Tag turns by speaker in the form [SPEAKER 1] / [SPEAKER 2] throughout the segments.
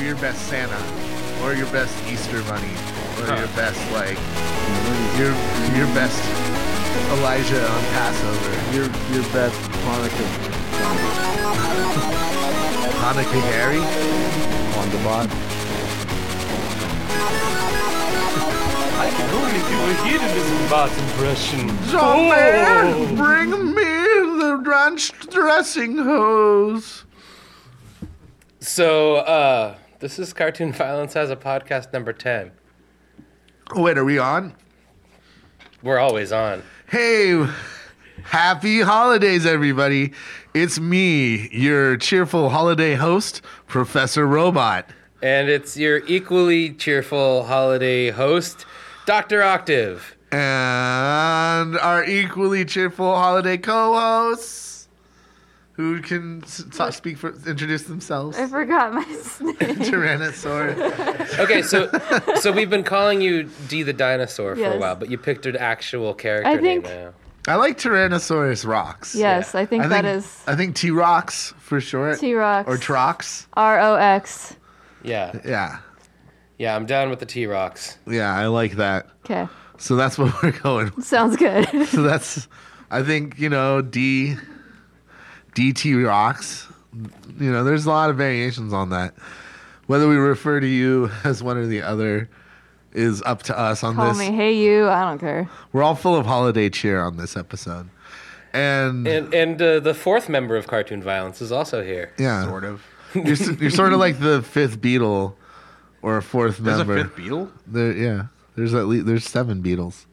[SPEAKER 1] your best Santa, or your best Easter Bunny, or your best like your your best Elijah on Passover,
[SPEAKER 2] Your your best Hanukkah
[SPEAKER 1] Hanukkah Harry.
[SPEAKER 2] on the bot.
[SPEAKER 3] I can only do a hedonism bot impression.
[SPEAKER 1] man, bring me the ranch dressing hose.
[SPEAKER 4] So uh, this is Cartoon Violence has a podcast number ten.
[SPEAKER 1] Wait, are we on?
[SPEAKER 4] We're always on.
[SPEAKER 1] Hey, happy holidays, everybody. It's me, your cheerful holiday host, Professor Robot.
[SPEAKER 4] And it's your equally cheerful holiday host, Dr. Octave.
[SPEAKER 1] And our equally cheerful holiday co hosts, who can s- talk, speak for, introduce themselves.
[SPEAKER 5] I forgot my snake.
[SPEAKER 1] Tyrannosaur.
[SPEAKER 4] Okay, so so we've been calling you D the dinosaur for a
[SPEAKER 5] Yes.
[SPEAKER 4] while, but you picked an actual character
[SPEAKER 5] I
[SPEAKER 4] name
[SPEAKER 5] think-
[SPEAKER 4] now.
[SPEAKER 1] I like Tyrannosaurus Rocks.
[SPEAKER 5] Yes, I think
[SPEAKER 1] I
[SPEAKER 5] that
[SPEAKER 1] think,
[SPEAKER 5] is
[SPEAKER 1] I think T Rocks for short.
[SPEAKER 5] T Rox.
[SPEAKER 1] Or Trox.
[SPEAKER 5] R O X.
[SPEAKER 4] Yeah,
[SPEAKER 1] Yeah.
[SPEAKER 4] yeah, I'm down with the T Rocks.
[SPEAKER 1] Yeah, I like that.
[SPEAKER 5] Okay.
[SPEAKER 1] So that's what we're going with.
[SPEAKER 5] Sounds good.
[SPEAKER 1] So that's, I think, you know, D, DT rocks. You know, there's a lot of variations on that. Whether we refer to you as one or the other is up to us on
[SPEAKER 5] Call
[SPEAKER 1] this.
[SPEAKER 5] me. Hey, you. I don't care.
[SPEAKER 1] We're all full of holiday cheer on this episode. And,
[SPEAKER 4] And and uh, the fourth member of Cartoon Violence is also here.
[SPEAKER 1] yeah,
[SPEAKER 2] Sort of.
[SPEAKER 1] you're, s- you're sort of like the fifth Beatle or a fourth
[SPEAKER 2] There's a
[SPEAKER 1] member.
[SPEAKER 2] fifth beetle?
[SPEAKER 1] There, yeah, there's at least there's seven Beatles.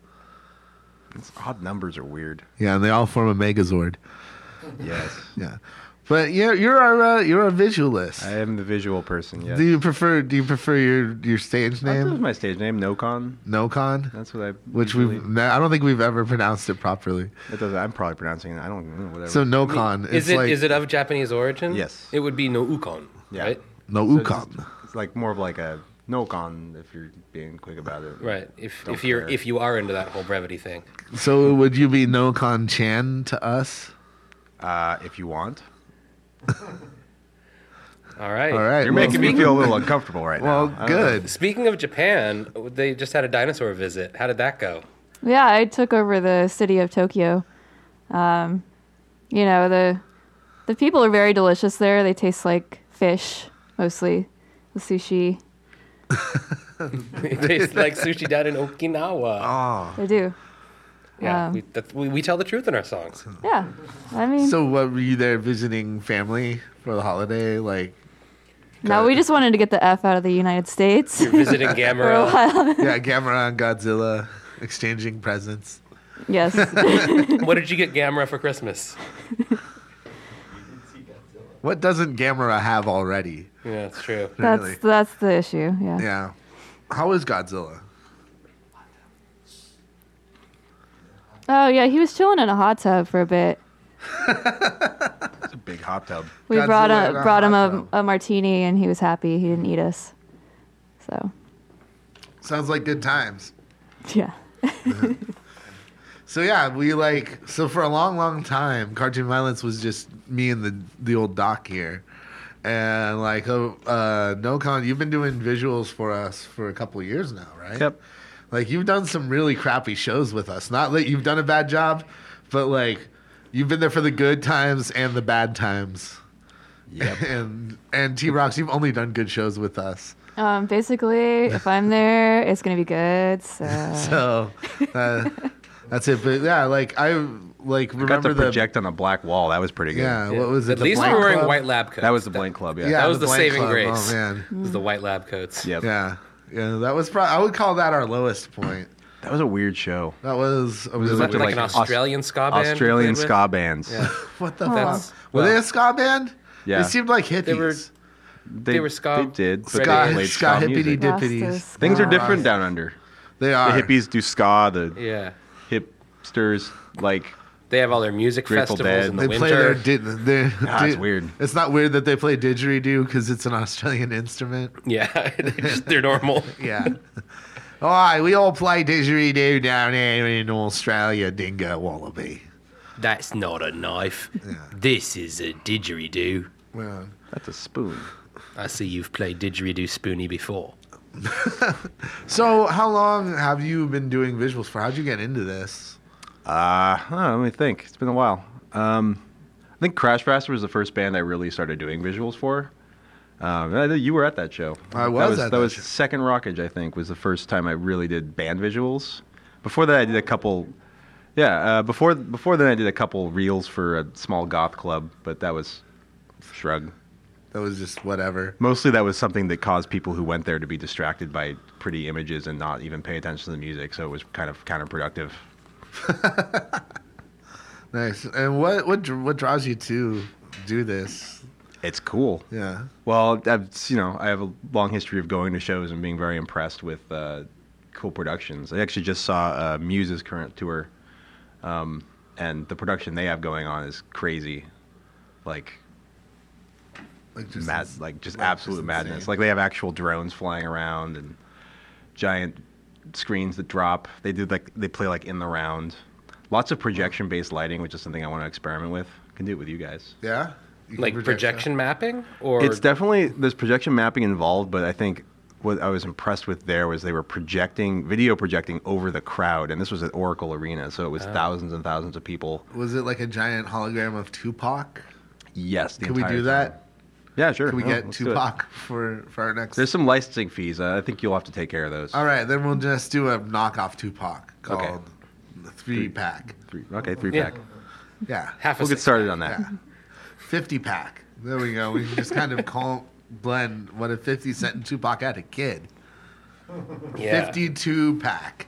[SPEAKER 2] It's odd numbers are weird.
[SPEAKER 1] Yeah, and they all form a Megazord.
[SPEAKER 2] Yes.
[SPEAKER 1] Yeah, but yeah, you're our uh, you're our visualist.
[SPEAKER 2] I am the visual person, yes.
[SPEAKER 1] Do you prefer Do you prefer your your stage
[SPEAKER 2] That was
[SPEAKER 1] name
[SPEAKER 2] my stage name, Nocon.
[SPEAKER 1] Nocon?
[SPEAKER 2] That's what I
[SPEAKER 1] Which
[SPEAKER 2] usually-
[SPEAKER 1] we've ne- I don't think we've ever pronounced it properly.
[SPEAKER 2] It doesn't, I'm probably pronouncing it. I don't know, whatever.
[SPEAKER 1] So Nocon it's
[SPEAKER 4] Is it is
[SPEAKER 1] like
[SPEAKER 4] it of Japanese origin?
[SPEAKER 2] Yes.
[SPEAKER 4] It would be no ukon,
[SPEAKER 2] Yeah.
[SPEAKER 4] right?
[SPEAKER 2] So it's just-
[SPEAKER 1] Noucon.
[SPEAKER 2] It's like more of like a Nocon if you're being quick about it.
[SPEAKER 4] Right. If
[SPEAKER 2] Don't
[SPEAKER 4] if you're
[SPEAKER 2] care.
[SPEAKER 4] if you are into that whole brevity thing.
[SPEAKER 1] So would you be Nocon Chan to us?
[SPEAKER 2] Uh, if you want.
[SPEAKER 4] All right.
[SPEAKER 1] All right,
[SPEAKER 2] You're
[SPEAKER 1] well,
[SPEAKER 2] making me feel a little uncomfortable right
[SPEAKER 1] well,
[SPEAKER 2] now. Uh, I don't know.
[SPEAKER 1] good.
[SPEAKER 4] Speaking of Japan, they just had a dinosaur visit. How did that go?
[SPEAKER 5] Yeah, I took over the city of Tokyo. Um, you know the the people are very delicious there. They taste like fish mostly, with sushi.
[SPEAKER 4] It tastes like sushi down in Okinawa.
[SPEAKER 5] They do.
[SPEAKER 4] yeah,
[SPEAKER 5] um,
[SPEAKER 4] we, that's, we, we tell the truth in our songs.
[SPEAKER 5] Yeah. I mean,
[SPEAKER 1] So what were you there visiting family for the holiday? Like
[SPEAKER 5] no, we just wanted to get the f out of the United States.
[SPEAKER 4] You're visiting
[SPEAKER 5] For a
[SPEAKER 4] Gamera.
[SPEAKER 5] while.
[SPEAKER 1] yeah, Gamera and Godzilla exchanging presents.
[SPEAKER 5] yes.
[SPEAKER 4] what did you get Gamera for Christmas?
[SPEAKER 1] What doesn't Gamera have already?
[SPEAKER 4] Yeah, that's true.
[SPEAKER 5] That's
[SPEAKER 1] Really?
[SPEAKER 5] that's the issue. Yeah.
[SPEAKER 1] Yeah. How is Godzilla?
[SPEAKER 5] Oh yeah, he was chilling in a hot tub for a bit.
[SPEAKER 2] It's a big hot tub.
[SPEAKER 5] We
[SPEAKER 1] Godzilla
[SPEAKER 5] brought
[SPEAKER 1] in a
[SPEAKER 5] a, brought him
[SPEAKER 1] hot
[SPEAKER 5] a,
[SPEAKER 1] tub.
[SPEAKER 5] a martini and he was happy. He didn't eat us. So
[SPEAKER 1] Sounds like good times.
[SPEAKER 5] yeah.
[SPEAKER 1] So yeah, we like so for a long, long time, cartoon violence was just me and the the old doc here, and like oh, uh, Nocon, you've been doing visuals for us for a couple of years now, right?
[SPEAKER 2] Yep.
[SPEAKER 1] Like you've done some really crappy shows with us. Not that you've done a bad job, but like you've been there for the good times and the bad times.
[SPEAKER 2] Yep.
[SPEAKER 1] And and T Rocks, you've only done good shows with us.
[SPEAKER 5] Um, basically, if I'm there, it's gonna be good. So,
[SPEAKER 1] So uh, that's it. But yeah, like I like
[SPEAKER 2] I got
[SPEAKER 1] remember
[SPEAKER 2] to
[SPEAKER 1] the
[SPEAKER 2] project on a black wall. That was pretty good.
[SPEAKER 1] yeah, What was it?
[SPEAKER 4] At
[SPEAKER 1] the
[SPEAKER 4] least
[SPEAKER 1] Blank
[SPEAKER 4] you're wearing
[SPEAKER 1] Club?
[SPEAKER 4] white lab coats.
[SPEAKER 2] That was the blank club. Yeah.
[SPEAKER 1] Yeah,
[SPEAKER 4] That was the
[SPEAKER 1] Blank
[SPEAKER 4] saving grace.
[SPEAKER 1] Oh man.
[SPEAKER 4] It was the white lab coats.
[SPEAKER 2] Yep.
[SPEAKER 1] Yeah. Yeah, that was probably, I would call that our lowest point.
[SPEAKER 2] That was a weird show.
[SPEAKER 1] That was a really
[SPEAKER 4] Was that
[SPEAKER 1] weird.
[SPEAKER 4] like,
[SPEAKER 2] like
[SPEAKER 4] an
[SPEAKER 2] Aus-
[SPEAKER 4] Australian ska band? you
[SPEAKER 2] Australian
[SPEAKER 4] played with?
[SPEAKER 2] ska bands.
[SPEAKER 4] Yeah.
[SPEAKER 1] what the
[SPEAKER 4] That's-
[SPEAKER 1] fuck? Were
[SPEAKER 4] well-
[SPEAKER 1] they a ska band?
[SPEAKER 2] Yeah.
[SPEAKER 1] They seemed like hippies.
[SPEAKER 4] were- They were ska-
[SPEAKER 2] They did. but they
[SPEAKER 1] ska,
[SPEAKER 2] played
[SPEAKER 1] ska
[SPEAKER 2] ska
[SPEAKER 1] hippity
[SPEAKER 2] music.
[SPEAKER 1] dippities.
[SPEAKER 5] Rastas.
[SPEAKER 2] Things are
[SPEAKER 5] Ska.
[SPEAKER 2] different down under.
[SPEAKER 1] They
[SPEAKER 2] The
[SPEAKER 1] are
[SPEAKER 2] hippies do ska. The
[SPEAKER 4] Yeah.
[SPEAKER 2] hipsters like
[SPEAKER 4] They have all their music
[SPEAKER 2] Grateful
[SPEAKER 4] festivals
[SPEAKER 2] Dead.
[SPEAKER 4] in the
[SPEAKER 1] They play
[SPEAKER 4] winter.
[SPEAKER 1] their. Di- their
[SPEAKER 2] Ah, it's
[SPEAKER 1] di-
[SPEAKER 2] weird.
[SPEAKER 1] It's not weird that they play didgeridoo because it's an Australian instrument.
[SPEAKER 4] yeah, they're, just- they're normal.
[SPEAKER 1] Yeah. all right, we all play didgeridoo down here in Australia, Dingo Wallaby.
[SPEAKER 4] That's not a knife. This is a didgeridoo.
[SPEAKER 1] Well,
[SPEAKER 2] that's a spoon.
[SPEAKER 4] I see you've played Didgeridoo Spoonie before.
[SPEAKER 1] So, how long have you been doing visuals for? How'd you get into this?
[SPEAKER 2] Uh, huh, let me think. It's been a while. Um, I think Crash Faster was the first band I really started doing visuals for. Um, I know you were at that show.
[SPEAKER 1] I was
[SPEAKER 2] That was,
[SPEAKER 1] at
[SPEAKER 2] that
[SPEAKER 1] that
[SPEAKER 2] was
[SPEAKER 1] show.
[SPEAKER 2] Second Rockage, I think, was the first time I really did band visuals. Before that, I did a couple. Yeah, uh, before before then, I did a couple reels for a small goth club, but that was shrug.
[SPEAKER 1] That was just whatever.
[SPEAKER 2] Mostly, that was something that caused people who went there to be distracted by pretty images and not even pay attention to the music. So it was kind of counterproductive.
[SPEAKER 1] Nice. And what what dr- what draws you to do this?
[SPEAKER 2] It's cool.
[SPEAKER 1] Yeah.
[SPEAKER 2] Well, I've you know I have a long history of going to shows and being very impressed with uh, cool productions. I actually just saw uh, Muse's current tour, um, and the production they have going on is crazy, like
[SPEAKER 1] Like just
[SPEAKER 2] mad, like just
[SPEAKER 1] like, just
[SPEAKER 2] absolute madness.
[SPEAKER 1] insane.
[SPEAKER 2] Like they have actual drones flying around and giant screens that drop. They do like they play like in the round. Lots of projection-based lighting, which is something I want to experiment with. Can do it with you guys.
[SPEAKER 1] yeah. You can
[SPEAKER 4] Like
[SPEAKER 1] project uh,
[SPEAKER 4] projection mapping? Or
[SPEAKER 2] It's definitely there's projection mapping involved, but I think what I was impressed with there was they were projecting video projecting over the crowd, and this was at Oracle Arena, so
[SPEAKER 1] Oh.
[SPEAKER 2] it was thousands and thousands of people.
[SPEAKER 1] that. Was it like a giant hologram of Tupac?
[SPEAKER 2] Yes, the
[SPEAKER 1] Can we
[SPEAKER 2] entire
[SPEAKER 1] do
[SPEAKER 2] time.
[SPEAKER 1] that?
[SPEAKER 2] Yeah, sure.
[SPEAKER 1] Can we
[SPEAKER 2] Oh,
[SPEAKER 1] get
[SPEAKER 2] let's do it.
[SPEAKER 1] Tupac for for our next?
[SPEAKER 2] There's some licensing fees. Uh, I think you'll have to take care of those.
[SPEAKER 1] All right, then we'll just do a knockoff Tupac called
[SPEAKER 2] Okay.
[SPEAKER 1] Three Pack.
[SPEAKER 2] Three, okay, three
[SPEAKER 4] Yeah.
[SPEAKER 2] pack.
[SPEAKER 1] Yeah,
[SPEAKER 4] half a
[SPEAKER 2] We'll get
[SPEAKER 4] six-
[SPEAKER 2] started on that.
[SPEAKER 1] yeah, fifty pack. There we go. We can just kind of call blend what a fifty cent and Tupac had a kid.
[SPEAKER 4] Yeah.
[SPEAKER 1] Fifty-two pack.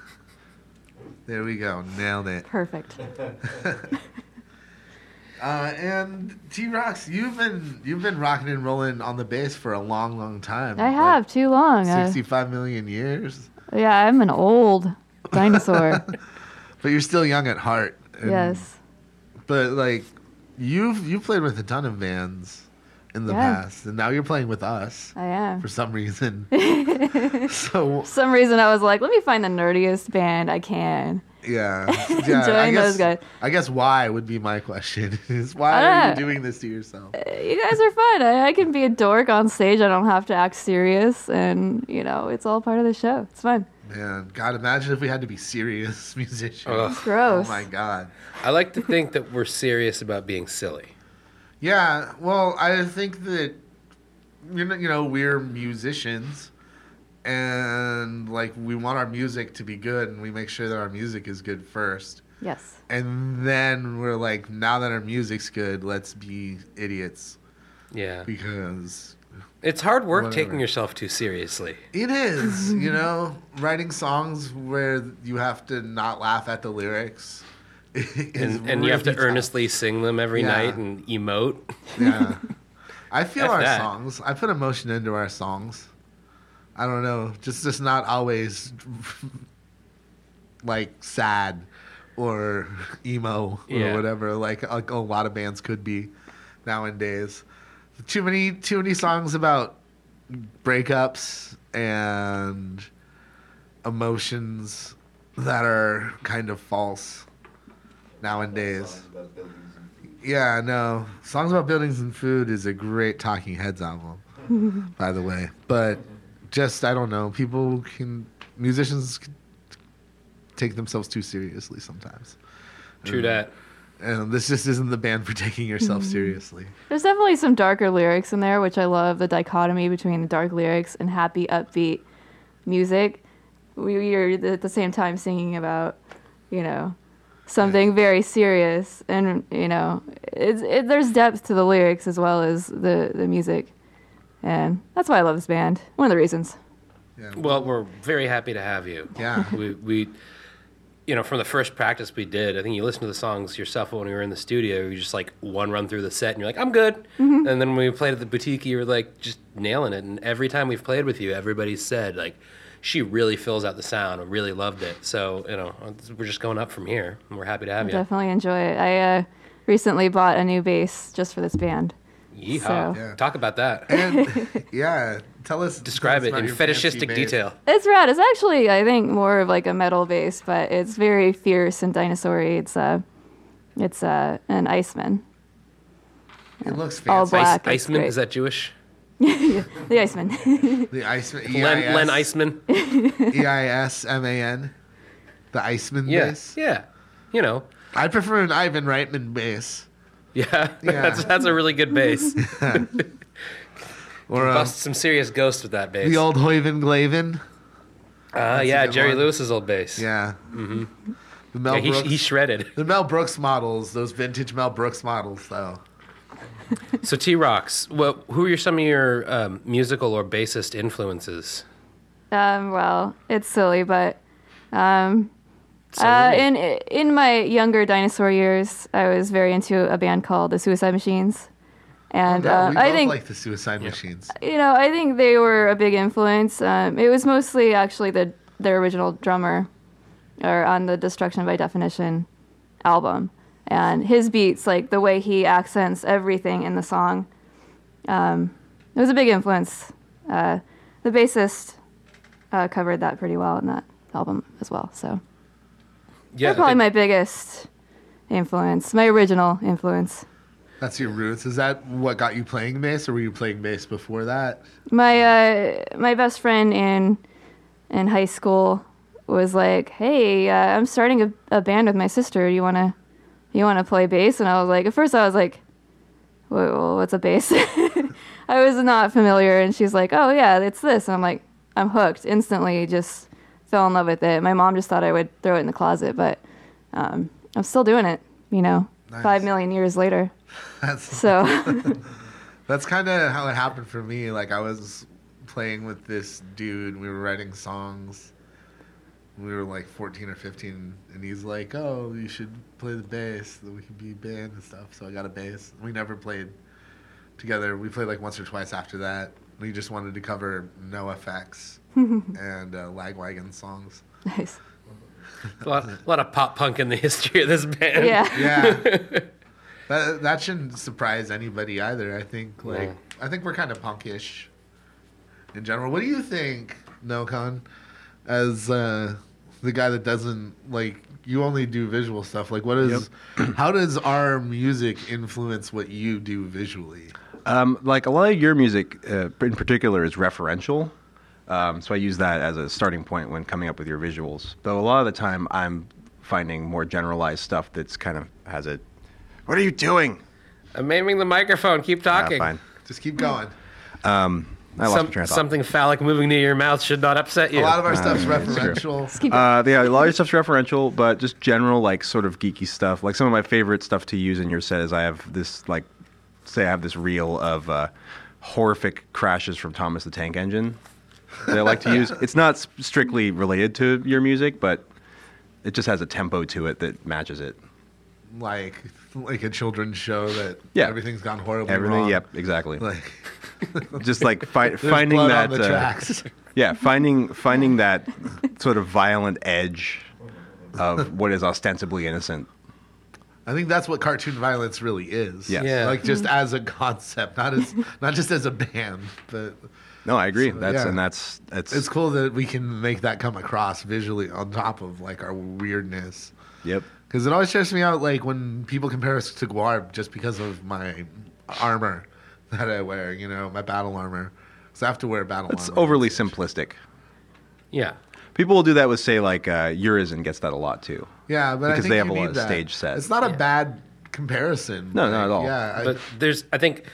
[SPEAKER 1] there we go. Nailed it.
[SPEAKER 5] Perfect.
[SPEAKER 1] Uh, and T Rocks, you've been you've been rocking and rolling on the bass for a long, long time.
[SPEAKER 5] I have too long.
[SPEAKER 1] like
[SPEAKER 5] I-
[SPEAKER 1] sixty-five million years.
[SPEAKER 5] yeah, I'm an old dinosaur.
[SPEAKER 1] But you're still young at heart. and-
[SPEAKER 5] yes.
[SPEAKER 1] But like, you've you played with a ton of bands in the
[SPEAKER 5] Yeah. Uh-huh.
[SPEAKER 1] past, and now you're playing with us
[SPEAKER 5] I
[SPEAKER 1] for
[SPEAKER 5] am.
[SPEAKER 1] some reason. so
[SPEAKER 5] For some reason, I was like, let me find the nerdiest band I can.
[SPEAKER 1] yeah, yeah. guess,
[SPEAKER 5] Enjoying those guys.
[SPEAKER 1] I guess why would be my question is why
[SPEAKER 5] I
[SPEAKER 1] are you
[SPEAKER 5] don't know.
[SPEAKER 1] doing this to yourself?
[SPEAKER 5] Uh, You guys are fun. I, I can be a dork on stage. I don't have to act serious. And, you know, it's all part of the show. It's fun.
[SPEAKER 1] Man, God, imagine if we had to be serious musicians.
[SPEAKER 4] Ugh.
[SPEAKER 5] It's gross.
[SPEAKER 1] Oh my God.
[SPEAKER 4] I like to think that we're serious about being silly.
[SPEAKER 1] Yeah, well, I think that you know, you know, we're musicians, and like we want our music to be good, and we make sure that our music is good first,
[SPEAKER 5] Yes.
[SPEAKER 1] and then we're like, now that our music's good, let's be idiots
[SPEAKER 4] Yeah.
[SPEAKER 1] because
[SPEAKER 4] It's hard work
[SPEAKER 1] Whatever.
[SPEAKER 4] taking yourself too seriously.
[SPEAKER 1] it is, you know, writing songs where you have to not laugh at the lyrics. is
[SPEAKER 4] And, and you have to
[SPEAKER 1] really tough.
[SPEAKER 4] earnestly sing them every
[SPEAKER 1] Yeah.
[SPEAKER 4] night and emote.
[SPEAKER 1] Yeah. I feel
[SPEAKER 4] F
[SPEAKER 1] our
[SPEAKER 4] that.
[SPEAKER 1] songs. I put emotion into our songs. I don't know. Just just not always like sad or emo or
[SPEAKER 4] Yeah.
[SPEAKER 1] whatever like a, a lot of bands could be nowadays. Too many too many songs about breakups and emotions that are kind of false nowadays. Yeah, no. Songs about buildings and food is a great Talking Heads album, by the way. But just I don't know. People can musicians can take themselves too seriously sometimes, Mm-hmm.
[SPEAKER 4] True that.
[SPEAKER 1] and this just isn't the band for taking yourself
[SPEAKER 5] Mm-hmm.
[SPEAKER 1] seriously.
[SPEAKER 5] There's definitely some darker lyrics in there, which I love the dichotomy between the dark lyrics and happy, upbeat music. We, we are at the same time singing about, you know, something very serious, and you know, it's, it, there's depth to the lyrics as well as the the music, and that's why I love this band. One of the reasons.
[SPEAKER 1] Yeah.
[SPEAKER 4] Well, we're very happy to have you.
[SPEAKER 1] Yeah.
[SPEAKER 4] We, we, you know, from the first practice we did, I think you listened to the songs yourself when we were in the studio. You just like one run through the set and you're like, I'm good. And then when we played at the boutique, you were like, just nailing it. And every time we've played with you, everybody said, like, she really fills out the sound and really loved it. So, you know, we're just going up from here and we're happy to have
[SPEAKER 5] I
[SPEAKER 4] you.
[SPEAKER 5] Definitely enjoy it. I uh, recently bought a new bass just for this band.
[SPEAKER 4] Yeehaw.
[SPEAKER 5] So-
[SPEAKER 1] Yeah.
[SPEAKER 4] Talk about that.
[SPEAKER 1] and yeah, tell us. tell
[SPEAKER 4] Describe
[SPEAKER 1] us
[SPEAKER 4] it
[SPEAKER 1] about
[SPEAKER 4] in
[SPEAKER 1] your fancy
[SPEAKER 4] fetishistic
[SPEAKER 1] bass.
[SPEAKER 4] detail.
[SPEAKER 5] It's rad. It's actually, I think, more of like a metal bass, but it's very fierce and dinosaur-y. It's uh, it's uh, an Iceman.
[SPEAKER 1] Is It looks
[SPEAKER 5] All
[SPEAKER 1] fancy.
[SPEAKER 5] black. it's
[SPEAKER 4] Iceman,
[SPEAKER 5] great.
[SPEAKER 4] is that Jewish?
[SPEAKER 5] the Iceman.
[SPEAKER 1] The E Iceman.
[SPEAKER 4] Len, Len
[SPEAKER 1] EIS
[SPEAKER 4] Iceman.
[SPEAKER 1] E E-I-S-M-A-N. The Iceman
[SPEAKER 4] Yeah.
[SPEAKER 1] bass.
[SPEAKER 4] Yeah. You know.
[SPEAKER 1] I prefer an Ivan Reitman bass.
[SPEAKER 4] Yeah. That's, that's a really good bass.
[SPEAKER 1] Or uh,
[SPEAKER 4] Bust some serious ghosts with that bass.
[SPEAKER 1] the old Hoyven Glavin.
[SPEAKER 4] uh, yeah,
[SPEAKER 1] good
[SPEAKER 4] Jerry
[SPEAKER 1] one.
[SPEAKER 4] Lewis's old bass.
[SPEAKER 1] Yeah. Mm-hmm. The Mel
[SPEAKER 4] Yeah, he,
[SPEAKER 1] Brooks.
[SPEAKER 4] he shredded.
[SPEAKER 1] the Mel Brooks models, those vintage Mel Brooks models, though.
[SPEAKER 4] So T Rocks, well, who are your, some of your um, musical or bassist influences?
[SPEAKER 5] um, well, it's silly, but
[SPEAKER 4] So
[SPEAKER 5] uh,
[SPEAKER 4] many.
[SPEAKER 5] in in my younger dinosaur years, I was very into a band called the Suicide Machines, and
[SPEAKER 1] No,
[SPEAKER 5] uh,
[SPEAKER 1] Oh, we
[SPEAKER 5] I
[SPEAKER 1] both
[SPEAKER 5] think
[SPEAKER 1] like the Suicide Machines.
[SPEAKER 5] you know, I think they were a big influence. Um, it was mostly actually the their original drummer, or on the Destruction by Definition album, and his beats, like the way he accents everything in the song, um, it was a big influence. Uh, the bassist uh, covered that pretty well in that album as well. So
[SPEAKER 4] yeah,
[SPEAKER 5] they're probably
[SPEAKER 4] they-
[SPEAKER 5] my biggest influence, my original influence.
[SPEAKER 1] That's your roots. Is that what got you playing bass, or were you playing bass before that?
[SPEAKER 5] my uh, my best friend in in high school was like, "Hey, uh, I'm starting a, a band with my sister. You wanna you wanna play bass?" And I was like, at first I was like, "Wha- wha- "What's a bass?" I was not familiar, and she's like, "Oh yeah, it's this." And I'm like, "I'm hooked instantly. Just fell in love with it." My mom just thought I would throw it in the closet, but um, I'm still doing it. You know,
[SPEAKER 1] Nice.
[SPEAKER 5] five million years later.
[SPEAKER 1] That's
[SPEAKER 5] So
[SPEAKER 1] That's kind of how it happened for me. Like I was playing with this dude. We were writing songs. We were like 14 or 15, and he's like, "Oh, you should play the bass. That we could be a band and stuff." So I got a bass. We never played together. We played like once or twice after that. We just wanted to cover no effects and uh, lagwagon songs.
[SPEAKER 5] nice.
[SPEAKER 4] a, lot, a lot of pop punk in the history of this band.
[SPEAKER 5] Yeah.
[SPEAKER 1] Yeah. That, that shouldn't surprise anybody either. I think like I think we're kind of punkish in general. What do you think, Nocon, as uh, the guy that doesn't like you only do visual stuff? Like, what is how does our music influence what you do visually?
[SPEAKER 2] Um, like a lot of your music, uh, in particular, is referential. Um, so I use that as a starting point when coming up with your visuals. Though a lot of the time, I'm finding more generalized stuff that's kind of has a, what are you doing?
[SPEAKER 4] I'm aiming the microphone. Keep
[SPEAKER 2] Ah,
[SPEAKER 4] talking.
[SPEAKER 2] fine.
[SPEAKER 1] Just keep going.
[SPEAKER 2] I lost my
[SPEAKER 4] Some,
[SPEAKER 2] train of thought.
[SPEAKER 4] something phallic moving near your mouth should not upset you.
[SPEAKER 1] A lot of our stuff's
[SPEAKER 2] yeah, it's true.
[SPEAKER 1] referential.
[SPEAKER 2] Uh, yeah, a lot of your stuff's referential, but just general, like, sort of geeky stuff. Like, some of my favorite stuff to use in your set is I have this, like, say I have this reel of uh, horrific crashes from Thomas the Tank Engine that I like to use. It's not s- strictly related to your music, but it just has a tempo to it that matches it.
[SPEAKER 1] Like like a children's show that
[SPEAKER 2] Yeah.
[SPEAKER 1] everything's gone horribly
[SPEAKER 2] Everything,
[SPEAKER 1] wrong.
[SPEAKER 2] yep, exactly.
[SPEAKER 1] Like
[SPEAKER 2] just like fi-
[SPEAKER 1] there's
[SPEAKER 2] finding
[SPEAKER 1] blood
[SPEAKER 2] that
[SPEAKER 1] on the
[SPEAKER 2] uh,
[SPEAKER 1] tracks.
[SPEAKER 2] yeah, finding finding that sort of violent edge of what is ostensibly innocent.
[SPEAKER 1] I think that's what cartoon violence really is.
[SPEAKER 2] Yes.
[SPEAKER 4] Yeah. Mm-hmm.
[SPEAKER 1] Like just as a concept, not as not just as a band, but
[SPEAKER 2] No, I agree.
[SPEAKER 1] So,
[SPEAKER 2] that's
[SPEAKER 1] yeah.
[SPEAKER 2] and that's that's
[SPEAKER 1] it's cool that we can make that come across visually on top of like our weirdness.
[SPEAKER 2] yep.
[SPEAKER 1] Because it always stresses me out, like when people compare us to Guarb just because of my armor that I wear. You know, my battle armor. So I have to wear battle
[SPEAKER 2] It's
[SPEAKER 1] armor.
[SPEAKER 2] overly simplistic.
[SPEAKER 4] yeah.
[SPEAKER 2] People will do that with say like uh, Urizen gets that a lot too.
[SPEAKER 1] Yeah, but I
[SPEAKER 2] because
[SPEAKER 1] think
[SPEAKER 2] they have
[SPEAKER 1] you
[SPEAKER 2] a lot
[SPEAKER 1] need
[SPEAKER 2] of
[SPEAKER 1] that.
[SPEAKER 2] stage set.
[SPEAKER 1] It's not a bad comparison.
[SPEAKER 2] No, not at all.
[SPEAKER 1] Yeah, I-
[SPEAKER 4] But there's, I think,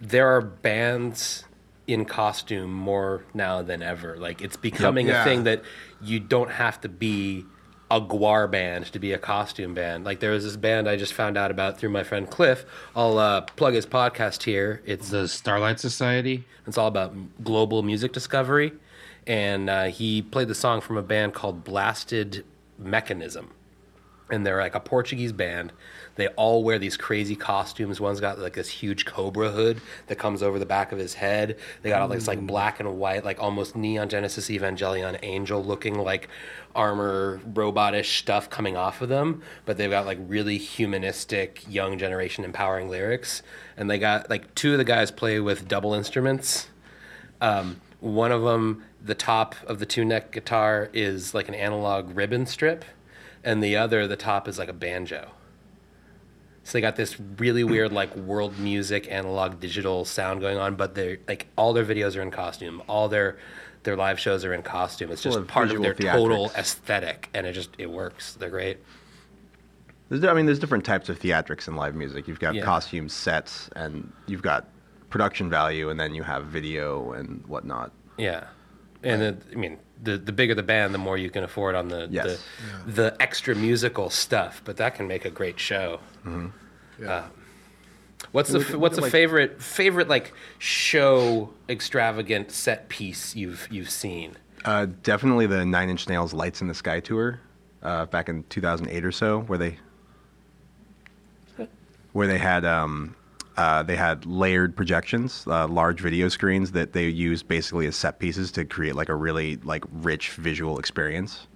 [SPEAKER 4] there are bands in costume more now than ever. Like it's becoming
[SPEAKER 1] Yeah.
[SPEAKER 4] a thing that you don't have to be a guar band to be a costume band. Like there was this band I just found out about through my friend Cliff. I'll uh, plug his podcast here. It's
[SPEAKER 6] The Starlight Society.
[SPEAKER 4] it's all about m- global music discovery, and uh, he played the song from a band called Blasted Mechanism and they're like a Portuguese band. They all wear these crazy costumes. One's got like this huge cobra hood that comes over the back of his head. They got all this like black and white, like almost neon Genesis Evangelion angel looking like armor, robotish stuff coming off of them. But they've got like really humanistic, young generation empowering lyrics. And they got like two of the guys play with double instruments. Um, one of them, the top of the two neck guitar is like an analog ribbon strip, and the other, the top is like a banjo. So they got this really weird like world music analog digital sound going on, but they're like all their videos are in costume. All their their live shows are in costume. It's
[SPEAKER 2] Full
[SPEAKER 4] just
[SPEAKER 2] of
[SPEAKER 4] part of
[SPEAKER 2] visual
[SPEAKER 4] their total
[SPEAKER 2] theatrics.
[SPEAKER 4] aesthetic, and it just it works. They're great.
[SPEAKER 2] There's, I mean, there's different types of theatrics in live music. You've got
[SPEAKER 4] Yeah.
[SPEAKER 2] costumes, sets, and you've got production value, and then you have video and whatnot.
[SPEAKER 4] Yeah, and the, I mean, the the bigger the band, the more you can afford on the
[SPEAKER 2] Yes.
[SPEAKER 4] the, the extra musical stuff. But that can make a great show.
[SPEAKER 2] Mm-hmm.
[SPEAKER 1] Yeah.
[SPEAKER 4] Uh, what's the f- what's a favorite favorite like show extravagant set piece you've you've seen?
[SPEAKER 2] Uh, definitely the Nine Inch Nails "Lights in the Sky" tour uh, back in 2008 or so, where they where they had um, uh, they had layered projections, uh, large video screens that they used basically as set pieces to create like a really like rich visual experience.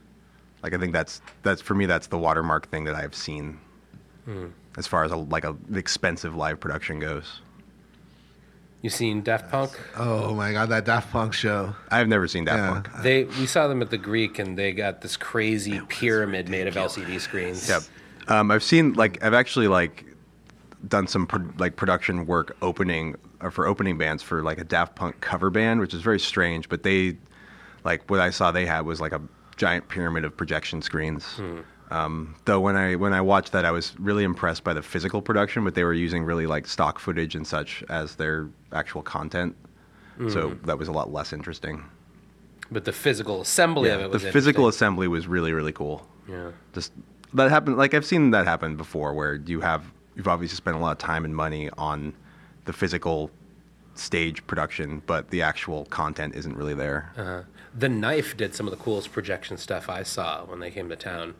[SPEAKER 2] Like I think that's that's for me that's the watermark thing that I've seen as far as a, like a expensive live production goes.
[SPEAKER 4] You've seen Daft Punk?
[SPEAKER 1] Oh my god, that Daft Punk show.
[SPEAKER 2] I've never seen that
[SPEAKER 1] Yeah.
[SPEAKER 2] one.
[SPEAKER 4] They we saw them at the Greek, and they got this crazy pyramid made of LCD screens.
[SPEAKER 2] Yep. Um, I've seen like I've actually like done some pro- like production work opening or for opening bands for like a Daft Punk cover band, which is very strange. But they like what I saw they had was like a giant pyramid of projection screens. Um, though when I when I watched that, I was really impressed by the physical production, but they were using really like stock footage and such as their actual content. So that was a lot less interesting.
[SPEAKER 4] But the physical assembly of
[SPEAKER 2] Yeah,
[SPEAKER 4] it was
[SPEAKER 2] the physical
[SPEAKER 4] interesting.
[SPEAKER 2] assembly was really really cool
[SPEAKER 4] Yeah.
[SPEAKER 2] just that happened like i've seen that happen before where you have you've obviously spent a lot of time and money on the physical stage production but the actual content isn't really there
[SPEAKER 4] Uh-huh. The Knife did some of the coolest projection stuff I saw when they came to town.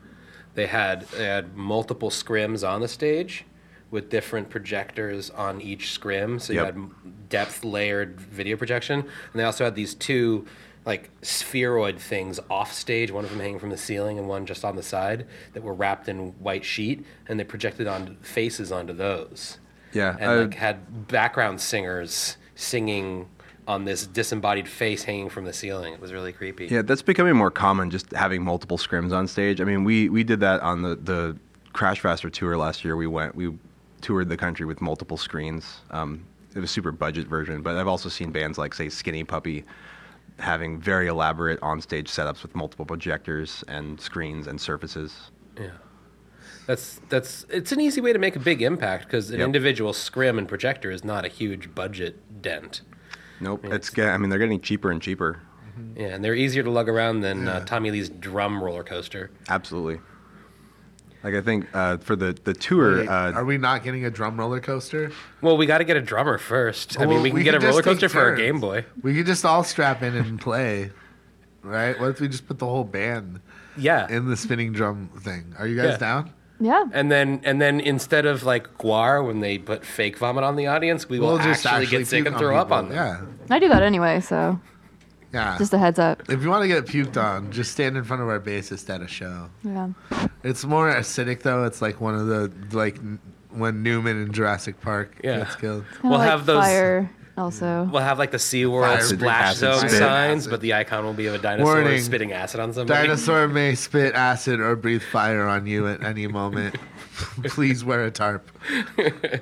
[SPEAKER 4] They had they had multiple scrims on the stage with different projectors on each scrim, so you
[SPEAKER 2] Yep.
[SPEAKER 4] had had depth layered video projection, and they also had these two like spheroid things off stage, one of them hanging from the ceiling and one just on the side that were wrapped in white sheet, and they projected on faces onto those
[SPEAKER 2] yeah
[SPEAKER 4] and like had background singers singing on this disembodied face hanging from the ceiling. It was really creepy.
[SPEAKER 2] yeah that's becoming more common just having multiple scrims on stage i mean we we did that on the the crash faster tour last year we went we toured the country with multiple screens um it was super budget version but i've also seen bands like say skinny puppy having very elaborate on-stage setups with multiple projectors and screens and surfaces
[SPEAKER 4] That's that's it's an easy way to make a big impact because an
[SPEAKER 2] Yep.
[SPEAKER 4] individual scrim and projector is not a huge budget dent.
[SPEAKER 2] Nope. it's ge- I mean, they're getting cheaper and cheaper.
[SPEAKER 4] Yeah, and they're easier to lug around than uh, Tommy Lee's drum roller coaster.
[SPEAKER 2] Absolutely. Like I think uh, for the the tour,
[SPEAKER 1] Wait,
[SPEAKER 2] uh,
[SPEAKER 1] are we not getting a drum roller coaster?
[SPEAKER 4] Well, we got to get a drummer first. I mean,
[SPEAKER 1] Well,
[SPEAKER 4] we can
[SPEAKER 1] we
[SPEAKER 4] get
[SPEAKER 1] could
[SPEAKER 4] a roller
[SPEAKER 1] just take
[SPEAKER 4] coaster for a
[SPEAKER 1] turns.
[SPEAKER 4] Game Boy.
[SPEAKER 1] We could just all strap in and play, right? What if we just put the whole band
[SPEAKER 4] Yeah.
[SPEAKER 1] in the spinning drum thing? Are you guys
[SPEAKER 4] Yeah.
[SPEAKER 1] down?
[SPEAKER 5] Yeah.
[SPEAKER 4] and then, and then instead of like Guar, when they put fake vomit on the audience, we will actually, get sick
[SPEAKER 1] puke
[SPEAKER 4] and throw up
[SPEAKER 1] people.
[SPEAKER 4] on them.
[SPEAKER 5] I do that anyway, so
[SPEAKER 1] Yeah, yeah.
[SPEAKER 5] just a heads up.
[SPEAKER 1] if you want to get puked on, just stand in front of our bassist at a show.
[SPEAKER 5] Yeah.
[SPEAKER 1] It's more acidic though. It's like one of the like n- when Newman in Jurassic Park
[SPEAKER 4] Yeah.
[SPEAKER 1] gets killed.
[SPEAKER 5] Kinda
[SPEAKER 4] We'll
[SPEAKER 5] like
[SPEAKER 4] have those-
[SPEAKER 5] fire also.
[SPEAKER 4] We'll have like the Sea
[SPEAKER 1] Fire
[SPEAKER 4] World
[SPEAKER 1] spit
[SPEAKER 4] splash
[SPEAKER 2] acid
[SPEAKER 4] zone
[SPEAKER 1] spit.
[SPEAKER 4] signs,
[SPEAKER 1] Acid.
[SPEAKER 4] but the icon will be of a dinosaur
[SPEAKER 1] Warning.
[SPEAKER 4] spitting acid on somebody.
[SPEAKER 1] Dinosaur may spit acid or breathe fire on you at any moment. Please wear a tarp.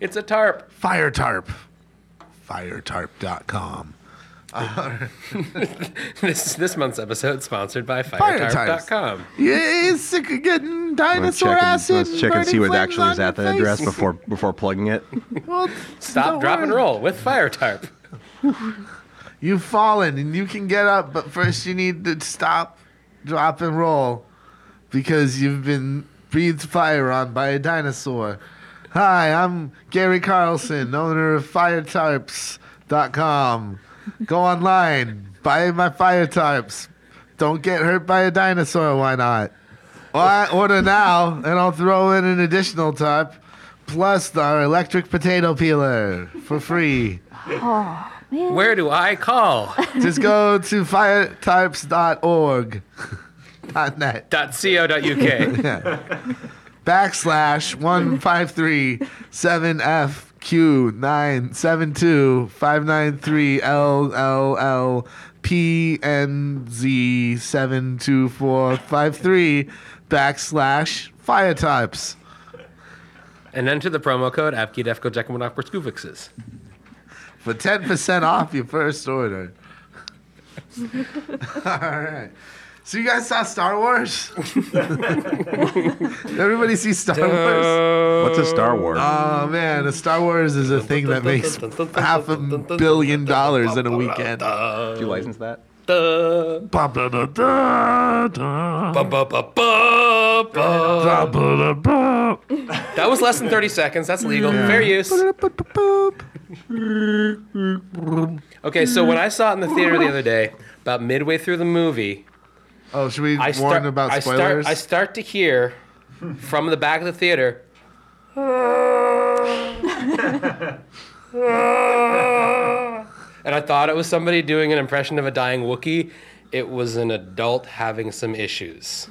[SPEAKER 4] It's a tarp.
[SPEAKER 1] Fire tarp. Firetarp.com.
[SPEAKER 4] This this month's episode sponsored by
[SPEAKER 1] Fire tarps.
[SPEAKER 4] firetarp.com.
[SPEAKER 1] Yeah, it's sick of getting dinosaur
[SPEAKER 2] and-
[SPEAKER 1] acid.
[SPEAKER 2] let's check and
[SPEAKER 1] burning
[SPEAKER 2] see what
[SPEAKER 1] flames
[SPEAKER 2] actually is
[SPEAKER 1] on
[SPEAKER 2] at the
[SPEAKER 1] your face.
[SPEAKER 2] address before before plugging it.
[SPEAKER 1] Well,
[SPEAKER 4] Stop,
[SPEAKER 1] don't
[SPEAKER 4] drop,
[SPEAKER 1] worry.
[SPEAKER 4] and roll with fire tarp.
[SPEAKER 1] You've fallen and you can get up, but first you need to stop, drop, and roll because you've been breathed fire on by a dinosaur. Hi, I'm Gary Carlson, owner of firetarps.com. Go online, buy my fire tarps. Don't get hurt by a dinosaur, why not? Well, I order now and I'll throw in an additional tarp plus our electric potato peeler for free.
[SPEAKER 4] Where do I call?
[SPEAKER 1] Just go to firetypes.org. Dot net
[SPEAKER 4] Dot co.uk.
[SPEAKER 1] backslash one five three seven F Q nine seven two five nine three L L L P N Z seven two four five three backslash firetypes.
[SPEAKER 4] and enter the promo code APKDEFCO Jekamonok Berskuvixes.
[SPEAKER 1] for ten percent off your first order. All right. So you guys saw Star Wars? Everybody see Star Wars?
[SPEAKER 2] What's a Star Wars?
[SPEAKER 1] Oh man, a Star Wars is a thing that makes half a billion dollars in a weekend.
[SPEAKER 2] Did you license that?
[SPEAKER 1] Ba da da da da,
[SPEAKER 4] Ba, ba, ba, ba, ba.
[SPEAKER 1] ba da da ba.
[SPEAKER 4] That was less than 30 seconds. That's legal. Fair use. Okay, so when I saw it in the theater the other day, about midway through the movie,
[SPEAKER 1] Oh, should we
[SPEAKER 4] I
[SPEAKER 1] warn
[SPEAKER 4] start, I
[SPEAKER 1] about
[SPEAKER 4] start,
[SPEAKER 1] spoilers?
[SPEAKER 4] I start to hear from the back of the theater. and I thought it was somebody doing an impression of a dying Wookiee. It was an adult having some issues.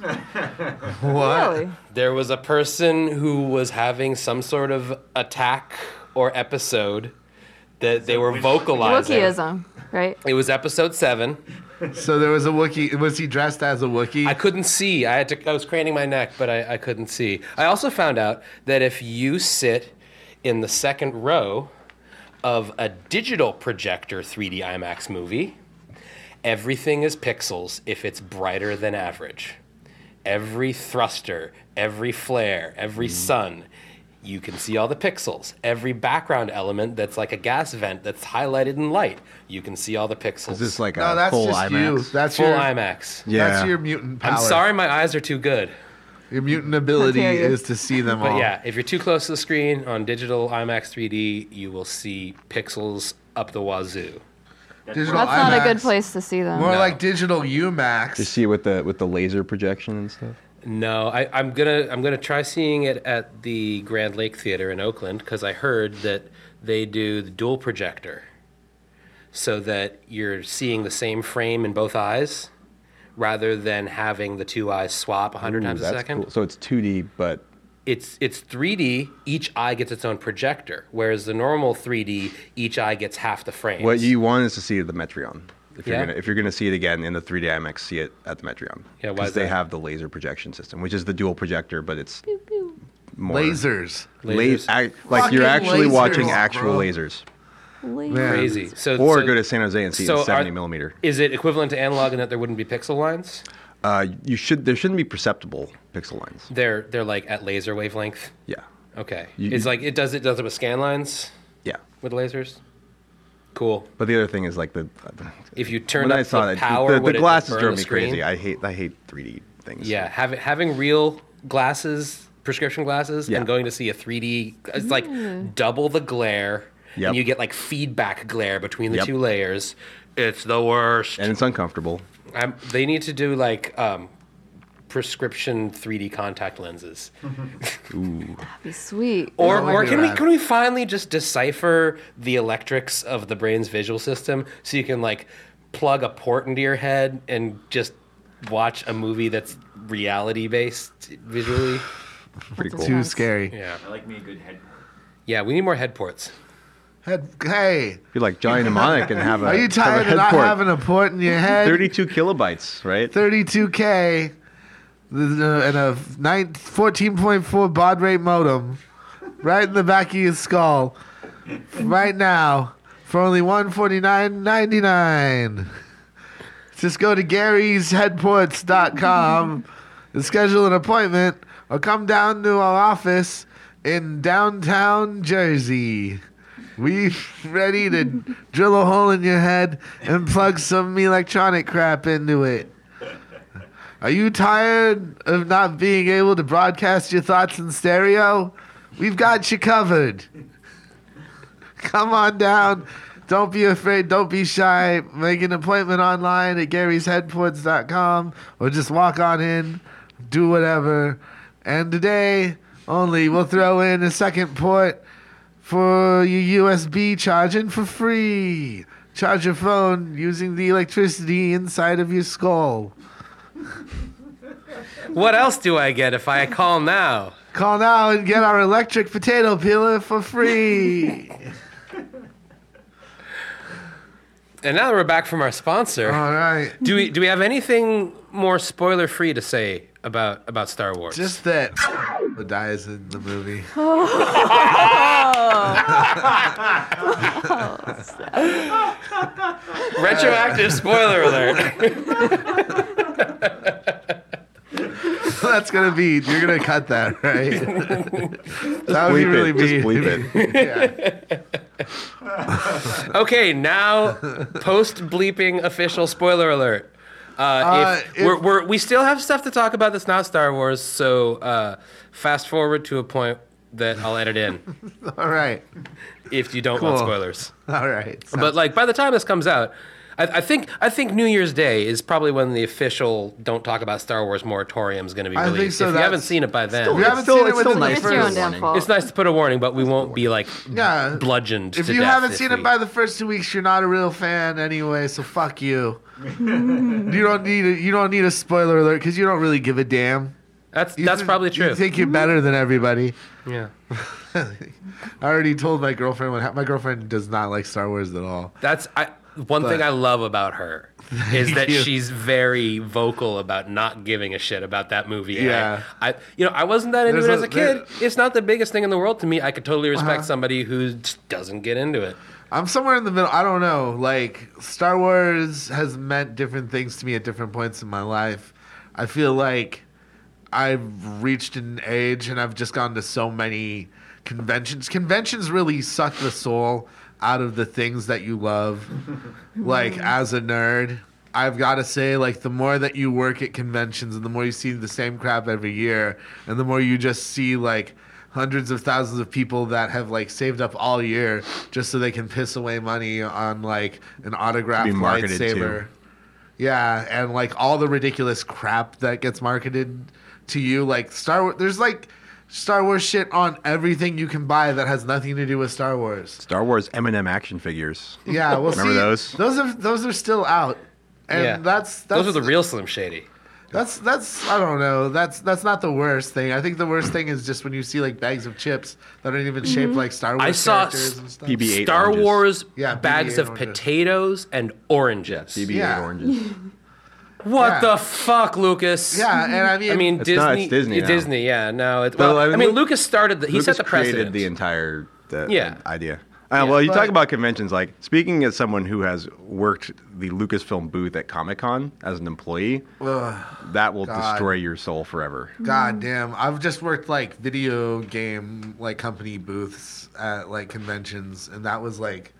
[SPEAKER 1] what?
[SPEAKER 5] Really?
[SPEAKER 4] There was a person who was having some sort of attack or episode that they were vocalizing.
[SPEAKER 5] Wookieism, right?
[SPEAKER 4] It was episode seven.
[SPEAKER 1] So there was a Wookiee. Was he dressed as a Wookiee?
[SPEAKER 4] I couldn't see. I had to. I was craning my neck, but I, I couldn't see. I also found out that if you sit in the second row of a digital projector 3D IMAX movie, everything is pixels if it's brighter than average. Every thruster, every flare, every
[SPEAKER 2] Mm-hmm.
[SPEAKER 4] sun, you can see all the pixels. Every background element that's like a gas vent that's highlighted in light, you can see all the pixels.
[SPEAKER 2] Is this like
[SPEAKER 1] no,
[SPEAKER 2] a
[SPEAKER 1] that's
[SPEAKER 2] full
[SPEAKER 1] just you.
[SPEAKER 2] IMAX?
[SPEAKER 1] That's
[SPEAKER 4] full
[SPEAKER 1] your
[SPEAKER 4] IMAX?
[SPEAKER 2] Yeah.
[SPEAKER 1] That's your mutant power.
[SPEAKER 4] I'm sorry, my eyes are too good.
[SPEAKER 1] Your mutant ability
[SPEAKER 5] How dare you.
[SPEAKER 1] is to see them
[SPEAKER 4] But
[SPEAKER 1] all.
[SPEAKER 4] yeah, if you're too close to the screen on digital IMAX 3D, you will see pixels up the wazoo.
[SPEAKER 1] Digital
[SPEAKER 5] That's not a good
[SPEAKER 1] IMAX.
[SPEAKER 5] place to see them.
[SPEAKER 1] More like digital UMAX.
[SPEAKER 2] Just see it with the with the laser projection and stuff.
[SPEAKER 4] No, I, I'm gonna I'm gonna try seeing it at the Grand Lake Theater in Oakland because I heard that they do the dual projector, so that you're seeing the same frame in both eyes, rather than having the two eyes swap 100 times a
[SPEAKER 2] That's
[SPEAKER 4] second.
[SPEAKER 2] cool. So it's 2D, but
[SPEAKER 4] it's it's 3D. Each eye gets its own projector, whereas the normal 3D, each eye gets half the frame.
[SPEAKER 2] what you want is to see the Metreon. If you're
[SPEAKER 4] Yeah.
[SPEAKER 2] gonna if you're gonna see it again in the 3D IMAX, see it at the Metreon.
[SPEAKER 4] Yeah, why
[SPEAKER 2] Because
[SPEAKER 4] is
[SPEAKER 2] they
[SPEAKER 4] that?
[SPEAKER 2] have the laser projection system, which is the dual projector, but it's more
[SPEAKER 1] Lasers.
[SPEAKER 4] Lasers.
[SPEAKER 2] Lasers. Ac- like you're
[SPEAKER 1] Fucking
[SPEAKER 2] actually
[SPEAKER 1] lasers,
[SPEAKER 2] watching
[SPEAKER 1] bro.
[SPEAKER 2] actual lasers,
[SPEAKER 1] Man.
[SPEAKER 4] crazy. So
[SPEAKER 2] or
[SPEAKER 4] so-
[SPEAKER 2] go to San Jose and see it
[SPEAKER 4] so
[SPEAKER 2] in
[SPEAKER 4] are-
[SPEAKER 2] 70 millimeter.
[SPEAKER 4] Is it equivalent to analog in that there wouldn't be pixel lines?
[SPEAKER 2] Uh, you should there shouldn't be perceptible pixel lines.
[SPEAKER 4] They're they're like at laser wavelength.
[SPEAKER 2] Yeah,
[SPEAKER 4] Okay.
[SPEAKER 2] You-
[SPEAKER 4] it's like it does it does it with scan lines
[SPEAKER 2] yeah.
[SPEAKER 4] with lasers. Cool.
[SPEAKER 2] But the other thing is like the
[SPEAKER 4] If you turn
[SPEAKER 2] when
[SPEAKER 4] up
[SPEAKER 2] I saw
[SPEAKER 4] the
[SPEAKER 2] that,
[SPEAKER 4] power,
[SPEAKER 2] the,
[SPEAKER 4] would
[SPEAKER 2] the
[SPEAKER 4] it
[SPEAKER 2] glasses
[SPEAKER 4] burn
[SPEAKER 2] drove
[SPEAKER 4] the
[SPEAKER 2] me
[SPEAKER 4] screen?
[SPEAKER 2] crazy. I hate I hate 3D things.
[SPEAKER 4] yeah, having having real glasses, prescription glasses,
[SPEAKER 2] Yeah.
[SPEAKER 4] and going to see a 3D, it's like double the glare,
[SPEAKER 2] Yep.
[SPEAKER 4] and you get like feedback glare between the
[SPEAKER 2] Yep.
[SPEAKER 4] two layers. It's the worst.
[SPEAKER 2] and it's uncomfortable.
[SPEAKER 4] i they need to do like um, prescription 3D contact lenses.
[SPEAKER 5] That'd be sweet.
[SPEAKER 4] Or,
[SPEAKER 1] might
[SPEAKER 4] or
[SPEAKER 1] be
[SPEAKER 4] can we
[SPEAKER 1] rad.
[SPEAKER 4] can we finally just decipher the electrics of the brain's visual system so you can like plug a port into your head and just watch a movie that's reality based visually?
[SPEAKER 2] Pretty cool.
[SPEAKER 1] Too scary.
[SPEAKER 4] Yeah,
[SPEAKER 6] I like me a good head.
[SPEAKER 4] yeah. We need more head ports.
[SPEAKER 1] Head, hey,
[SPEAKER 2] You're like Johnny Mnemonic and have a
[SPEAKER 1] are you
[SPEAKER 2] have a
[SPEAKER 1] tired of
[SPEAKER 2] head
[SPEAKER 1] not
[SPEAKER 2] port.
[SPEAKER 1] having a port in your head?
[SPEAKER 2] 32 kilobytes, right?
[SPEAKER 1] 32K and a nine, 14.4 baud rate modem right in the back of your skull right now for only 149.99. Just go to garysheadports.com and schedule an appointment or come down to our office in downtown Jersey. We ready to drill a hole in your head and plug some electronic crap into it. Are you tired of not being able to broadcast your thoughts in stereo? We've got you covered. Come on down. Don't be afraid. Don't be shy. Make an appointment online at garysheadports.com or just walk on in. Do whatever. And today only, we'll throw in a second port for your USB charging for free. Charge your phone using the electricity inside of your skull.
[SPEAKER 4] What else do I get if I call now?
[SPEAKER 1] Call now and get our electric potato peeler for free.
[SPEAKER 4] And now that we're back from our sponsor,
[SPEAKER 1] All right.
[SPEAKER 4] do we do we have anything more spoiler free to say about about Star Wars?
[SPEAKER 1] Just that dies in the movie.
[SPEAKER 4] Retroactive spoiler alert.
[SPEAKER 1] That's gonna be. You're gonna cut that, right? that would
[SPEAKER 2] Bleep
[SPEAKER 1] really
[SPEAKER 2] it.
[SPEAKER 1] be.
[SPEAKER 2] Just bleep it.
[SPEAKER 4] Okay, now post bleeping official spoiler alert. Uh, if
[SPEAKER 1] Uh,
[SPEAKER 4] we're,
[SPEAKER 1] if-
[SPEAKER 4] we're, we still have stuff to talk about that's not Star Wars, so uh, fast forward to a point that I'll edit in
[SPEAKER 1] All right.
[SPEAKER 4] if you don't want
[SPEAKER 1] Cool.
[SPEAKER 4] spoilers.
[SPEAKER 1] All right. So-
[SPEAKER 4] But like by the time this comes out, I, I think I think New Year's Day is probably when the official "Don't talk about Star Wars" moratorium is going to be
[SPEAKER 1] I
[SPEAKER 4] released.
[SPEAKER 1] think so,
[SPEAKER 4] if you haven't
[SPEAKER 1] that's-
[SPEAKER 4] seen it by then,
[SPEAKER 1] If you haven't
[SPEAKER 2] still-
[SPEAKER 1] seen it
[SPEAKER 2] it's
[SPEAKER 1] within
[SPEAKER 2] still
[SPEAKER 1] the
[SPEAKER 2] nice
[SPEAKER 5] It's your own
[SPEAKER 1] first-
[SPEAKER 5] downfall.
[SPEAKER 4] it's nice to put a warning, but we won't be like
[SPEAKER 1] Yeah.
[SPEAKER 4] bludgeoned.
[SPEAKER 1] If
[SPEAKER 4] to
[SPEAKER 1] you
[SPEAKER 4] death
[SPEAKER 1] haven't
[SPEAKER 4] this
[SPEAKER 1] seen it
[SPEAKER 4] week.
[SPEAKER 1] by the first two weeks, you're not a real fan anyway. So fuck you. you don't need a, you don't need a spoiler alert because you don't really give a damn.
[SPEAKER 4] that's
[SPEAKER 1] You
[SPEAKER 4] that's
[SPEAKER 1] th-
[SPEAKER 4] probably
[SPEAKER 1] You
[SPEAKER 4] true.
[SPEAKER 1] think you're better than everybody.
[SPEAKER 4] yeah,
[SPEAKER 1] I already told my girlfriend what hap my girlfriend does not like Star Wars at all.
[SPEAKER 4] that's I. One thing I love about her is that
[SPEAKER 1] you.
[SPEAKER 4] she's very vocal about not giving a shit about that movie. And I-
[SPEAKER 1] Yeah.
[SPEAKER 4] I, you know, I wasn't that into
[SPEAKER 1] There's
[SPEAKER 4] it
[SPEAKER 1] a-
[SPEAKER 4] as a kid.
[SPEAKER 1] there- Uh-huh.
[SPEAKER 4] it's not the biggest thing in the world to me. I could totally respect somebody who just doesn't get into it.
[SPEAKER 1] I'm somewhere in the middle. I don't know. Like Star Wars has meant different things to me at different points in my life. I feel like I've reached an age and I've just gone to so many conventions. Conventions really suck the soul out of the things that you love. like as a nerd, I've got to say like the more that you work at conventions and the more you see the same crap every year and the more you just see like hundreds of thousands of people that have like saved up all year just so they can piss away money on like an autographed
[SPEAKER 2] Be marketed to.
[SPEAKER 1] lightsaber. Yeah, and like all the ridiculous crap that gets marketed to you, like Star Wars. There's like Star Wars shit on everything you can buy that has nothing to do with Star Wars.
[SPEAKER 2] Star Wars M&M action figures.
[SPEAKER 1] Yeah, well,
[SPEAKER 2] Remember
[SPEAKER 1] see,
[SPEAKER 2] those?
[SPEAKER 1] Those are those are still out, and
[SPEAKER 4] Yeah.
[SPEAKER 1] that's that's
[SPEAKER 4] Those are the real Slim Shady.
[SPEAKER 1] That's that's I don't know. That's that's not the worst thing. I think the worst thing is just when you see like bags of chips that aren't even shaped like Star Wars
[SPEAKER 4] Mm-hmm. I saw
[SPEAKER 1] characters
[SPEAKER 4] s-
[SPEAKER 1] and stuff.
[SPEAKER 2] PB8
[SPEAKER 4] Star
[SPEAKER 2] oranges.
[SPEAKER 4] Wars
[SPEAKER 1] Yeah,
[SPEAKER 4] bags
[SPEAKER 1] BB-8
[SPEAKER 4] of
[SPEAKER 1] oranges.
[SPEAKER 4] potatoes and oranges.
[SPEAKER 2] BB-8
[SPEAKER 1] Yeah.
[SPEAKER 2] oranges.
[SPEAKER 4] what
[SPEAKER 1] Yeah.
[SPEAKER 4] the fuck, Lucas?
[SPEAKER 1] Yeah, and I mean,
[SPEAKER 4] I mean
[SPEAKER 2] It's
[SPEAKER 4] Disney.
[SPEAKER 2] not, it's Disney now.
[SPEAKER 4] Disney, yeah. No, it's
[SPEAKER 2] Well,
[SPEAKER 4] well,
[SPEAKER 2] I
[SPEAKER 4] I
[SPEAKER 2] mean,
[SPEAKER 4] mean,
[SPEAKER 2] Lu-
[SPEAKER 4] Lucas started. The, he
[SPEAKER 2] Lucas
[SPEAKER 4] set the
[SPEAKER 2] created
[SPEAKER 4] precedent.
[SPEAKER 2] the entire the,
[SPEAKER 4] Yeah.
[SPEAKER 2] idea. Uh, well, you talk
[SPEAKER 1] But-
[SPEAKER 2] about conventions. Like speaking as someone who has worked the Lucasfilm booth at Comic Con as an employee, that will
[SPEAKER 1] God.
[SPEAKER 2] destroy your soul forever.
[SPEAKER 1] God damn. I've just worked like video game like company booths at like conventions and that was like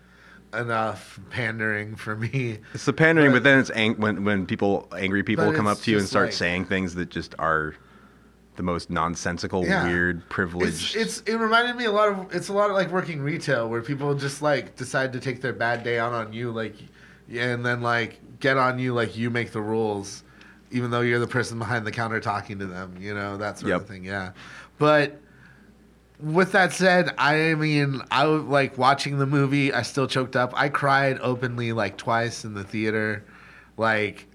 [SPEAKER 1] enough pandering for me.
[SPEAKER 2] It's the pandering, but, then it's ang- when when people angry people
[SPEAKER 1] But
[SPEAKER 2] come up
[SPEAKER 1] it's
[SPEAKER 2] to you and
[SPEAKER 1] just
[SPEAKER 2] start
[SPEAKER 1] like-
[SPEAKER 2] saying things that just are the most nonsensical,
[SPEAKER 1] Yeah.
[SPEAKER 2] weird, privileged.
[SPEAKER 1] It's, it's it reminded me a lot of it's a lot of like working retail where people just like decide to take their bad day out on you like yeah, and then like get on you like you make the rules even though you're the person behind the counter talking to them, you know, that sort
[SPEAKER 2] Yep.
[SPEAKER 1] of thing, yeah. But with that said, I mean, I was like watching the movie. I still choked up. I cried openly like twice in the theater. Like,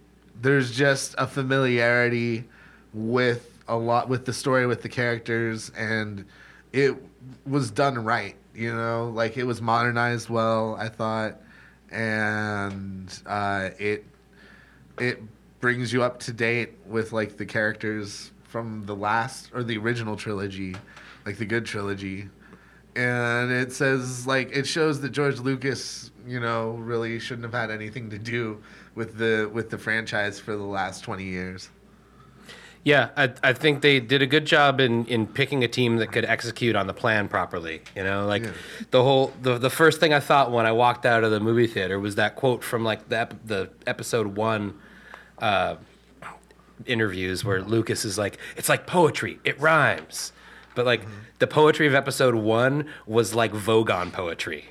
[SPEAKER 1] there's just a familiarity with a lot with the story, with the characters, and it was done right. You know, like it was modernized well. I thought, and uh, it it brings you up to date with like the characters from the last or the original trilogy, like the good trilogy. And it says like it shows that George Lucas, you know, really shouldn't have had anything to do with the with the franchise for the last 20 years.
[SPEAKER 4] Yeah, I, I think they did a good job in, in picking a team that could execute on the plan properly. You know, like the whole the, the first thing I thought when I walked out of the movie theater was that quote from like the ep- the episode one uh, interviews where Lucas is like, "It's like poetry, it rhymes," but like the poetry of episode one was like Vogon poetry,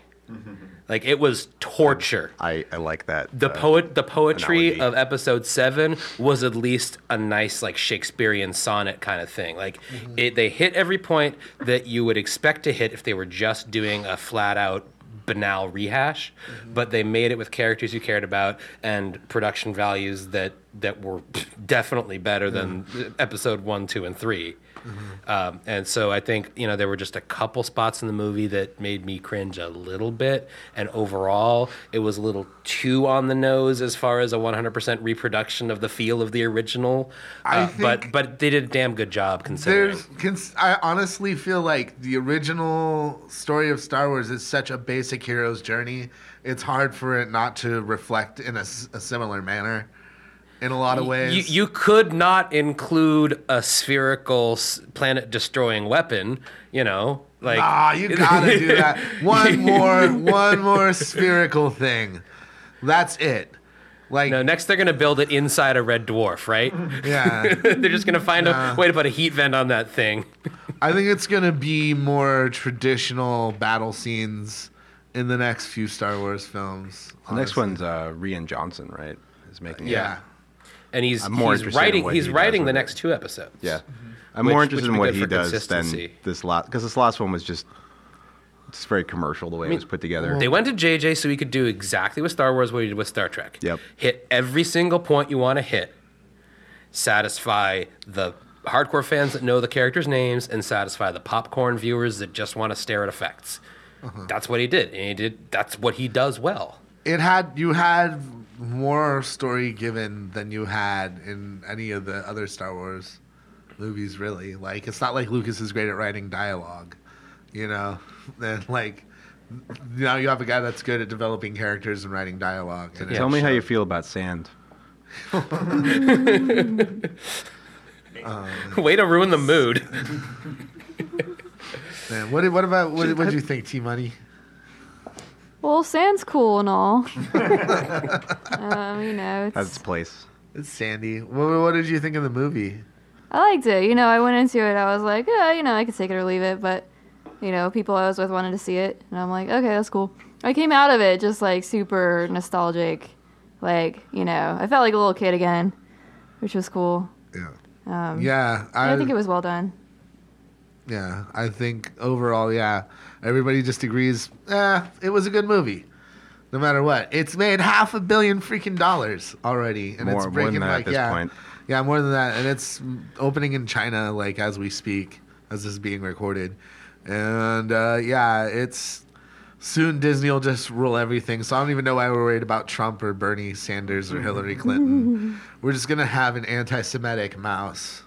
[SPEAKER 4] like it was torture.
[SPEAKER 2] I, I like that.
[SPEAKER 4] The
[SPEAKER 2] uh,
[SPEAKER 4] poet, the poetry
[SPEAKER 2] analogy.
[SPEAKER 4] of episode seven was at least a nice like Shakespearean sonnet kind of thing. Like
[SPEAKER 2] Mm-hmm.
[SPEAKER 4] it, they hit every point that you would expect to hit if they were just doing a flat out banal rehash,
[SPEAKER 2] Mm-hmm.
[SPEAKER 4] but they made it with characters you cared about and production values that that were definitely better than episode one, two, and three.
[SPEAKER 1] Mm-hmm.
[SPEAKER 4] Um, and so I think you know there were just a couple spots in the movie that made me cringe a little bit, and overall it was a little too on the nose as far as a 100% reproduction of the feel of the original.
[SPEAKER 1] I
[SPEAKER 4] Uh, but
[SPEAKER 1] think-
[SPEAKER 4] but they did a damn good job considering.
[SPEAKER 1] There's, cons- I honestly feel like the original story of Star Wars is such a basic hero's journey. It's hard for it not to reflect in a, s- a similar manner, in a lot of ways.
[SPEAKER 4] You, you could not include a spherical planet destroying weapon, you know? Like
[SPEAKER 1] ah, you gotta do that. One more, one more spherical thing. That's it. Like,
[SPEAKER 4] No, next they're gonna build it inside a red dwarf, right?
[SPEAKER 1] yeah.
[SPEAKER 4] they're just gonna find a way to put a heat vent on that thing.
[SPEAKER 1] I think it's gonna be more traditional battle scenes in the next few Star Wars films.
[SPEAKER 2] The next
[SPEAKER 1] honestly.
[SPEAKER 2] one's uh, Rian Johnson, right? Is making it.
[SPEAKER 1] yeah.
[SPEAKER 4] And he's
[SPEAKER 2] I'm more
[SPEAKER 4] he's
[SPEAKER 2] interested in
[SPEAKER 4] writing
[SPEAKER 2] what
[SPEAKER 4] he's
[SPEAKER 2] he does
[SPEAKER 4] writing
[SPEAKER 2] with
[SPEAKER 4] the
[SPEAKER 2] it.
[SPEAKER 4] next two episodes.
[SPEAKER 2] Yeah. I'm
[SPEAKER 4] Which-
[SPEAKER 2] more interested
[SPEAKER 4] which
[SPEAKER 2] in
[SPEAKER 4] would
[SPEAKER 2] what
[SPEAKER 4] be
[SPEAKER 2] he
[SPEAKER 4] good for
[SPEAKER 2] does than
[SPEAKER 4] consistency.
[SPEAKER 2] this last because this last one was just it's very commercial the way it was put together.
[SPEAKER 4] They went to JJ so he could do exactly with Star Wars what he did with Star Trek.
[SPEAKER 2] Yep.
[SPEAKER 4] Hit every single point you want to hit. Satisfy the hardcore fans that know the characters' names and satisfy the popcorn viewers that just want to stare at effects.
[SPEAKER 2] Uh-huh.
[SPEAKER 4] That's what he did. And he did that's what he does well.
[SPEAKER 1] it had you had more story given than you had in any of the other Star Wars movies. Really, like it's not like Lucas is great at writing dialogue, you know. Then like now you have a guy that's good at developing characters and writing dialogue. And
[SPEAKER 2] Tell me how you feel about sand.
[SPEAKER 4] Way to ruin the mood.
[SPEAKER 1] Man, what what about what what do you think, T Money?
[SPEAKER 5] Well, sand's cool and all. um, you know, it's,
[SPEAKER 2] That's its place.
[SPEAKER 1] It's Sandy. What, what did you think of the movie?
[SPEAKER 5] I liked it. You know, I went into it. I was like, yeah, you know, I could take it or leave it. But, you know, people I was with wanted to see it. And I'm like, okay, that's cool. I came out of it just like super nostalgic. Like, you know, I felt like a little kid again, which was cool.
[SPEAKER 1] Yeah.
[SPEAKER 5] Um,
[SPEAKER 1] yeah,
[SPEAKER 5] I, think it was well done.
[SPEAKER 1] Yeah, I think overall, yeah, everybody just agrees. Eh, it was a good movie, no matter what. It's made half a billion freaking dollars already, and
[SPEAKER 2] More- more
[SPEAKER 1] it's
[SPEAKER 2] than
[SPEAKER 1] breaking
[SPEAKER 2] that at
[SPEAKER 1] like
[SPEAKER 2] this
[SPEAKER 1] yeah,
[SPEAKER 2] point.
[SPEAKER 1] yeah, more than that, and it's mm, opening in China like as we speak, as this is being recorded, and uh, yeah, it's soon Disney will just rule everything. So I don't even know why we're worried about Trump or Bernie Sanders or Hillary Clinton. we're just gonna have an anti-Semitic mouse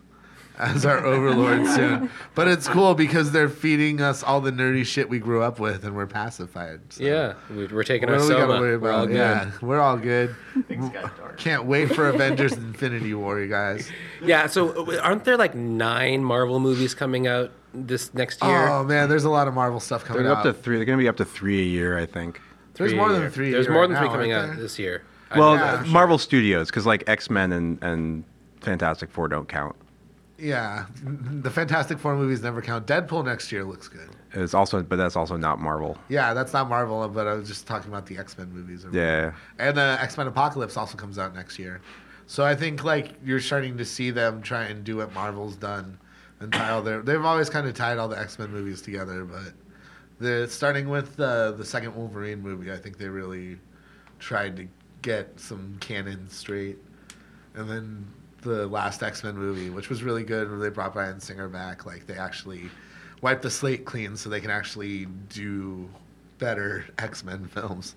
[SPEAKER 1] as our overlord soon. But it's cool because they're feeding us all the nerdy shit we grew up with, and we're pacified. So.
[SPEAKER 4] Yeah. we- We're taking
[SPEAKER 1] What
[SPEAKER 4] our
[SPEAKER 1] do we
[SPEAKER 4] soma.
[SPEAKER 1] gotta worry
[SPEAKER 4] We're all
[SPEAKER 1] about?
[SPEAKER 4] good.
[SPEAKER 1] Yeah, we're all good.
[SPEAKER 6] Things got dark.
[SPEAKER 1] Can't wait for Avengers: Infinity War, you guys.
[SPEAKER 4] Yeah, so uh, aren't there like nine Marvel movies coming out this next year?
[SPEAKER 1] Oh man, there's a lot of Marvel stuff coming
[SPEAKER 2] They're up
[SPEAKER 1] out.
[SPEAKER 2] to three. They're going to be up to three a year, I think.
[SPEAKER 1] there's
[SPEAKER 4] Three a
[SPEAKER 1] more than
[SPEAKER 4] year.
[SPEAKER 1] three.
[SPEAKER 4] There's
[SPEAKER 1] right
[SPEAKER 4] more than
[SPEAKER 1] now,
[SPEAKER 4] three coming
[SPEAKER 1] aren't
[SPEAKER 4] out
[SPEAKER 1] there?
[SPEAKER 4] this year. I
[SPEAKER 2] Well,
[SPEAKER 1] Yeah, for sure.
[SPEAKER 2] Marvel Studios, because like X Men and and Fantastic Four don't count.
[SPEAKER 1] Yeah, the Fantastic Four movies never count. Deadpool next year looks good.
[SPEAKER 2] It's also, but that's also not Marvel.
[SPEAKER 1] Yeah, that's not Marvel, but I was just talking about the X Men movies. or
[SPEAKER 2] Yeah.
[SPEAKER 1] And uh, X Men Apocalypse also comes out next year. So I think like you're starting to see them try and do what Marvel's done and tie all their. They've always kind of tied all the X Men movies together, but the starting with uh, the second Wolverine movie, I think they really tried to get some canon straight, and then the last X Men movie, which was really good, where they brought Brian Singer back. Like they actually wiped the slate clean, so they can actually do better X Men films.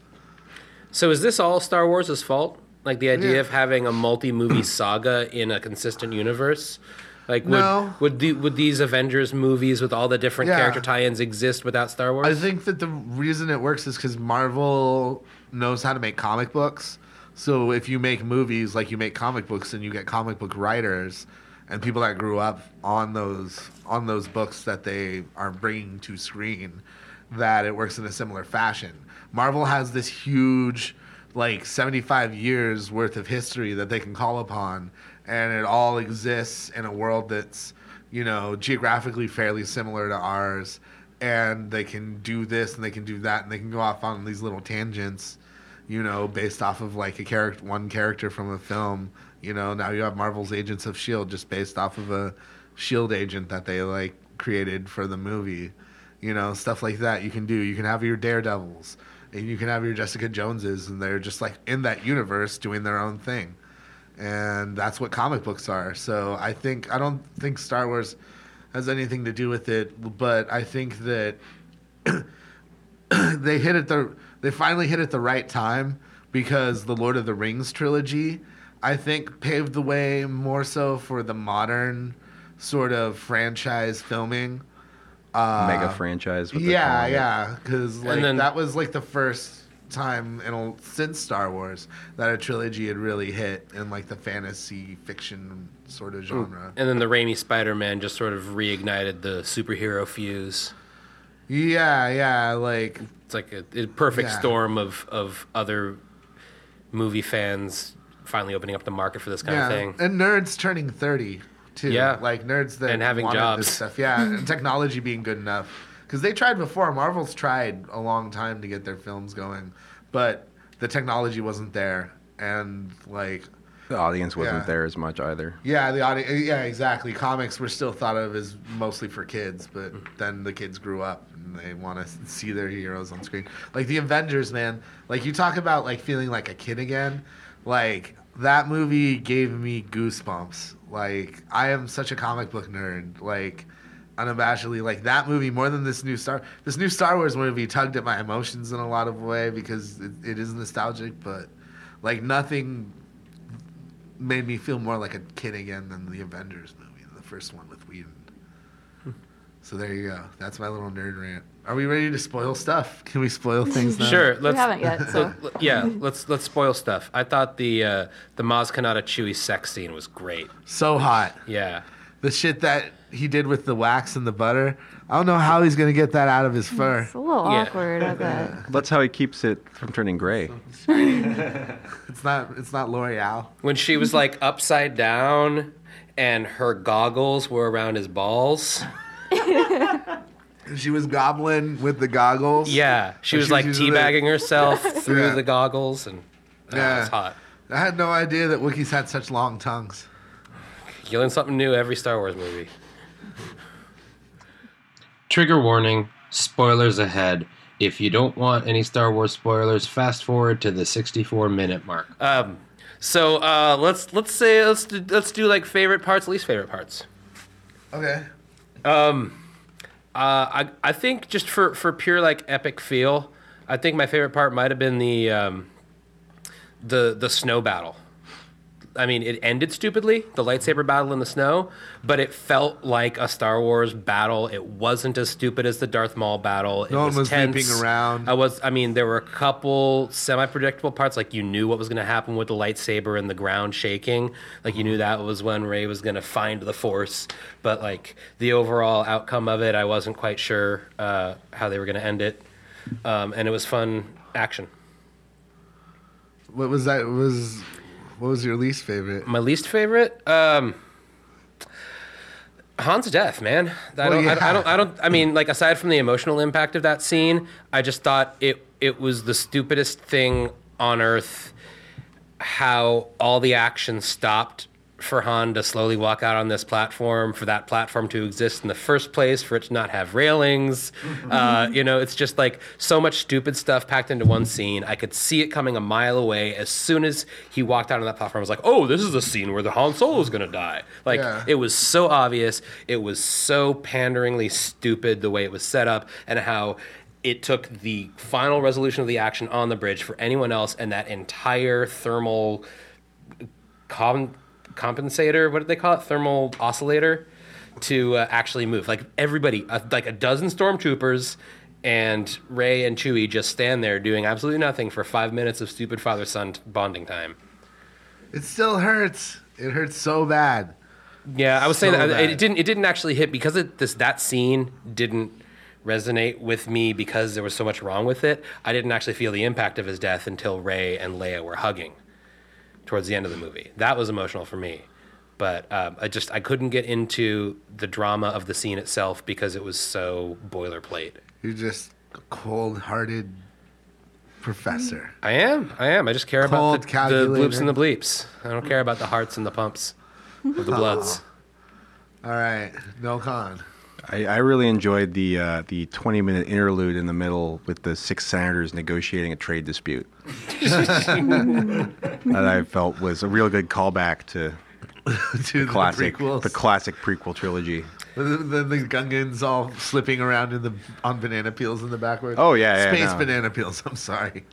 [SPEAKER 4] So is this all Star Wars' fault? Like the idea
[SPEAKER 1] Yeah.
[SPEAKER 4] of having a multi-movie saga in a consistent universe? Like would
[SPEAKER 1] No.
[SPEAKER 4] would, the, would these Avengers movies with all the different
[SPEAKER 1] Yeah.
[SPEAKER 4] character tie-ins exist without Star Wars?
[SPEAKER 1] I think that the reason it works is because Marvel knows how to make comic books. So if you make movies like you make comic books, and you get comic book writers and people that grew up on those on those books that they are bringing to screen, that it works in a similar fashion. Marvel has this huge, like seventy five years worth of history that they can call upon, and it all exists in a world that's you know geographically fairly similar to ours and they can do this and they can do that and they can go off on these little tangents, you know, based off of like a character, one character from a film. You know, now you have Marvel's Agents of Shield E just based off of a Shield E agent that they like created for the movie. You know, stuff like that you can do. You can have your Daredevils and you can have your Jessica Joneses, and they're just like in that universe doing their own thing. And that's what comic books are. So I think I don't think Star Wars has anything to do with it, but I think that they hit it the they finally hit it the right time because the Lord of the Rings trilogy, I think, paved the way more so for the modern sort of franchise filming.
[SPEAKER 2] mega franchise. With
[SPEAKER 1] Uh, Yeah, yeah, because like
[SPEAKER 4] then-
[SPEAKER 1] that was like the first time in a, since Star Wars that a trilogy had really hit in like the fantasy fiction sort of genre.
[SPEAKER 4] And then the Raimi Spider Man just sort of reignited the superhero fuse.
[SPEAKER 1] Yeah, yeah, like
[SPEAKER 4] It's like a, a perfect
[SPEAKER 1] Yeah.
[SPEAKER 4] storm of, of other movie fans finally opening up the market for this kind
[SPEAKER 1] yeah,
[SPEAKER 4] of thing.
[SPEAKER 1] and nerds turning thirty too.
[SPEAKER 4] Yeah.
[SPEAKER 1] like nerds that
[SPEAKER 4] And having
[SPEAKER 1] wanted
[SPEAKER 4] jobs.
[SPEAKER 1] this stuff. Yeah, and technology being good enough because they tried before. Marvel's tried a long time to get their films going, but the technology wasn't there, and like
[SPEAKER 2] The audience wasn't
[SPEAKER 1] Yeah.
[SPEAKER 2] there as much either.
[SPEAKER 1] Yeah, the audience. Yeah, exactly. Comics were still thought of as mostly for kids, but then the kids grew up and they want to see their heroes on screen. Like the Avengers, man. Like you talk about like feeling like a kid again. Like that movie gave me goosebumps. Like I am such a comic book nerd. Like unabashedly like that movie more than this new star this new star wars movie tugged at my emotions in a lot of way because it, it is nostalgic but like nothing made me feel more like a kid again than the Avengers movie, the first one with Whedon. So there you go. That's my little nerd rant. Are we ready to spoil stuff? Can we spoil things now?
[SPEAKER 4] Sure,
[SPEAKER 5] we
[SPEAKER 4] let's
[SPEAKER 5] haven't yet, so
[SPEAKER 4] L- yeah, let's let's spoil stuff. I thought the uh, the Maz Kanata Chewy sex scene was great.
[SPEAKER 1] So hot.
[SPEAKER 4] Yeah,
[SPEAKER 1] The shit that he did with the wax and the butter. I don't know how he's gonna get that out of his fur.
[SPEAKER 5] it's a little
[SPEAKER 4] Yeah.
[SPEAKER 5] awkward. I bet.
[SPEAKER 2] That's how he keeps it from turning gray.
[SPEAKER 1] It's not. It's not L'Oreal.
[SPEAKER 4] when she was like upside down and her goggles were around his balls.
[SPEAKER 1] She was gobbling with the goggles.
[SPEAKER 4] Yeah, she
[SPEAKER 1] Or
[SPEAKER 4] was
[SPEAKER 1] she
[SPEAKER 4] like
[SPEAKER 1] was using the-
[SPEAKER 4] teabagging herself through
[SPEAKER 1] Yeah.
[SPEAKER 4] the goggles, and oh,
[SPEAKER 1] Yeah.
[SPEAKER 4] it's hot.
[SPEAKER 1] I had no idea that Wookiees had such long tongues.
[SPEAKER 4] You learn something new every Star Wars movie. Trigger warning spoilers ahead. If you don't want any Star Wars spoilers, fast forward to the 64 minute mark. Um, so uh, let's let's say let's do, let's do like favorite parts, least favorite parts.
[SPEAKER 1] Okay.
[SPEAKER 4] Uh, I I think just for for pure like epic feel, I think my favorite part might have been the um, the the snow battle. I mean, it ended stupidly, the lightsaber battle in the snow, but it felt like a Star Wars battle. It wasn't as stupid as the Darth Maul battle. It
[SPEAKER 1] No one was
[SPEAKER 4] tense.
[SPEAKER 1] leaping around.
[SPEAKER 4] I was. I mean, there were a couple semi-predictable parts, like you knew what was going to happen with the lightsaber and the ground shaking. Like you
[SPEAKER 1] Mm-hmm.
[SPEAKER 4] knew that was when Ray was going to find the Force, but like the overall outcome of it, I wasn't quite sure uh, how they were going to end it. Um, and it was fun action.
[SPEAKER 1] What was that? Was what was your least favorite?
[SPEAKER 4] My least favorite, um, Han's death, man.
[SPEAKER 1] Well,
[SPEAKER 4] I don't,
[SPEAKER 1] yeah.
[SPEAKER 4] I, don't, I don't, I mean, like aside from the emotional impact of that scene, I just thought it it was the stupidest thing on earth. How all the action stopped for Han to slowly walk out on this platform, for that platform to exist in the first place, for it to not have railings. Uh, you know, it's just like so much stupid stuff packed into one scene. I could see it coming a mile away. As soon as he walked out on that platform, I was like, oh, this is the scene where the Han Solo is going to die. Like,
[SPEAKER 1] Yeah.
[SPEAKER 4] it was so obvious. It was so panderingly stupid the way it was set up and how it took the final resolution of the action on the bridge for anyone else and that entire thermal com- compensator. What did they call it? Thermal oscillator to uh, actually move. Like everybody, uh, like a dozen stormtroopers. And Ray and Chewie just stand there doing absolutely nothing for five minutes of stupid father son bonding time.
[SPEAKER 1] It still hurts. It hurts so bad.
[SPEAKER 4] Yeah, I was saying
[SPEAKER 1] So
[SPEAKER 4] that it-
[SPEAKER 1] bad.
[SPEAKER 4] it didn't. It didn't actually hit because it, this that scene didn't resonate with me because there was so much wrong with it. I didn't actually feel the impact of his death until Ray and Leia were hugging towards the end of the movie. That was emotional for me, but um, I just I couldn't get into the drama of the scene itself because it was so boilerplate.
[SPEAKER 1] You're just a cold-hearted professor.
[SPEAKER 4] I am. I am. I just care
[SPEAKER 1] Cold
[SPEAKER 4] about the, the bloops
[SPEAKER 1] calculator.
[SPEAKER 4] and the bleeps. I don't care about the hearts and the pumps of the bloods.
[SPEAKER 1] All right, no con.
[SPEAKER 2] I, I really enjoyed the uh, the 20 minute interlude in the middle with the six senators negotiating a trade dispute. that I felt was a real good callback to
[SPEAKER 1] to the
[SPEAKER 2] classic
[SPEAKER 1] prequels.
[SPEAKER 2] the classic prequel trilogy.
[SPEAKER 1] Then the, the Gungans all slipping around in the on banana peels in the backwards.
[SPEAKER 2] Oh, yeah, yeah,
[SPEAKER 1] space
[SPEAKER 2] no.
[SPEAKER 1] banana peels. I'm sorry.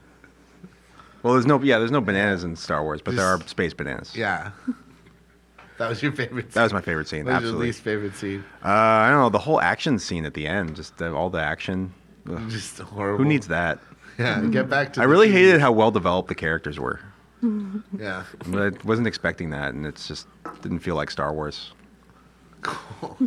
[SPEAKER 2] Well, there's no yeah, there's no bananas in Star Wars, but there are
[SPEAKER 1] Just-
[SPEAKER 2] space bananas.
[SPEAKER 1] Yeah, that was your favorite.
[SPEAKER 2] That was my favorite scene.
[SPEAKER 1] What was your
[SPEAKER 2] absolutely.
[SPEAKER 1] least favorite scene.
[SPEAKER 2] Uh, I don't know the whole action scene at the end, just the, all the action. Ugh,
[SPEAKER 1] Just horrible.
[SPEAKER 2] who needs that?
[SPEAKER 1] Yeah, get back to.
[SPEAKER 2] I
[SPEAKER 1] the
[SPEAKER 2] really
[SPEAKER 1] TV.
[SPEAKER 2] hated how well developed the characters were.
[SPEAKER 1] Yeah.
[SPEAKER 2] I wasn't expecting that, and it's just didn't feel like Star Wars.
[SPEAKER 1] Cool.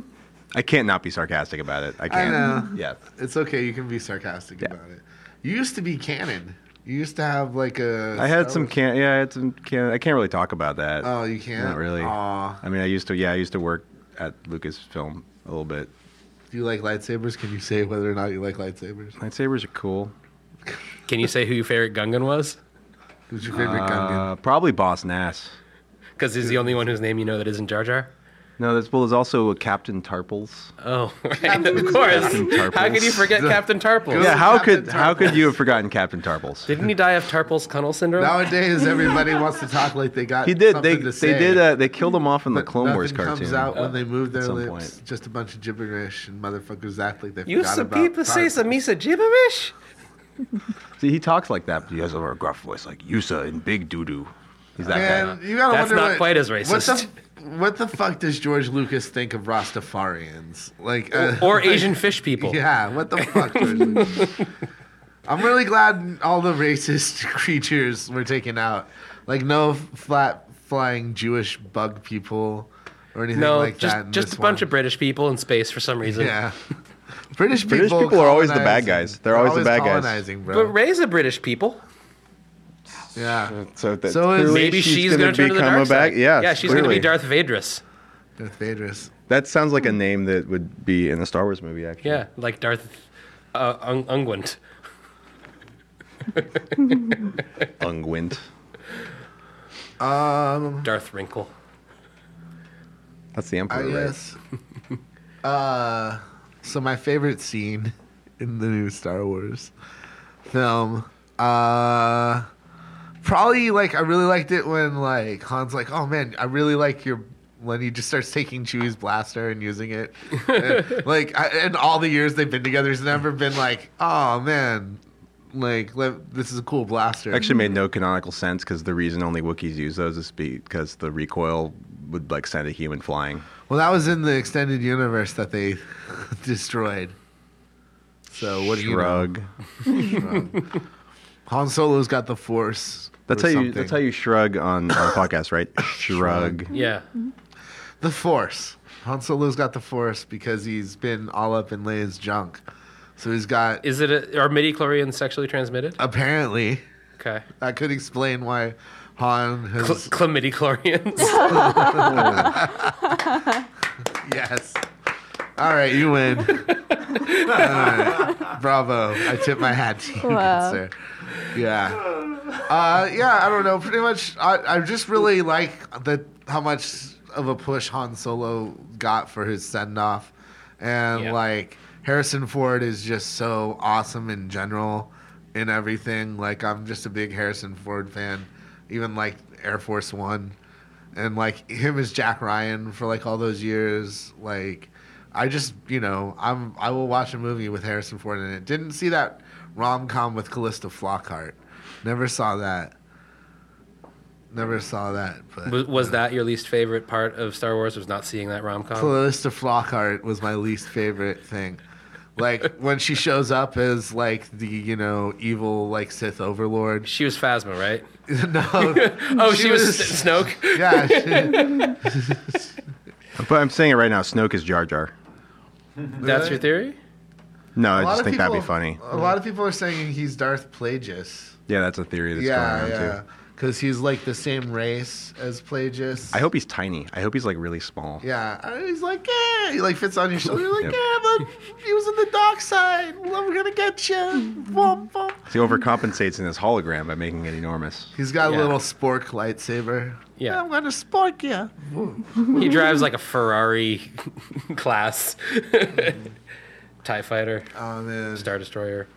[SPEAKER 2] I can't not be sarcastic about it. I can't.
[SPEAKER 1] know.
[SPEAKER 2] Yeah.
[SPEAKER 1] It's okay. You can be sarcastic
[SPEAKER 2] Yeah.
[SPEAKER 1] about it. You used to be canon. You used to have like a.
[SPEAKER 2] I had
[SPEAKER 1] Star
[SPEAKER 2] some
[SPEAKER 1] Wars-
[SPEAKER 2] can. Yeah, I had some can. I can't really talk about that.
[SPEAKER 1] Oh, you can't.
[SPEAKER 2] Not really.
[SPEAKER 1] Aw.
[SPEAKER 2] I mean, I used to. Yeah, I used to work at Lucasfilm a little bit.
[SPEAKER 1] Do you like lightsabers? Can you say whether or not you like lightsabers?
[SPEAKER 2] Lightsabers are cool.
[SPEAKER 4] Can you say who your favorite Gungan was?
[SPEAKER 1] Who's your favorite Gungan?
[SPEAKER 2] Uh, probably Boss Nass.
[SPEAKER 4] Because he's the only one whose name you know that isn't Jar Jar.
[SPEAKER 2] No, that's well. There's also Captain Tarples.
[SPEAKER 4] Oh, right, of course.
[SPEAKER 2] Captain
[SPEAKER 4] How could you
[SPEAKER 2] Tarples.
[SPEAKER 4] forget Captain Tarples?
[SPEAKER 2] Yeah, how
[SPEAKER 1] Captain
[SPEAKER 2] could how could you
[SPEAKER 1] Tarples.
[SPEAKER 2] have forgotten Captain Tarples?
[SPEAKER 4] Didn't he die of Tarples Cunnel syndrome?
[SPEAKER 1] Nowadays, everybody wants to talk like they got.
[SPEAKER 2] He did. They
[SPEAKER 1] something to say,
[SPEAKER 2] they did. Uh, they killed him off in the
[SPEAKER 1] but
[SPEAKER 2] Clone Wars
[SPEAKER 1] nothing
[SPEAKER 2] cartoon.
[SPEAKER 1] comes out when they move their
[SPEAKER 2] some
[SPEAKER 1] lips.
[SPEAKER 2] point.
[SPEAKER 1] Just a bunch of gibberish and motherfuckers act like they
[SPEAKER 4] you
[SPEAKER 1] forgot
[SPEAKER 4] some
[SPEAKER 1] about.
[SPEAKER 4] people say
[SPEAKER 1] Tarpon.
[SPEAKER 4] some Misa gibberish?
[SPEAKER 2] See, he talks like that. But he has a gruff voice, like Yusa in Big Doo Doo. He's that guy.
[SPEAKER 1] Man, you gotta
[SPEAKER 4] That's
[SPEAKER 1] wonder
[SPEAKER 4] not
[SPEAKER 1] what-
[SPEAKER 4] quite as
[SPEAKER 1] What the,
[SPEAKER 4] racist.
[SPEAKER 1] f- what the fuck does George Lucas think of Rastafarians? Like, uh,
[SPEAKER 4] Or Asian fish people.
[SPEAKER 1] Yeah, what the fuck, George Lucas? I'm really glad all the racist creatures were taken out. Like, no flat flying Jewish bug people or anything
[SPEAKER 4] No,
[SPEAKER 1] like
[SPEAKER 4] just
[SPEAKER 1] that. in
[SPEAKER 4] just
[SPEAKER 1] this
[SPEAKER 4] a bunch
[SPEAKER 1] one.
[SPEAKER 4] of British people in space for some reason.
[SPEAKER 1] Yeah. British people,
[SPEAKER 2] British people are always the
[SPEAKER 1] colonizing-
[SPEAKER 2] bad guys. They're always the bad guys.
[SPEAKER 1] colonizing,
[SPEAKER 4] But
[SPEAKER 1] Bro.
[SPEAKER 4] Ray's a British people.
[SPEAKER 1] yeah.
[SPEAKER 2] So, that,
[SPEAKER 1] So is-
[SPEAKER 2] clearly
[SPEAKER 4] Maybe she's,
[SPEAKER 2] gonna
[SPEAKER 4] going to turn to the
[SPEAKER 2] become
[SPEAKER 4] dark
[SPEAKER 2] a back-
[SPEAKER 4] side.
[SPEAKER 2] Yeah,
[SPEAKER 4] yeah, she's going to
[SPEAKER 2] clearly.
[SPEAKER 4] be Darth Vaderus.
[SPEAKER 1] Darth Vader's.
[SPEAKER 2] That sounds like a name that would be in a Star Wars movie, actually.
[SPEAKER 4] Yeah, like Darth uh, Un- Unguent.
[SPEAKER 2] Unguent.
[SPEAKER 1] Um,
[SPEAKER 4] Darth Wrinkle.
[SPEAKER 2] That's the Emperor,
[SPEAKER 1] I
[SPEAKER 2] right?
[SPEAKER 1] guess. uh, so my favorite scene in the new Star Wars film, uh, probably like I really liked it when like Han's like, "Oh man, I really like your." When he just starts taking Chewie's blaster and using it, And, like, I, and all the years they've been together, he's never been like, "Oh man, like let, this is a cool blaster."
[SPEAKER 2] Actually, made no canonical sense because the reason only Wookiees use those is because the recoil would like send a human flying.
[SPEAKER 1] Well, that was in the extended universe that they destroyed. So what do you know?
[SPEAKER 2] Shrug.
[SPEAKER 1] Shrug. Han Solo's got the Force.
[SPEAKER 2] That's
[SPEAKER 1] or
[SPEAKER 2] how you.
[SPEAKER 1] something.
[SPEAKER 2] That's how you shrug on our podcast, right? Shrug.
[SPEAKER 4] Yeah.
[SPEAKER 1] The Force. Han Solo's got the Force because he's been all up in Leia's junk. So he's got
[SPEAKER 4] Is it a, are midi chlorians sexually transmitted?
[SPEAKER 1] apparently
[SPEAKER 4] Okay.
[SPEAKER 1] that could explain why Han
[SPEAKER 4] Cl-
[SPEAKER 1] has
[SPEAKER 4] chlamydichlorians.
[SPEAKER 1] yes. All right, you win. all right. Bravo! I tip my hat to you, good
[SPEAKER 5] Wow.
[SPEAKER 1] sir. Yeah. Uh, yeah, I don't know. Pretty much, I, I just really like the how much of a push Han Solo got for his send off, and
[SPEAKER 4] Yeah.
[SPEAKER 1] like Harrison Ford is just so awesome in general in everything. Like I'm just a big Harrison Ford fan, even like Air Force One, and like him as Jack Ryan for like all those years, like. I just, you know, I'm I will watch a movie with Harrison Ford in it. Didn't see that rom com with Callista Flockhart. Never saw that. Never saw that. But
[SPEAKER 4] was, was that your least favorite part of Star Wars? Was not seeing that rom com?
[SPEAKER 1] Callista Flockhart was my least favorite thing. Like when she shows up as like the you know evil like Sith overlord.
[SPEAKER 4] She was Phasma, right?
[SPEAKER 1] no.
[SPEAKER 4] Oh, she,
[SPEAKER 1] She
[SPEAKER 4] was,
[SPEAKER 1] was-
[SPEAKER 4] S- Snoke.
[SPEAKER 1] Yeah. she-
[SPEAKER 2] But I'm saying it right now. Snoke is Jar Jar.
[SPEAKER 4] That's your theory.
[SPEAKER 2] No,
[SPEAKER 1] a
[SPEAKER 2] I
[SPEAKER 1] lot
[SPEAKER 2] just
[SPEAKER 1] of
[SPEAKER 2] think that'd be
[SPEAKER 1] people-
[SPEAKER 2] funny.
[SPEAKER 1] A lot of people are saying he's Darth Plagueis.
[SPEAKER 2] Yeah, that's a theory that's
[SPEAKER 1] yeah,
[SPEAKER 2] going around
[SPEAKER 1] yeah.
[SPEAKER 2] too.
[SPEAKER 1] Because he's like the same race as Plagueis.
[SPEAKER 2] I hope he's tiny. I hope he's like really small.
[SPEAKER 1] Yeah, and he's like, yeah, he like fits on your shoulder, like,
[SPEAKER 2] Yep.
[SPEAKER 1] yeah, but he was in the dark side. Well, we're gonna get you. Womp, womp.
[SPEAKER 2] He overcompensates in his hologram by making it enormous.
[SPEAKER 1] He's got
[SPEAKER 4] Yeah.
[SPEAKER 1] a little spork lightsaber.
[SPEAKER 4] Yeah.
[SPEAKER 1] I'm gonna spork you.
[SPEAKER 4] He drives like a Ferrari class Tie Fighter,
[SPEAKER 1] Oh man,
[SPEAKER 4] Star Destroyer.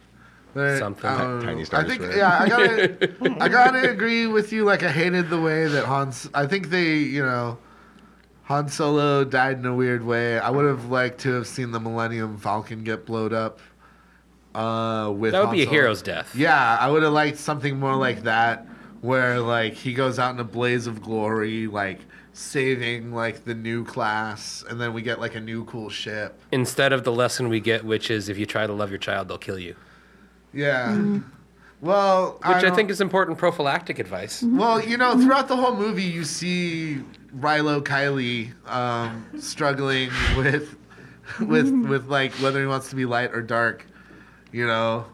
[SPEAKER 1] There-
[SPEAKER 4] something.
[SPEAKER 1] I don't
[SPEAKER 2] Tiny
[SPEAKER 1] know.
[SPEAKER 2] Star
[SPEAKER 1] I think,
[SPEAKER 2] Destroyer.
[SPEAKER 1] yeah, I gotta, I gotta agree with you. Like, I hated the way that Hans. I think they, you know, Han Solo died in a weird way. I would have liked to have seen the Millennium Falcon get blowed up. Uh, with
[SPEAKER 4] That would
[SPEAKER 1] Han
[SPEAKER 4] be a
[SPEAKER 1] Solo.
[SPEAKER 4] hero's death.
[SPEAKER 1] Yeah, I would have liked something more like that, where like he goes out in a blaze of glory, like saving like the new class, and then we get like a new cool ship.
[SPEAKER 4] Instead of the lesson we get, which is if you try to love your child, they'll kill you.
[SPEAKER 1] Yeah. Well,
[SPEAKER 4] Which I,
[SPEAKER 1] don't- Mm-hmm.
[SPEAKER 4] think is important prophylactic advice.
[SPEAKER 1] Well, you know, throughout the whole movie, you see Rilo Kiley um, struggling with, with, with like whether he wants to be light or dark. You know,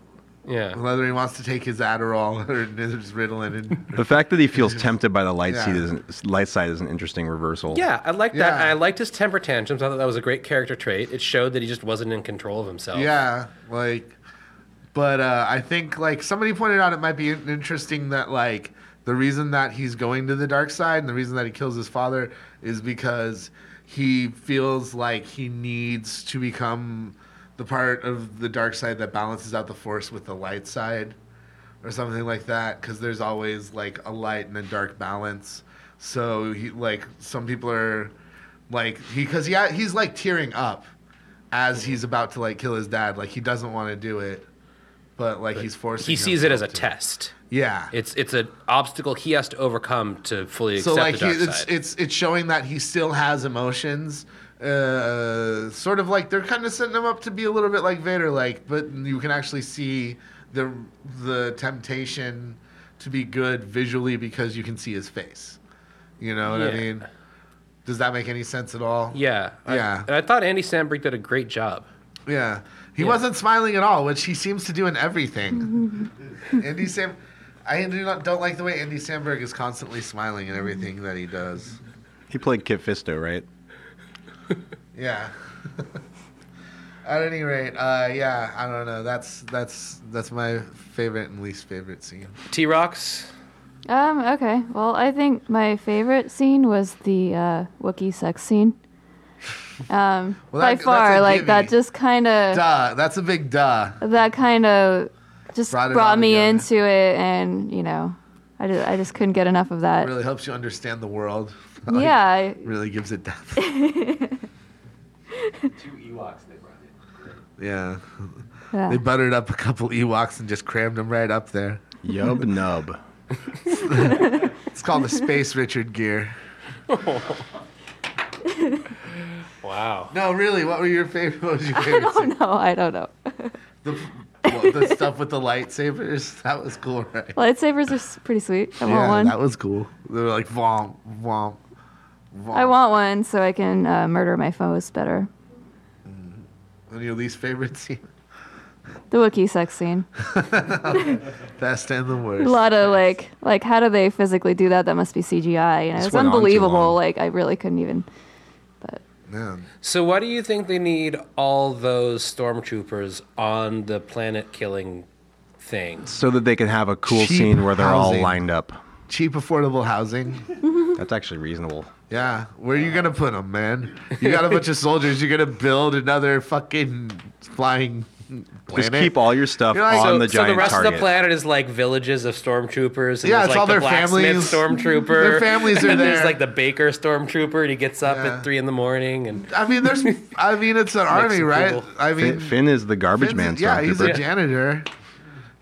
[SPEAKER 4] Yeah.
[SPEAKER 1] whether he wants to take his Adderall or his Ritalin. And
[SPEAKER 2] The fact that he feels tempted by the light,
[SPEAKER 1] Yeah.
[SPEAKER 2] seed is an, light side is an interesting reversal.
[SPEAKER 4] Yeah, I like that.
[SPEAKER 1] Yeah.
[SPEAKER 4] I liked his temper tantrums. I thought that was a great character trait. It showed that he just wasn't in control of himself.
[SPEAKER 1] yeah, like, but uh, I think like somebody pointed out, it might be in- interesting that like the reason that he's going to the dark side and the reason that he kills his father is because he feels like he needs to become the part of the dark side that balances out the force with the light side or something like that because there's always like a light and a dark balance so he like some people are like he because yeah he's like tearing up as he's about to like kill his dad like he doesn't want to do it but like he's forcing
[SPEAKER 4] He sees it as a
[SPEAKER 1] himself to.
[SPEAKER 4] test.
[SPEAKER 1] yeah
[SPEAKER 4] It's it's an obstacle he has to overcome to fully
[SPEAKER 1] so
[SPEAKER 4] accept
[SPEAKER 1] like
[SPEAKER 4] the
[SPEAKER 1] he,
[SPEAKER 4] dark
[SPEAKER 1] it's
[SPEAKER 4] side.
[SPEAKER 1] it's it's showing that he still has emotions uh sort of like they're kind of setting him up to be a little bit like vader like but you can actually see the the temptation to be good visually because you can see his face you know what i
[SPEAKER 4] Yeah.
[SPEAKER 1] mean does that make any sense at all
[SPEAKER 4] yeah. I-
[SPEAKER 1] Yeah.
[SPEAKER 4] and I thought Andy Samberg did a great job.
[SPEAKER 1] Yeah. He wasn't smiling at all, which he seems to do in everything. Andy Sam I do not don't like the way Andy Samberg is constantly smiling in everything that he does.
[SPEAKER 2] He played Kit Fisto, right?
[SPEAKER 1] Yeah. At any rate, uh, yeah, I don't know. That's that's that's my favorite and least favorite scene.
[SPEAKER 4] T Rocks.
[SPEAKER 5] Um, okay. Well, I think my favorite scene was the uh, Wookiee sex scene. Um,
[SPEAKER 1] Well,
[SPEAKER 5] by
[SPEAKER 1] that- that's
[SPEAKER 5] far,
[SPEAKER 1] a
[SPEAKER 5] like that
[SPEAKER 1] gimme.
[SPEAKER 5] just kind of
[SPEAKER 1] Duh, that's a big duh.
[SPEAKER 5] that kind of just
[SPEAKER 1] Brought
[SPEAKER 5] brought,
[SPEAKER 1] it all
[SPEAKER 5] me
[SPEAKER 1] together.
[SPEAKER 5] into it, and you know, I just, I just couldn't get enough of that.
[SPEAKER 1] Really helps you understand the world. Like,
[SPEAKER 5] yeah, I,
[SPEAKER 1] Really gives it depth.
[SPEAKER 3] Two Ewoks they brought in.
[SPEAKER 1] Yeah.
[SPEAKER 5] yeah.
[SPEAKER 1] They buttered up a couple Ewoks and just crammed them right up there.
[SPEAKER 2] Yub nub.
[SPEAKER 1] It's called the Space Richard gear.
[SPEAKER 4] Wow.
[SPEAKER 1] No, really, what were your favorite? What was your
[SPEAKER 5] I
[SPEAKER 1] favorite? scene?
[SPEAKER 5] don't know. I don't know.
[SPEAKER 1] The, well, the stuff with the lightsabers. That was cool, right?
[SPEAKER 5] Lightsabers are s- pretty sweet. I want one.
[SPEAKER 1] that was cool. They were like vom, vom, vom.
[SPEAKER 5] I want one so I can uh, murder my foes better.
[SPEAKER 1] And your least favorite scene,
[SPEAKER 5] The Wookiee sex scene.
[SPEAKER 1] best and the
[SPEAKER 5] a
[SPEAKER 1] worst.
[SPEAKER 5] lot of like like how do they physically do that that must be cgi and
[SPEAKER 2] This
[SPEAKER 5] it's
[SPEAKER 2] went on too
[SPEAKER 5] unbelievable
[SPEAKER 2] long.
[SPEAKER 5] like i really couldn't even
[SPEAKER 1] Man.
[SPEAKER 4] So why do you think they need all those stormtroopers on the planet killing thing?
[SPEAKER 2] So that they can have a cool
[SPEAKER 1] Cheap
[SPEAKER 2] scene where they're all
[SPEAKER 1] housing.
[SPEAKER 2] lined up.
[SPEAKER 1] Cheap, affordable housing.
[SPEAKER 2] That's actually reasonable.
[SPEAKER 1] Yeah, where are you gonna put them, man? You got a bunch of soldiers. You're gonna build another fucking flying planet.
[SPEAKER 2] Just keep all your stuff
[SPEAKER 1] You know, like-
[SPEAKER 2] on
[SPEAKER 4] So,
[SPEAKER 2] the
[SPEAKER 4] so
[SPEAKER 2] giant
[SPEAKER 4] the rest of
[SPEAKER 2] target.
[SPEAKER 4] the planet is like villages of stormtroopers. And
[SPEAKER 1] Yeah,
[SPEAKER 4] there's,
[SPEAKER 1] it's
[SPEAKER 4] like
[SPEAKER 1] all
[SPEAKER 4] the
[SPEAKER 1] their
[SPEAKER 4] blacksmith
[SPEAKER 1] families.
[SPEAKER 4] Stormtrooper.
[SPEAKER 1] Their families
[SPEAKER 4] and
[SPEAKER 1] are
[SPEAKER 4] then There's
[SPEAKER 1] there.
[SPEAKER 4] like the baker stormtrooper, and he gets up
[SPEAKER 1] Yeah.
[SPEAKER 4] at three in the morning. And
[SPEAKER 1] I mean, there's. I mean, it's an army,
[SPEAKER 4] some
[SPEAKER 1] right?
[SPEAKER 4] Google.
[SPEAKER 1] I
[SPEAKER 2] Finn,
[SPEAKER 1] mean,
[SPEAKER 2] Finn is the garbage
[SPEAKER 1] Finn's-
[SPEAKER 2] man.
[SPEAKER 1] Yeah, he's a
[SPEAKER 2] stormtrooper.
[SPEAKER 1] janitor.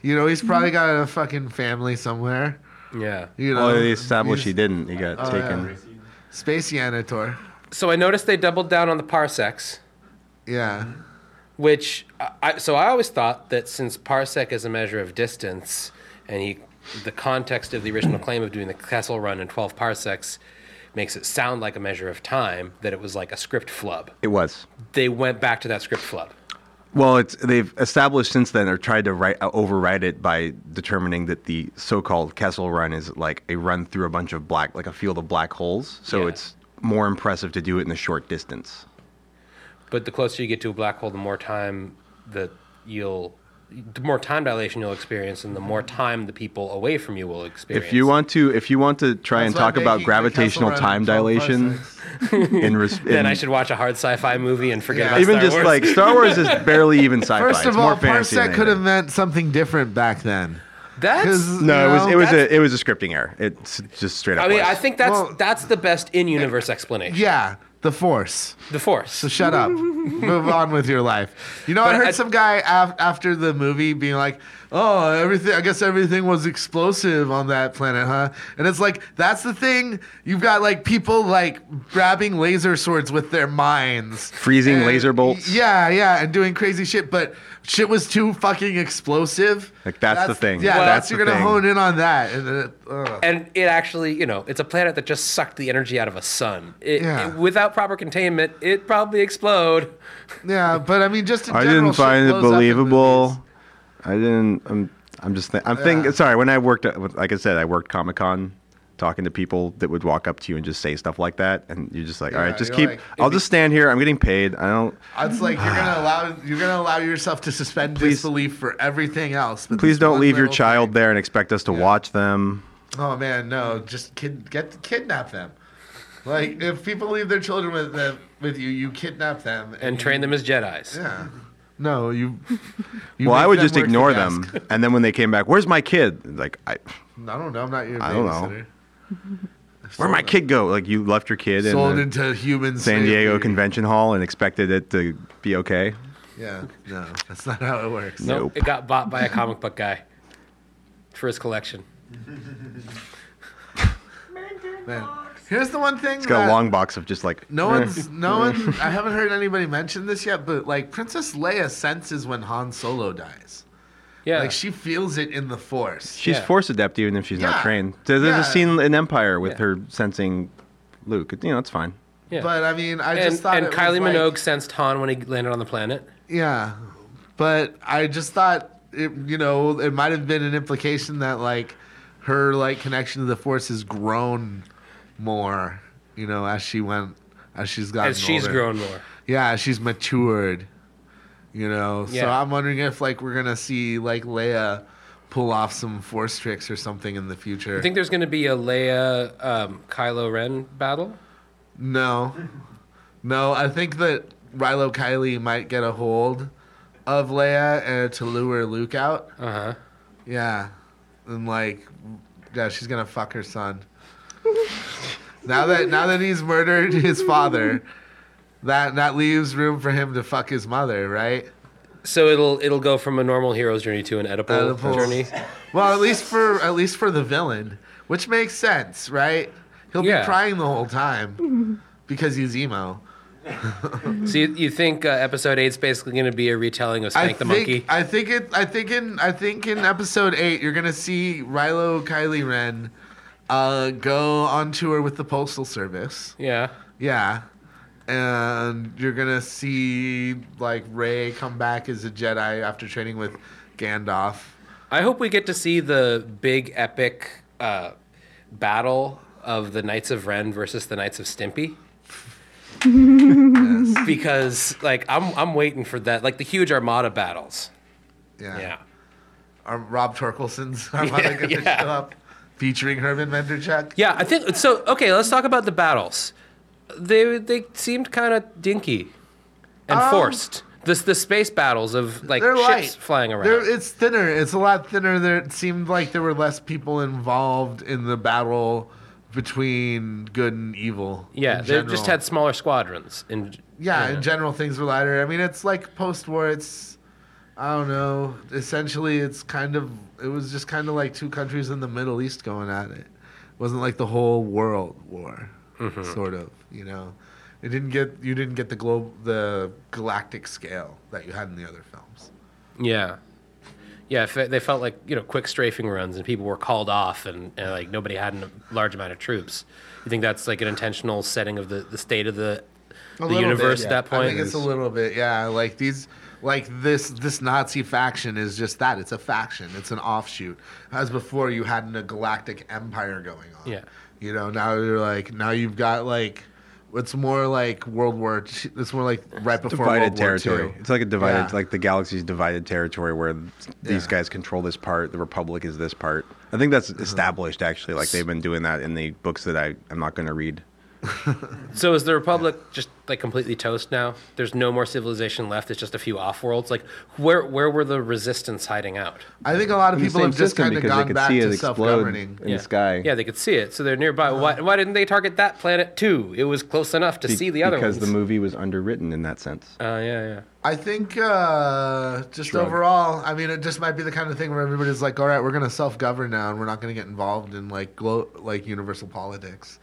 [SPEAKER 1] You know, he's probably got a fucking family somewhere.
[SPEAKER 4] yeah.
[SPEAKER 1] You Oh, know,
[SPEAKER 2] Well, they established
[SPEAKER 1] he's
[SPEAKER 2] he didn't. He got taken.
[SPEAKER 1] Space janitor.
[SPEAKER 4] So I noticed they doubled down on the parsecs.
[SPEAKER 1] Yeah.
[SPEAKER 4] which I, I so I always thought that since parsec is a measure of distance, and he, the context of the original claim of doing the castle run in twelve parsecs makes it sound like a measure of time that it was like a script flub.
[SPEAKER 2] It was.
[SPEAKER 4] They went back to that script flub.
[SPEAKER 2] Well, it's they've established since then or tried to write, uh, override it by determining that the so-called Kessel Run is like a run through a bunch of black, like a field of black holes. So
[SPEAKER 4] Yeah.
[SPEAKER 2] it's more impressive to do it in the short distance.
[SPEAKER 4] But the closer you get to a black hole, the more time that you'll, the more time dilation you'll experience, and the more time the people away from you will experience.
[SPEAKER 2] If you want to, if you want to try and
[SPEAKER 1] That's why
[SPEAKER 2] talk
[SPEAKER 1] making the
[SPEAKER 2] about
[SPEAKER 1] Kessel
[SPEAKER 2] gravitational
[SPEAKER 1] Run
[SPEAKER 2] time
[SPEAKER 1] in 12
[SPEAKER 2] dilation,
[SPEAKER 1] parsecs.
[SPEAKER 2] in, res-
[SPEAKER 4] then
[SPEAKER 2] in-
[SPEAKER 4] I should watch a hard sci-fi movie and forget
[SPEAKER 1] Yeah.
[SPEAKER 4] about
[SPEAKER 2] even
[SPEAKER 4] Star
[SPEAKER 2] just
[SPEAKER 4] Wars.
[SPEAKER 2] like Star Wars is barely even sci-fi.
[SPEAKER 1] First
[SPEAKER 2] it's
[SPEAKER 1] of
[SPEAKER 2] more
[SPEAKER 1] all,
[SPEAKER 2] fantasy than
[SPEAKER 1] parsec could have
[SPEAKER 2] anything.
[SPEAKER 1] meant something different back then.
[SPEAKER 4] That's.
[SPEAKER 2] No, it was it
[SPEAKER 1] No,
[SPEAKER 2] was
[SPEAKER 4] that's-
[SPEAKER 2] a it was a scripting error. It's just straight up.
[SPEAKER 4] I mean,
[SPEAKER 2] was.
[SPEAKER 4] I think that's
[SPEAKER 1] Well-
[SPEAKER 4] that's the best in-universe explanation.
[SPEAKER 1] yeah, the force.
[SPEAKER 4] The Force.
[SPEAKER 1] So shut up. Move on with your life. You know,
[SPEAKER 4] But
[SPEAKER 1] I heard
[SPEAKER 4] I-
[SPEAKER 1] some guy af- after the movie being like, "Oh, everything. I guess everything was explosive on that planet, huh?" And it's like that's the thing. You've got like people like grabbing laser swords with their minds,
[SPEAKER 2] Freezing
[SPEAKER 1] And-
[SPEAKER 2] laser bolts.
[SPEAKER 1] Uh, Yeah, yeah, and doing crazy shit. But shit was too fucking explosive.
[SPEAKER 2] Like, that's the thing.
[SPEAKER 1] Yeah,
[SPEAKER 2] Well-
[SPEAKER 1] that's,
[SPEAKER 2] That's
[SPEAKER 1] you're
[SPEAKER 2] the
[SPEAKER 1] gonna
[SPEAKER 2] thing.
[SPEAKER 1] hone in on that. And then it, uh, ugh.
[SPEAKER 4] And it actually, you know, it's a planet that just sucked the energy out of a sun. It,
[SPEAKER 1] Yeah.
[SPEAKER 4] it- without proper containment, it probably explode.
[SPEAKER 1] yeah, but I mean, just in
[SPEAKER 2] I
[SPEAKER 1] general,
[SPEAKER 2] didn't
[SPEAKER 1] shit
[SPEAKER 2] find it
[SPEAKER 1] blows up in movies.
[SPEAKER 2] believable. I didn't. I'm. I'm just. Th- I'm
[SPEAKER 1] Yeah.
[SPEAKER 2] thinking. Sorry. When I worked, at, like I said, I worked Comic Con, talking to people that would walk up to you and just say stuff like that, and you're just like, all
[SPEAKER 1] Yeah,
[SPEAKER 2] right, just
[SPEAKER 1] you're
[SPEAKER 2] keep.
[SPEAKER 1] like-
[SPEAKER 2] I'll just stand here. I'm getting paid. I don't.
[SPEAKER 1] It's like you're gonna allow you're gonna allow yourself to suspend disbelief for everything else. But
[SPEAKER 2] Please
[SPEAKER 1] this
[SPEAKER 2] don't
[SPEAKER 1] one
[SPEAKER 2] leave your
[SPEAKER 1] little
[SPEAKER 2] child
[SPEAKER 1] thing-
[SPEAKER 2] there and expect us to watch them.
[SPEAKER 1] Oh man, no! Just kid, get kidnap them. Like if people leave their children with them with you, you kidnap them
[SPEAKER 4] And train them as Jedi's.
[SPEAKER 1] Yeah. No, you. you
[SPEAKER 2] Well, I
[SPEAKER 1] make
[SPEAKER 2] would
[SPEAKER 1] them
[SPEAKER 2] just
[SPEAKER 1] work the
[SPEAKER 2] ignore
[SPEAKER 1] desk.
[SPEAKER 2] them, and then when they came back, where's my kid? Like, I,
[SPEAKER 1] I don't know. I'm not your
[SPEAKER 2] I don't know.
[SPEAKER 1] babysitter.
[SPEAKER 2] where'd my kid go? Like, you left your kid in
[SPEAKER 1] Sold
[SPEAKER 2] the
[SPEAKER 1] into human
[SPEAKER 2] San Diego
[SPEAKER 1] slavery.
[SPEAKER 2] Convention Hall and expected it to be okay.
[SPEAKER 1] Yeah. No, that's not how it works.
[SPEAKER 4] Nope.
[SPEAKER 2] Nope.
[SPEAKER 4] It got bought by a comic book guy for his collection.
[SPEAKER 1] Man. Here's the one thing.
[SPEAKER 2] It's got
[SPEAKER 1] that-
[SPEAKER 2] a long box of just like
[SPEAKER 1] No one's, no one. I haven't heard anybody mention this yet, but like Princess Leia senses when Han Solo dies.
[SPEAKER 4] Yeah.
[SPEAKER 1] Like she feels it in the Force.
[SPEAKER 2] She's
[SPEAKER 4] Yeah.
[SPEAKER 2] force adept even if she's
[SPEAKER 1] Yeah.
[SPEAKER 2] not trained. There- There's
[SPEAKER 1] Yeah.
[SPEAKER 2] a scene in Empire with
[SPEAKER 4] Yeah.
[SPEAKER 2] her sensing Luke. You know, it's fine.
[SPEAKER 4] yeah.
[SPEAKER 1] But I mean, I
[SPEAKER 4] and
[SPEAKER 1] just thought
[SPEAKER 4] and
[SPEAKER 1] it was,
[SPEAKER 4] Kylie
[SPEAKER 1] like-
[SPEAKER 4] Minogue sensed Han when he landed on the planet.
[SPEAKER 1] Yeah, but I just thought it. You know, it might have been an implication that like her like connection to the Force has grown more. You know, as she went, as she's gotten,
[SPEAKER 4] As she's
[SPEAKER 1] older.
[SPEAKER 4] grown more.
[SPEAKER 1] Yeah, she's matured. You know, so
[SPEAKER 4] Yeah.
[SPEAKER 1] I'm wondering if like we're gonna see like Leia pull off some force tricks or something in the future.
[SPEAKER 4] I think there's going to be a Leia um, Kylo Ren battle.
[SPEAKER 1] no, no, I think that Rilo Kiley might get a hold of Leia uh, to lure Luke out.
[SPEAKER 4] Uh huh.
[SPEAKER 1] Yeah, and like, yeah, she's gonna fuck her son. now that now that he's murdered his father, that that leaves room for him to fuck his mother, right?
[SPEAKER 4] So it'll it'll go from a normal hero's journey to an Oedipal
[SPEAKER 1] Oedipal.
[SPEAKER 4] journey.
[SPEAKER 1] Well, at least for at least for the villain, which makes sense, right? He'll
[SPEAKER 4] Yeah.
[SPEAKER 1] be crying the whole time because he's emo.
[SPEAKER 4] So you, you think uh, episode eight's basically going to be a retelling of
[SPEAKER 1] I
[SPEAKER 4] Spank the
[SPEAKER 1] think
[SPEAKER 4] Monkey?
[SPEAKER 1] I think it. I think in I think in episode eight, you're gonna see Rilo Kiley Ren uh, go on tour with the postal service.
[SPEAKER 4] yeah.
[SPEAKER 1] Yeah. And you're gonna see like Ray come back as a Jedi after training with Gandalf.
[SPEAKER 4] I hope we get to see the big epic uh, battle of the Knights of Ren versus the Knights of Stimpy. Because like I'm I'm waiting for that like the huge armada battles.
[SPEAKER 1] Yeah.
[SPEAKER 4] Yeah.
[SPEAKER 1] Or Rob Torkelson's Armada
[SPEAKER 4] Yeah,
[SPEAKER 1] gonna
[SPEAKER 4] yeah.
[SPEAKER 1] show up featuring Herman Menderchuk.
[SPEAKER 4] Yeah, I think so okay, let's talk about the battles. They they seemed kind of dinky and forced. This the space battles of like
[SPEAKER 1] Um, They're
[SPEAKER 4] ships
[SPEAKER 1] light.
[SPEAKER 4] flying around.
[SPEAKER 1] They're, it's thinner. It's a lot thinner. There it seemed like there were less people involved in the battle between good and evil.
[SPEAKER 4] yeah,
[SPEAKER 1] in
[SPEAKER 4] they just
[SPEAKER 1] general.
[SPEAKER 4] had smaller squadrons and
[SPEAKER 1] yeah, in general things were lighter. I mean, it's like post-war. It's I don't know. Essentially, it's kind of it was just kind of like two countries in the Middle East going at it. It wasn't like the whole world war,
[SPEAKER 4] Mm-hmm.
[SPEAKER 1] sort of. You know, it didn't get you didn't get the globe the galactic scale that you had in the other films.
[SPEAKER 4] Yeah. Yeah, fe- they felt like, you know, quick strafing runs and people were called off and, and like nobody had a large amount of troops. You think that's like an intentional setting of the, the state of the,
[SPEAKER 1] A
[SPEAKER 4] the
[SPEAKER 1] little
[SPEAKER 4] universe
[SPEAKER 1] bit,
[SPEAKER 4] at
[SPEAKER 1] yeah.
[SPEAKER 4] that point?
[SPEAKER 1] I think it's a little bit, yeah. Like these, like this, this Nazi faction is just that. It's a faction. It's an offshoot. As before, you had a galactic empire going on.
[SPEAKER 4] Yeah.
[SPEAKER 1] You know, now you're like, now you've got like, it's more like World War. Two- It's more like right before
[SPEAKER 2] Divided
[SPEAKER 1] World
[SPEAKER 2] territory.
[SPEAKER 1] War Two.
[SPEAKER 2] It's like a divided,
[SPEAKER 1] Yeah.
[SPEAKER 2] like the galaxy's divided territory where th- these
[SPEAKER 1] Yeah.
[SPEAKER 2] guys control this part. The Republic is this part. I think that's established actually. Like they've been doing that in the books that I am not going to read.
[SPEAKER 4] So is the Republic just like completely toast now? There's no more civilization left. It's just a few off-worlds. Like where where were the Resistance hiding out?
[SPEAKER 1] I think a lot of people have
[SPEAKER 2] Same
[SPEAKER 1] just
[SPEAKER 2] system
[SPEAKER 1] kind of
[SPEAKER 2] because they
[SPEAKER 1] gone
[SPEAKER 2] could
[SPEAKER 1] back
[SPEAKER 2] see it
[SPEAKER 1] to
[SPEAKER 2] explode
[SPEAKER 1] self-governing.
[SPEAKER 2] in the sky.
[SPEAKER 4] Yeah, they could see it, so they're nearby. Why, why didn't they target that planet too? It was close enough to
[SPEAKER 2] Be-
[SPEAKER 4] see the other
[SPEAKER 2] because
[SPEAKER 4] ones.
[SPEAKER 2] the movie was underwritten in that sense.
[SPEAKER 4] uh, yeah, yeah.
[SPEAKER 1] I think uh, just
[SPEAKER 2] Drug.
[SPEAKER 1] overall, I mean, it just might be the kind of thing where everybody's like, "All right, we're gonna self-govern now, and we're not gonna get involved in like glo- like universal politics."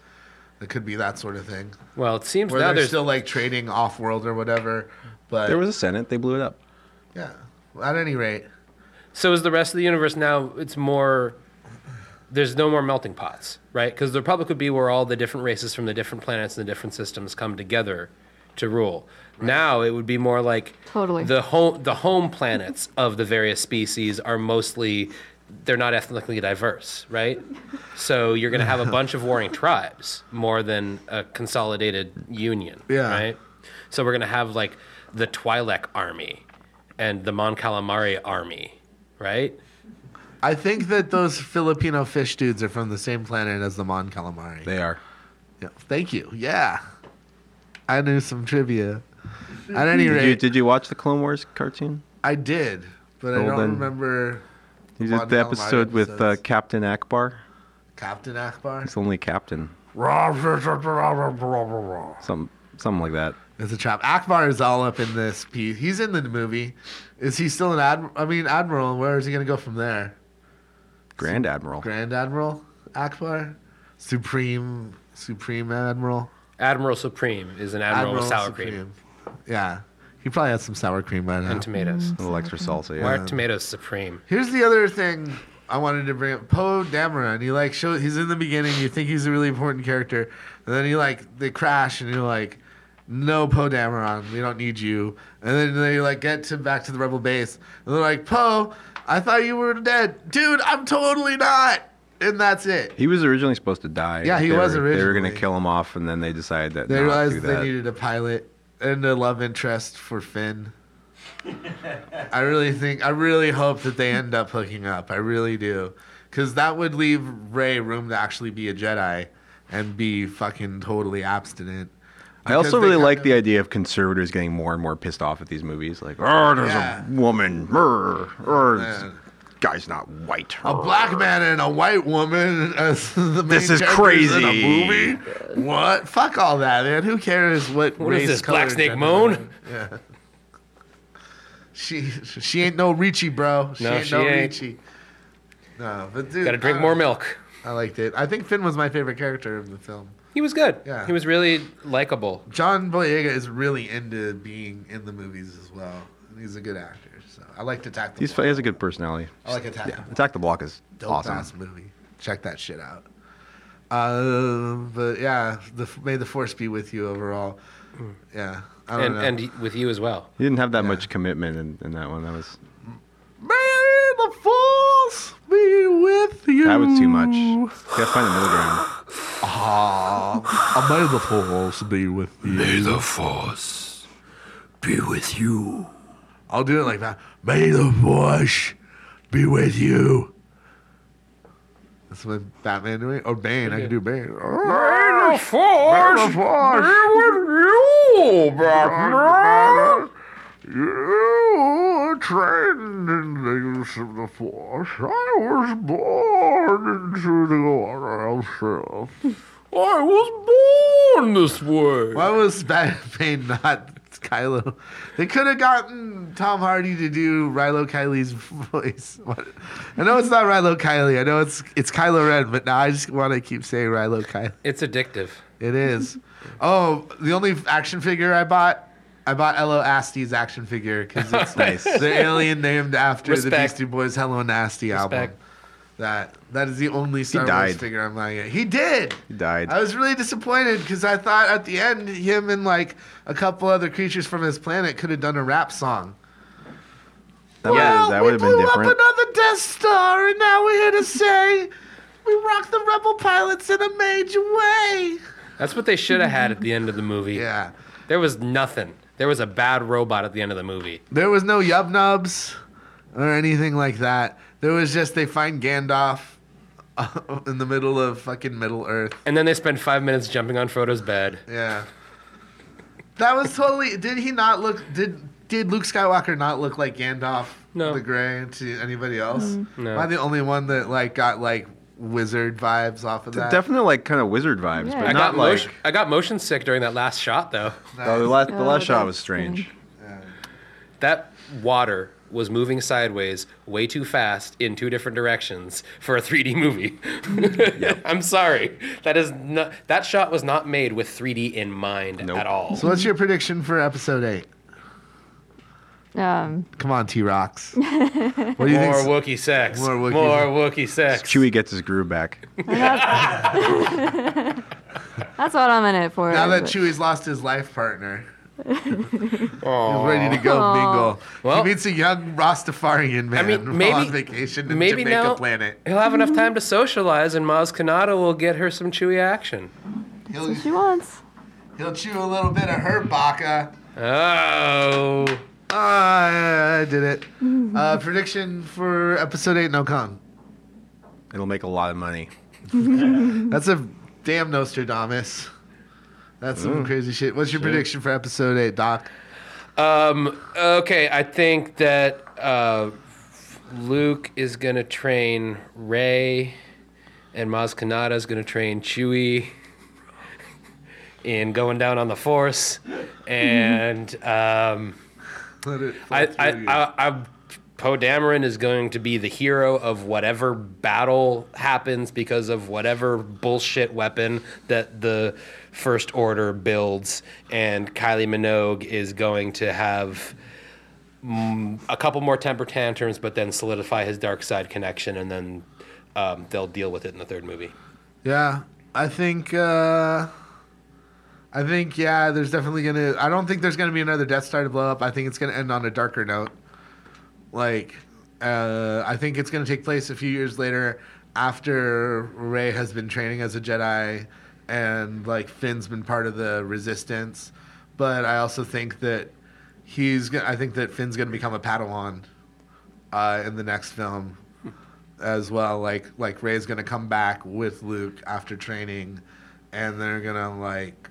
[SPEAKER 1] It could be that sort of thing
[SPEAKER 4] Well, it seems
[SPEAKER 1] where
[SPEAKER 4] now
[SPEAKER 1] they're
[SPEAKER 4] there's
[SPEAKER 1] still like trading off-world or whatever. But
[SPEAKER 2] There was a Senate. They blew it up.
[SPEAKER 1] yeah, at any rate,
[SPEAKER 4] so is the rest of the universe now. It's more. There's no more melting pots, right? Because the Republic would be where all the different races from the different planets and the different systems come together to rule. Now it would be more like
[SPEAKER 5] Totally.
[SPEAKER 4] the home the home planets of the various species are mostly they're not ethnically diverse, right? So you're going to have a bunch of warring tribes more than a consolidated union,
[SPEAKER 1] Yeah.
[SPEAKER 4] right? So we're going to have like the Twi'lek army and the Mon Calamari army, right?
[SPEAKER 1] I think that those Filipino fish dudes are from the same planet as the Mon Calamari.
[SPEAKER 2] They are.
[SPEAKER 1] Yeah, thank you. Yeah, I knew some trivia. At any
[SPEAKER 2] Did
[SPEAKER 1] rate,
[SPEAKER 2] you, did you watch the Clone Wars cartoon?
[SPEAKER 1] I did, but I
[SPEAKER 2] Well,
[SPEAKER 1] don't
[SPEAKER 2] then-
[SPEAKER 1] remember
[SPEAKER 2] You
[SPEAKER 1] Mon
[SPEAKER 2] did the
[SPEAKER 1] Calamari
[SPEAKER 2] episode with uh,
[SPEAKER 1] episodes.
[SPEAKER 2] Captain Akbar.
[SPEAKER 1] Captain Akbar.
[SPEAKER 2] It's only Captain.
[SPEAKER 1] It's
[SPEAKER 2] Some something like that.
[SPEAKER 1] a trap. Akbar is all up in this piece. He's in the movie. Is he still an admiral? I mean, admiral. Where is he going to go from there?
[SPEAKER 2] Grand Admiral.
[SPEAKER 1] Grand Admiral Akbar, Supreme Supreme Admiral.
[SPEAKER 4] Admiral Supreme is an admiral, with sour cream
[SPEAKER 1] Supreme. Yeah, he probably had some sour cream by now.
[SPEAKER 4] and tomatoes.
[SPEAKER 2] A little extra salsa.
[SPEAKER 4] Why
[SPEAKER 2] Yeah.
[SPEAKER 4] are tomatoes supreme?
[SPEAKER 1] Here's the other thing I wanted to bring up. Poe Dameron. He like show he's in the beginning, you think he's a really important character, and then he like they crash and you're like, No Poe Dameron, we don't need you. And then they like get to back to the rebel base and they're like, Poe, I thought you were dead. Dude, I'm totally not and that's it.
[SPEAKER 2] He was originally supposed to die.
[SPEAKER 1] Yeah, he
[SPEAKER 2] They
[SPEAKER 1] was
[SPEAKER 2] were- They were going
[SPEAKER 1] originally.
[SPEAKER 2] to kill him off, and then they decided that
[SPEAKER 1] They
[SPEAKER 2] not
[SPEAKER 1] realized
[SPEAKER 2] do
[SPEAKER 1] they
[SPEAKER 2] that.
[SPEAKER 1] needed a pilot and a love interest for Finn. I really think I really hope that they end up hooking up. I really do, because that would leave Ray room to actually be a Jedi and be fucking totally abstinent.
[SPEAKER 2] I also
[SPEAKER 1] Because they
[SPEAKER 2] really
[SPEAKER 1] kind
[SPEAKER 2] like
[SPEAKER 1] of-
[SPEAKER 2] the idea of conservatives getting more and more pissed off at these movies. Like, oh, there's
[SPEAKER 1] Yeah.
[SPEAKER 2] a woman. Rrr, rrr, this
[SPEAKER 1] Man.
[SPEAKER 2] guy's not white.
[SPEAKER 1] A black man and a white woman as the main
[SPEAKER 2] This is
[SPEAKER 1] characters in
[SPEAKER 2] crazy.
[SPEAKER 1] a movie. What? Fuck all that, man. Who cares what,
[SPEAKER 4] What is
[SPEAKER 1] race?
[SPEAKER 4] this,
[SPEAKER 1] color,
[SPEAKER 4] Black Snake
[SPEAKER 1] gender-
[SPEAKER 4] Moan?
[SPEAKER 1] Yeah. She she ain't no Richie, bro. She
[SPEAKER 4] No,
[SPEAKER 1] ain't
[SPEAKER 4] she
[SPEAKER 1] no
[SPEAKER 4] ain't.
[SPEAKER 1] Richie. No, but dude,
[SPEAKER 4] Got to drink
[SPEAKER 1] I-
[SPEAKER 4] more milk.
[SPEAKER 1] I liked it. I think Finn was my favorite character of the film.
[SPEAKER 4] He was good.
[SPEAKER 1] Yeah.
[SPEAKER 4] He was really likable.
[SPEAKER 1] John Boyega is really into being in the movies as well. And He's a good actor, so I like to attack the.
[SPEAKER 2] He's,
[SPEAKER 1] Block.
[SPEAKER 2] he has a good personality.
[SPEAKER 1] I like Attack.
[SPEAKER 2] Yeah, Attack the Block is
[SPEAKER 1] Dope
[SPEAKER 2] awesome.
[SPEAKER 1] ass movie. Check that shit out. Um, but yeah, the, may the force be with you overall. Yeah, I don't
[SPEAKER 4] And,
[SPEAKER 1] know.
[SPEAKER 4] and he- with you as well.
[SPEAKER 2] He didn't have that much commitment in, in that one. That was
[SPEAKER 1] may the force be with you.
[SPEAKER 2] that was too much. You gotta find the middle ground.
[SPEAKER 1] Ah, may the force be with you. May the force be with you. I'll do it like that. May the force be with you. That's my Batman doing, or Bane. I can do Bane. Ah, May the force be with you, Batman. You trained in the use of the force. I was born into the order of self.
[SPEAKER 3] I was born this way.
[SPEAKER 1] Why was Batman not Kylo? They could have gotten Tom Hardy to do Rilo Kiley's voice. What? I know it's not Rilo Kiley. I know it's it's Kylo Ren, but now I just want to keep saying Rilo Kiley.
[SPEAKER 4] It's addictive.
[SPEAKER 1] It is. Oh, the only action figure I bought, I bought Elo Asti's action figure because it's
[SPEAKER 2] Nice.
[SPEAKER 1] the alien named after the
[SPEAKER 4] Respect.
[SPEAKER 1] Beastie Boys Hello Nasty album.
[SPEAKER 4] Respect.
[SPEAKER 1] That that is the only Star Wars
[SPEAKER 2] died.
[SPEAKER 1] figure I'm buying. He did.
[SPEAKER 2] He died.
[SPEAKER 1] I was really disappointed because I thought at the end him and like a couple other creatures from his planet could have done a rap song.
[SPEAKER 2] That
[SPEAKER 1] well,
[SPEAKER 2] would that
[SPEAKER 1] we
[SPEAKER 2] would have been
[SPEAKER 1] blew
[SPEAKER 2] different.
[SPEAKER 1] up another Death Star, and now we're here to say we rocked the Rebel pilots in a major way.
[SPEAKER 4] That's what they should have had at the end of the movie.
[SPEAKER 1] Yeah,
[SPEAKER 4] There was nothing. There was a bad robot at the end of the movie.
[SPEAKER 1] there was no yub nubs or anything like that. There was just they find Gandalf in the middle of fucking Middle Earth.
[SPEAKER 4] And then they spend five minutes jumping on Frodo's bed.
[SPEAKER 1] Yeah. That was totally. Did he not look? Did did Luke Skywalker not look like Gandalf
[SPEAKER 4] No.
[SPEAKER 1] the Grey to anybody else?
[SPEAKER 4] No.
[SPEAKER 1] Am I the only one that like got like wizard vibes off of that?
[SPEAKER 2] Definitely like kind of wizard vibes,
[SPEAKER 5] Yeah.
[SPEAKER 2] but
[SPEAKER 4] I
[SPEAKER 2] not
[SPEAKER 4] got
[SPEAKER 2] like.
[SPEAKER 4] motion, I got motion sick during that last shot though.
[SPEAKER 2] Oh, the last, the
[SPEAKER 5] Oh,
[SPEAKER 2] last shot
[SPEAKER 5] that's
[SPEAKER 2] was strange.
[SPEAKER 4] That water was moving sideways way too fast in two different directions for a 3D movie. I'm sorry. That is not, that shot was not made with 3D in mind
[SPEAKER 2] Nope.
[SPEAKER 4] at all.
[SPEAKER 1] So what's your prediction for episode eight?
[SPEAKER 5] Um,
[SPEAKER 1] Come on, T Rocks. What do you
[SPEAKER 4] More
[SPEAKER 1] think?
[SPEAKER 4] Wookiee sex.
[SPEAKER 1] More
[SPEAKER 4] More
[SPEAKER 1] Wookiee
[SPEAKER 4] Wookiee, sex.
[SPEAKER 2] Chewie gets his groove back.
[SPEAKER 5] that's what I'm in it for.
[SPEAKER 1] Now that
[SPEAKER 5] but-
[SPEAKER 1] Chewie's lost his life partner,
[SPEAKER 4] Aw.
[SPEAKER 1] he's ready to go
[SPEAKER 5] Aw.
[SPEAKER 1] mingle.
[SPEAKER 4] Well-
[SPEAKER 1] he meets a young Rastafarian man
[SPEAKER 4] I mean, maybe-
[SPEAKER 1] on vacation in
[SPEAKER 4] maybe
[SPEAKER 1] Jamaica
[SPEAKER 4] now-
[SPEAKER 1] planet.
[SPEAKER 4] He'll have enough time to socialize, and Maz Kanata will get her some Chewie action.
[SPEAKER 1] He'll,
[SPEAKER 5] she wants.
[SPEAKER 1] he'll chew a little bit of her baka.
[SPEAKER 4] Oh.
[SPEAKER 1] Ah, I did it. Uh, prediction for episode eight, no con.
[SPEAKER 2] It'll make a lot of money.
[SPEAKER 1] That's a damn Nostradamus. That's some crazy Mm. shit. What's your prediction for episode eight, Doc?
[SPEAKER 4] Um, okay, I think that uh, Luke is going to train Ray, and Maz Kanata is going to train Chewie in going down on the Force. And um,
[SPEAKER 1] Let it flow
[SPEAKER 4] I,
[SPEAKER 1] through
[SPEAKER 4] I,
[SPEAKER 1] you.
[SPEAKER 4] I, I, Poe Dameron is going to be the hero of whatever battle happens because of whatever bullshit weapon that the First Order builds, and Kylie Minogue is going to have mm, a couple more temper tantrums, but then solidify his dark side connection, and then um, they'll deal with it in the third movie.
[SPEAKER 1] Yeah, I think. Uh, I think yeah. There's definitely gonna. I don't think there's gonna be another Death Star to blow up. I think it's gonna end on a darker note. Like, uh, I think it's gonna take place a few years later, after Rey has been training as a Jedi, and like Finn's been part of the Resistance. But I also think that he's. Gonna, I think that Finn's gonna become a Padawan uh, in the next film as well. Like like Ray's gonna come back with Luke after training, and they're gonna like.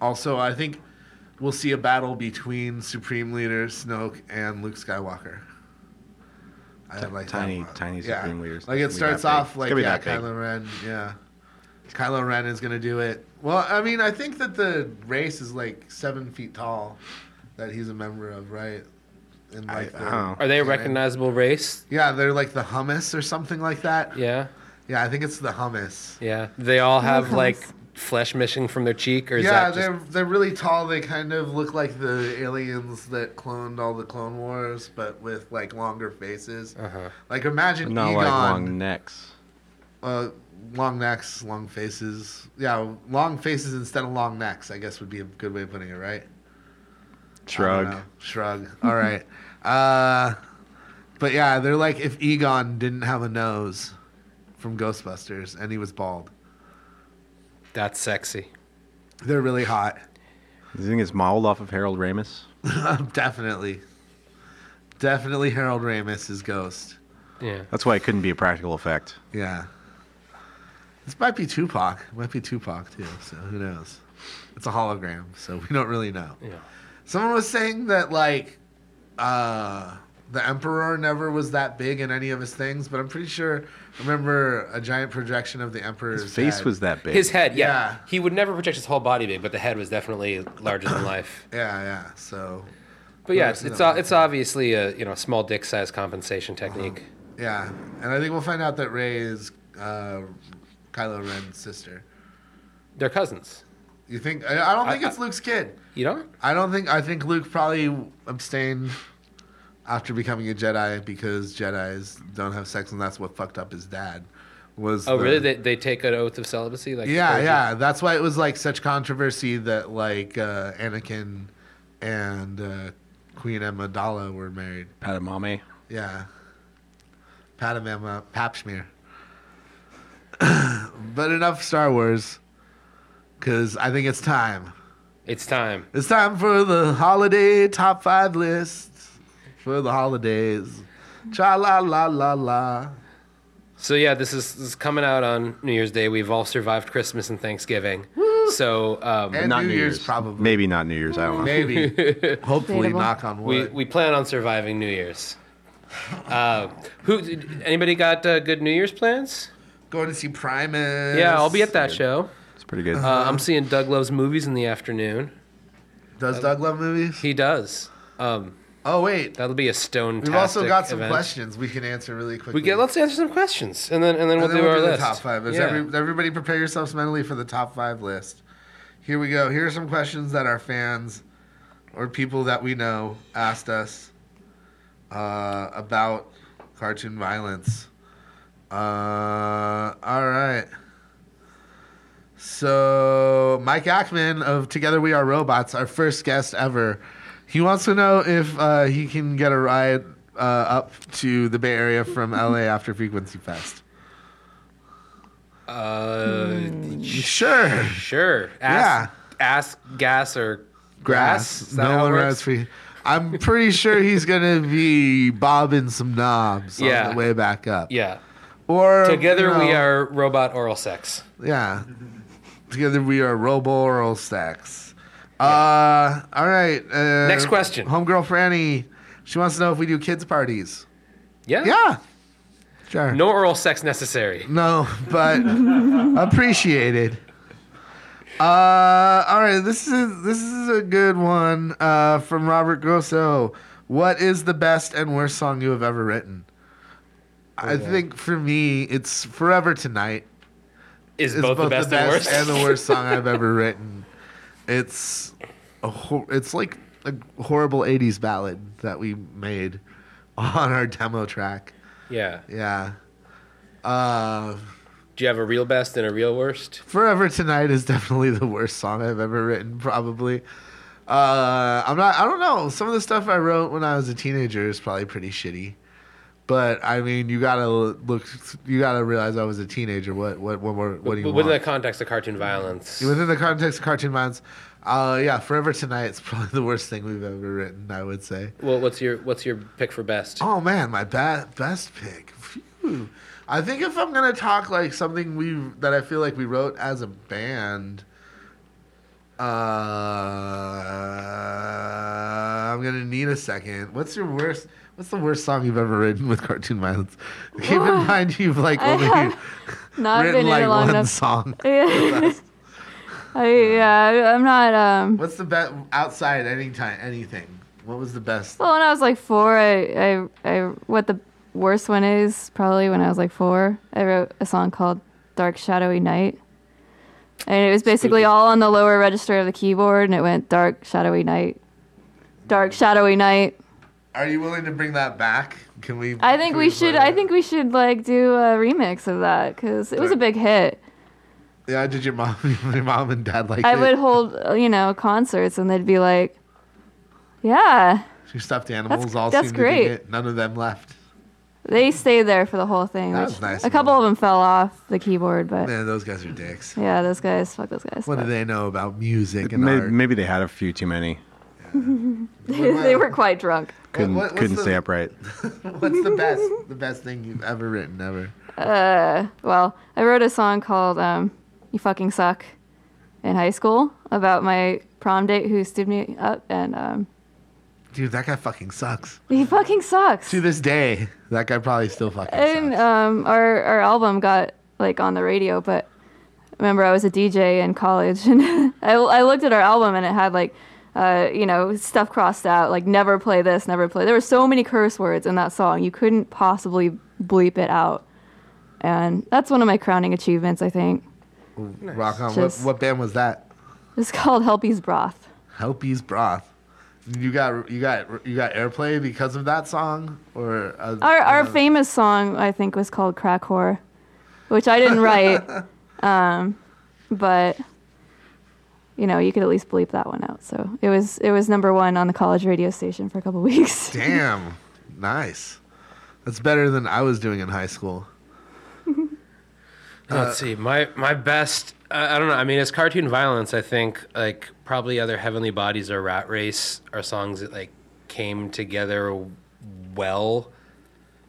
[SPEAKER 1] Also, I think we'll see a battle between Supreme Leader Snoke and Luke Skywalker. I like that
[SPEAKER 2] tiny-
[SPEAKER 1] one.
[SPEAKER 2] tiny
[SPEAKER 1] Yeah.
[SPEAKER 2] Supreme Leaders.
[SPEAKER 1] Like
[SPEAKER 2] Gonna
[SPEAKER 1] it
[SPEAKER 2] be
[SPEAKER 1] starts
[SPEAKER 2] that big.
[SPEAKER 1] off
[SPEAKER 2] It's
[SPEAKER 1] like
[SPEAKER 2] gonna be
[SPEAKER 1] yeah,
[SPEAKER 2] that big.
[SPEAKER 1] Kylo Ren, yeah. Kylo Ren is gonna do it. Well, I mean, I think that the race is like seven feet tall, that he's a member of, right? In
[SPEAKER 2] I, I
[SPEAKER 1] like
[SPEAKER 2] don't
[SPEAKER 1] the-
[SPEAKER 2] know.
[SPEAKER 4] Are they a recognizable race?
[SPEAKER 1] yeah, they're like the hummus or something like that.
[SPEAKER 4] Yeah,
[SPEAKER 1] Yeah, I think it's the hummus.
[SPEAKER 4] yeah. They all have
[SPEAKER 5] comes-
[SPEAKER 4] like flesh missing from their cheek, or is
[SPEAKER 1] yeah,
[SPEAKER 4] that just
[SPEAKER 1] they're they're really tall. They kind of look like the aliens that cloned all the Clone Wars, but with like longer faces.
[SPEAKER 4] Uh-huh.
[SPEAKER 1] Like imagine
[SPEAKER 2] Not
[SPEAKER 1] Egon,
[SPEAKER 2] like
[SPEAKER 1] long,
[SPEAKER 2] long necks.
[SPEAKER 1] uh, long necks, long faces. Yeah, long faces instead of long necks. I guess would be a good way of putting it, right? I don't
[SPEAKER 2] Shrug.
[SPEAKER 1] know. Shrug. All right. Uh, but yeah, they're like if Egon didn't have a nose from Ghostbusters and he was bald.
[SPEAKER 4] that's sexy?
[SPEAKER 1] They're really hot.
[SPEAKER 2] Do you think it's modeled off of Harold Ramis?
[SPEAKER 1] Definitely. Definitely Harold Ramis is Ghost.
[SPEAKER 4] Yeah.
[SPEAKER 2] That's why it couldn't be a practical effect.
[SPEAKER 1] Yeah. This might be Tupac. It might be Tupac too, so who knows? It's a hologram, so we don't really know.
[SPEAKER 4] Yeah.
[SPEAKER 1] Someone was saying that like uh the Emperor never was that big in any of his things, but I'm pretty sure I remember a giant projection of the Emperor's
[SPEAKER 2] His face
[SPEAKER 1] head.
[SPEAKER 2] was that big.
[SPEAKER 4] His head, yeah.
[SPEAKER 1] Yeah.
[SPEAKER 4] He would never project his whole body big, but the head was definitely larger than life.
[SPEAKER 1] Yeah, yeah. So
[SPEAKER 4] But yeah,
[SPEAKER 1] Yeah,
[SPEAKER 4] it's
[SPEAKER 1] I've seen
[SPEAKER 4] it's,
[SPEAKER 1] that
[SPEAKER 4] o- it's obviously a you know small dick size compensation technique.
[SPEAKER 1] yeah. And I think we'll find out that Rey is uh Kylo Ren's sister.
[SPEAKER 4] They're cousins.
[SPEAKER 1] You think I I don't think
[SPEAKER 4] I-
[SPEAKER 1] it's Luke's kid.
[SPEAKER 4] You don't?
[SPEAKER 1] I don't think. I think Luke probably abstained after becoming a Jedi because Jedi's don't have sex, and that's what fucked up his dad. Was
[SPEAKER 4] Oh,
[SPEAKER 1] the-
[SPEAKER 4] really? They, they take an oath of celibacy? Like oh,
[SPEAKER 1] yeah,
[SPEAKER 4] clergy?
[SPEAKER 1] yeah. That's why it was like such controversy that like uh, Anakin and uh, Queen Amidala were married.
[SPEAKER 2] Padamame.
[SPEAKER 1] Yeah. Padamama Papschmear. but enough Star Wars, because I think it's time.
[SPEAKER 4] It's time.
[SPEAKER 1] It's time for the holiday top five list for the holidays. Cha la la la la.
[SPEAKER 4] So yeah, this is, this is coming out on New Year's Day. We've all survived Christmas and Thanksgiving. So um,
[SPEAKER 1] And
[SPEAKER 2] Not
[SPEAKER 1] New Year's, probably.
[SPEAKER 2] Maybe not New Year's. I don't know.
[SPEAKER 1] Maybe. Hopefully,
[SPEAKER 5] Debatable.
[SPEAKER 1] knock on
[SPEAKER 4] we,
[SPEAKER 1] wood.
[SPEAKER 4] we plan on surviving New Year's. Uh, who? did- Anybody got uh, good New Year's plans?
[SPEAKER 1] Going to see Primus.
[SPEAKER 4] Yeah, I'll be at that show.
[SPEAKER 2] It's pretty good.
[SPEAKER 4] Uh, I'm seeing Doug Loves Movies in the afternoon.
[SPEAKER 1] Does Doug love movies?
[SPEAKER 4] He does. Um,
[SPEAKER 1] oh, wait.
[SPEAKER 4] that'll be a stone.
[SPEAKER 1] We've also got some questions we can answer really quickly.
[SPEAKER 4] We get. Let's answer some questions, and then and then we'll
[SPEAKER 1] And then
[SPEAKER 4] do
[SPEAKER 1] we'll
[SPEAKER 4] our
[SPEAKER 1] do
[SPEAKER 4] list.
[SPEAKER 1] the top five. Is
[SPEAKER 4] Yeah.
[SPEAKER 1] every- everybody prepare yourselves mentally for the top five list. Here we go. Here are some questions that our fans or people that we know asked us uh, about cartoon violence. Uh, all right. So, Mike Ackman of Together We Are Robots, our first guest ever, he wants to know if uh, he can get a ride uh, up to the Bay Area from LA after Frequency Fest. Hmm.
[SPEAKER 4] Uh,
[SPEAKER 1] Sure.
[SPEAKER 4] sure. Ask, Ask gas or grass.
[SPEAKER 1] Grass.
[SPEAKER 4] Is that
[SPEAKER 1] No
[SPEAKER 4] how it
[SPEAKER 1] one
[SPEAKER 4] works?
[SPEAKER 1] rides free. I'm pretty sure he's gonna be bobbing some knobs
[SPEAKER 4] Yeah.
[SPEAKER 1] on the way back up.
[SPEAKER 4] Yeah.
[SPEAKER 1] Or
[SPEAKER 4] Together
[SPEAKER 1] you know,
[SPEAKER 4] we are robot oral sex.
[SPEAKER 1] Yeah. Together we are robo oral sex. Uh all right. Uh,
[SPEAKER 4] Next question.
[SPEAKER 1] Homegirl Franny. She wants to know if we do kids parties.
[SPEAKER 4] Yeah.
[SPEAKER 1] Yeah. Sure.
[SPEAKER 4] No oral sex necessary.
[SPEAKER 1] No, but appreciated. Uh, all right, this is this is a good one uh, from Robert Grosso. What is the best and worst song you have ever written? I think for me, it's "Forever Tonight."
[SPEAKER 4] Is
[SPEAKER 1] It's
[SPEAKER 4] both, the best, and worst.
[SPEAKER 1] and the worst song I've ever written. It's a hor- it's like a horrible '80s ballad that we made on our demo track.
[SPEAKER 4] yeah.
[SPEAKER 1] Yeah. Uh,
[SPEAKER 4] Do you have a real best and a real worst?
[SPEAKER 1] Forever Tonight is definitely the worst song I've ever written, probably. Uh, I'm not. I don't know. Some of the stuff I wrote when I was a teenager is probably pretty shitty. But I mean, you gotta look. You gotta realize I was a teenager. What? What? What more? What do you
[SPEAKER 4] Within
[SPEAKER 1] want?
[SPEAKER 4] the context of cartoon violence.
[SPEAKER 1] Within the context of cartoon minds, uh, yeah, Forever Tonight is probably the worst thing we've ever written. I would say.
[SPEAKER 4] Well, what's your what's your pick for best?
[SPEAKER 1] Oh man, my ba- best pick. Phew. I think if I'm gonna talk like something we that I feel like we wrote as a band, uh, I'm gonna need a second. What's your worst? What's the worst song you've ever written with cartoon violence? Keep in mind you've like
[SPEAKER 5] I
[SPEAKER 1] only
[SPEAKER 5] have Not been
[SPEAKER 1] written
[SPEAKER 5] in
[SPEAKER 1] like
[SPEAKER 5] it long
[SPEAKER 1] one
[SPEAKER 5] enough.
[SPEAKER 1] song.
[SPEAKER 5] Yeah. I, yeah, I'm not. Um,
[SPEAKER 1] What's the best outside anytime anything? What was the best?
[SPEAKER 5] well, when I was like four, I, I, I, what the worst one is probably when I was like four. I wrote a song called "Dark Shadowy Night," and it was basically
[SPEAKER 4] Spooky.
[SPEAKER 5] all on the lower register of the keyboard, and it went "Dark Shadowy Night," "Dark Shadowy Night."
[SPEAKER 1] Are you willing to bring that back? Can we?
[SPEAKER 5] I think
[SPEAKER 1] can
[SPEAKER 5] we should.
[SPEAKER 1] play
[SPEAKER 5] I
[SPEAKER 1] that?
[SPEAKER 5] think we should like do a remix of that because it was a big hit.
[SPEAKER 1] Yeah, did your mom, your mom and dad like
[SPEAKER 5] I
[SPEAKER 1] it?
[SPEAKER 5] would hold uh, you know concerts, and they'd be like, "Yeah."
[SPEAKER 1] Two stuffed animals all
[SPEAKER 5] that's
[SPEAKER 1] seemed
[SPEAKER 5] great.
[SPEAKER 1] to dig it. None of them left.
[SPEAKER 5] They stayed there for the whole thing.
[SPEAKER 1] That
[SPEAKER 5] which
[SPEAKER 1] was nice
[SPEAKER 5] a
[SPEAKER 1] of
[SPEAKER 5] couple
[SPEAKER 1] them.
[SPEAKER 5] of them fell off the keyboard, but
[SPEAKER 1] Man, those guys are dicks.
[SPEAKER 5] yeah, those guys, fuck those guys.
[SPEAKER 1] What do
[SPEAKER 5] but-
[SPEAKER 1] they know about music and
[SPEAKER 2] maybe,
[SPEAKER 1] art?
[SPEAKER 2] maybe they had a few too many.
[SPEAKER 5] they were quite drunk.
[SPEAKER 2] Couldn't
[SPEAKER 1] what- what's
[SPEAKER 2] couldn't
[SPEAKER 1] the-
[SPEAKER 2] stay upright.
[SPEAKER 1] What's the best? The best thing you've ever written, ever?
[SPEAKER 5] Uh, Well, I wrote a song called um, "You Fucking Suck" in high school about my prom date who stood me up, and um,
[SPEAKER 1] Dude, that guy fucking sucks.
[SPEAKER 5] he fucking sucks.
[SPEAKER 1] To this day, that guy probably still fucking
[SPEAKER 5] and
[SPEAKER 1] sucks.
[SPEAKER 5] um, our our album got like on the radio, but I remember I was a DJ in college, and I, I looked at our album and it had like, uh, you know, stuff crossed out, like never play this, never play. There were so many curse words in that song, you couldn't possibly bleep it out, and that's one of my crowning achievements, I think.
[SPEAKER 1] Rock on.
[SPEAKER 5] Just-
[SPEAKER 1] What, what band was that?
[SPEAKER 5] It's called Helpy's Broth.
[SPEAKER 1] Helpy's Broth. You got you got you got airplay because of that song, or uh,
[SPEAKER 5] Our our famous song I think was called Crack Whore, which I didn't write, um, but you know you could at least bleep that one out. So it was it was number one on the college radio station for a couple weeks.
[SPEAKER 1] Damn, nice. That's better than I was doing in high school.
[SPEAKER 4] Let's see. My my best. I I don't know. I mean, it's cartoon violence. I think like probably other Heavenly Bodies or Rat Race are songs that like came together well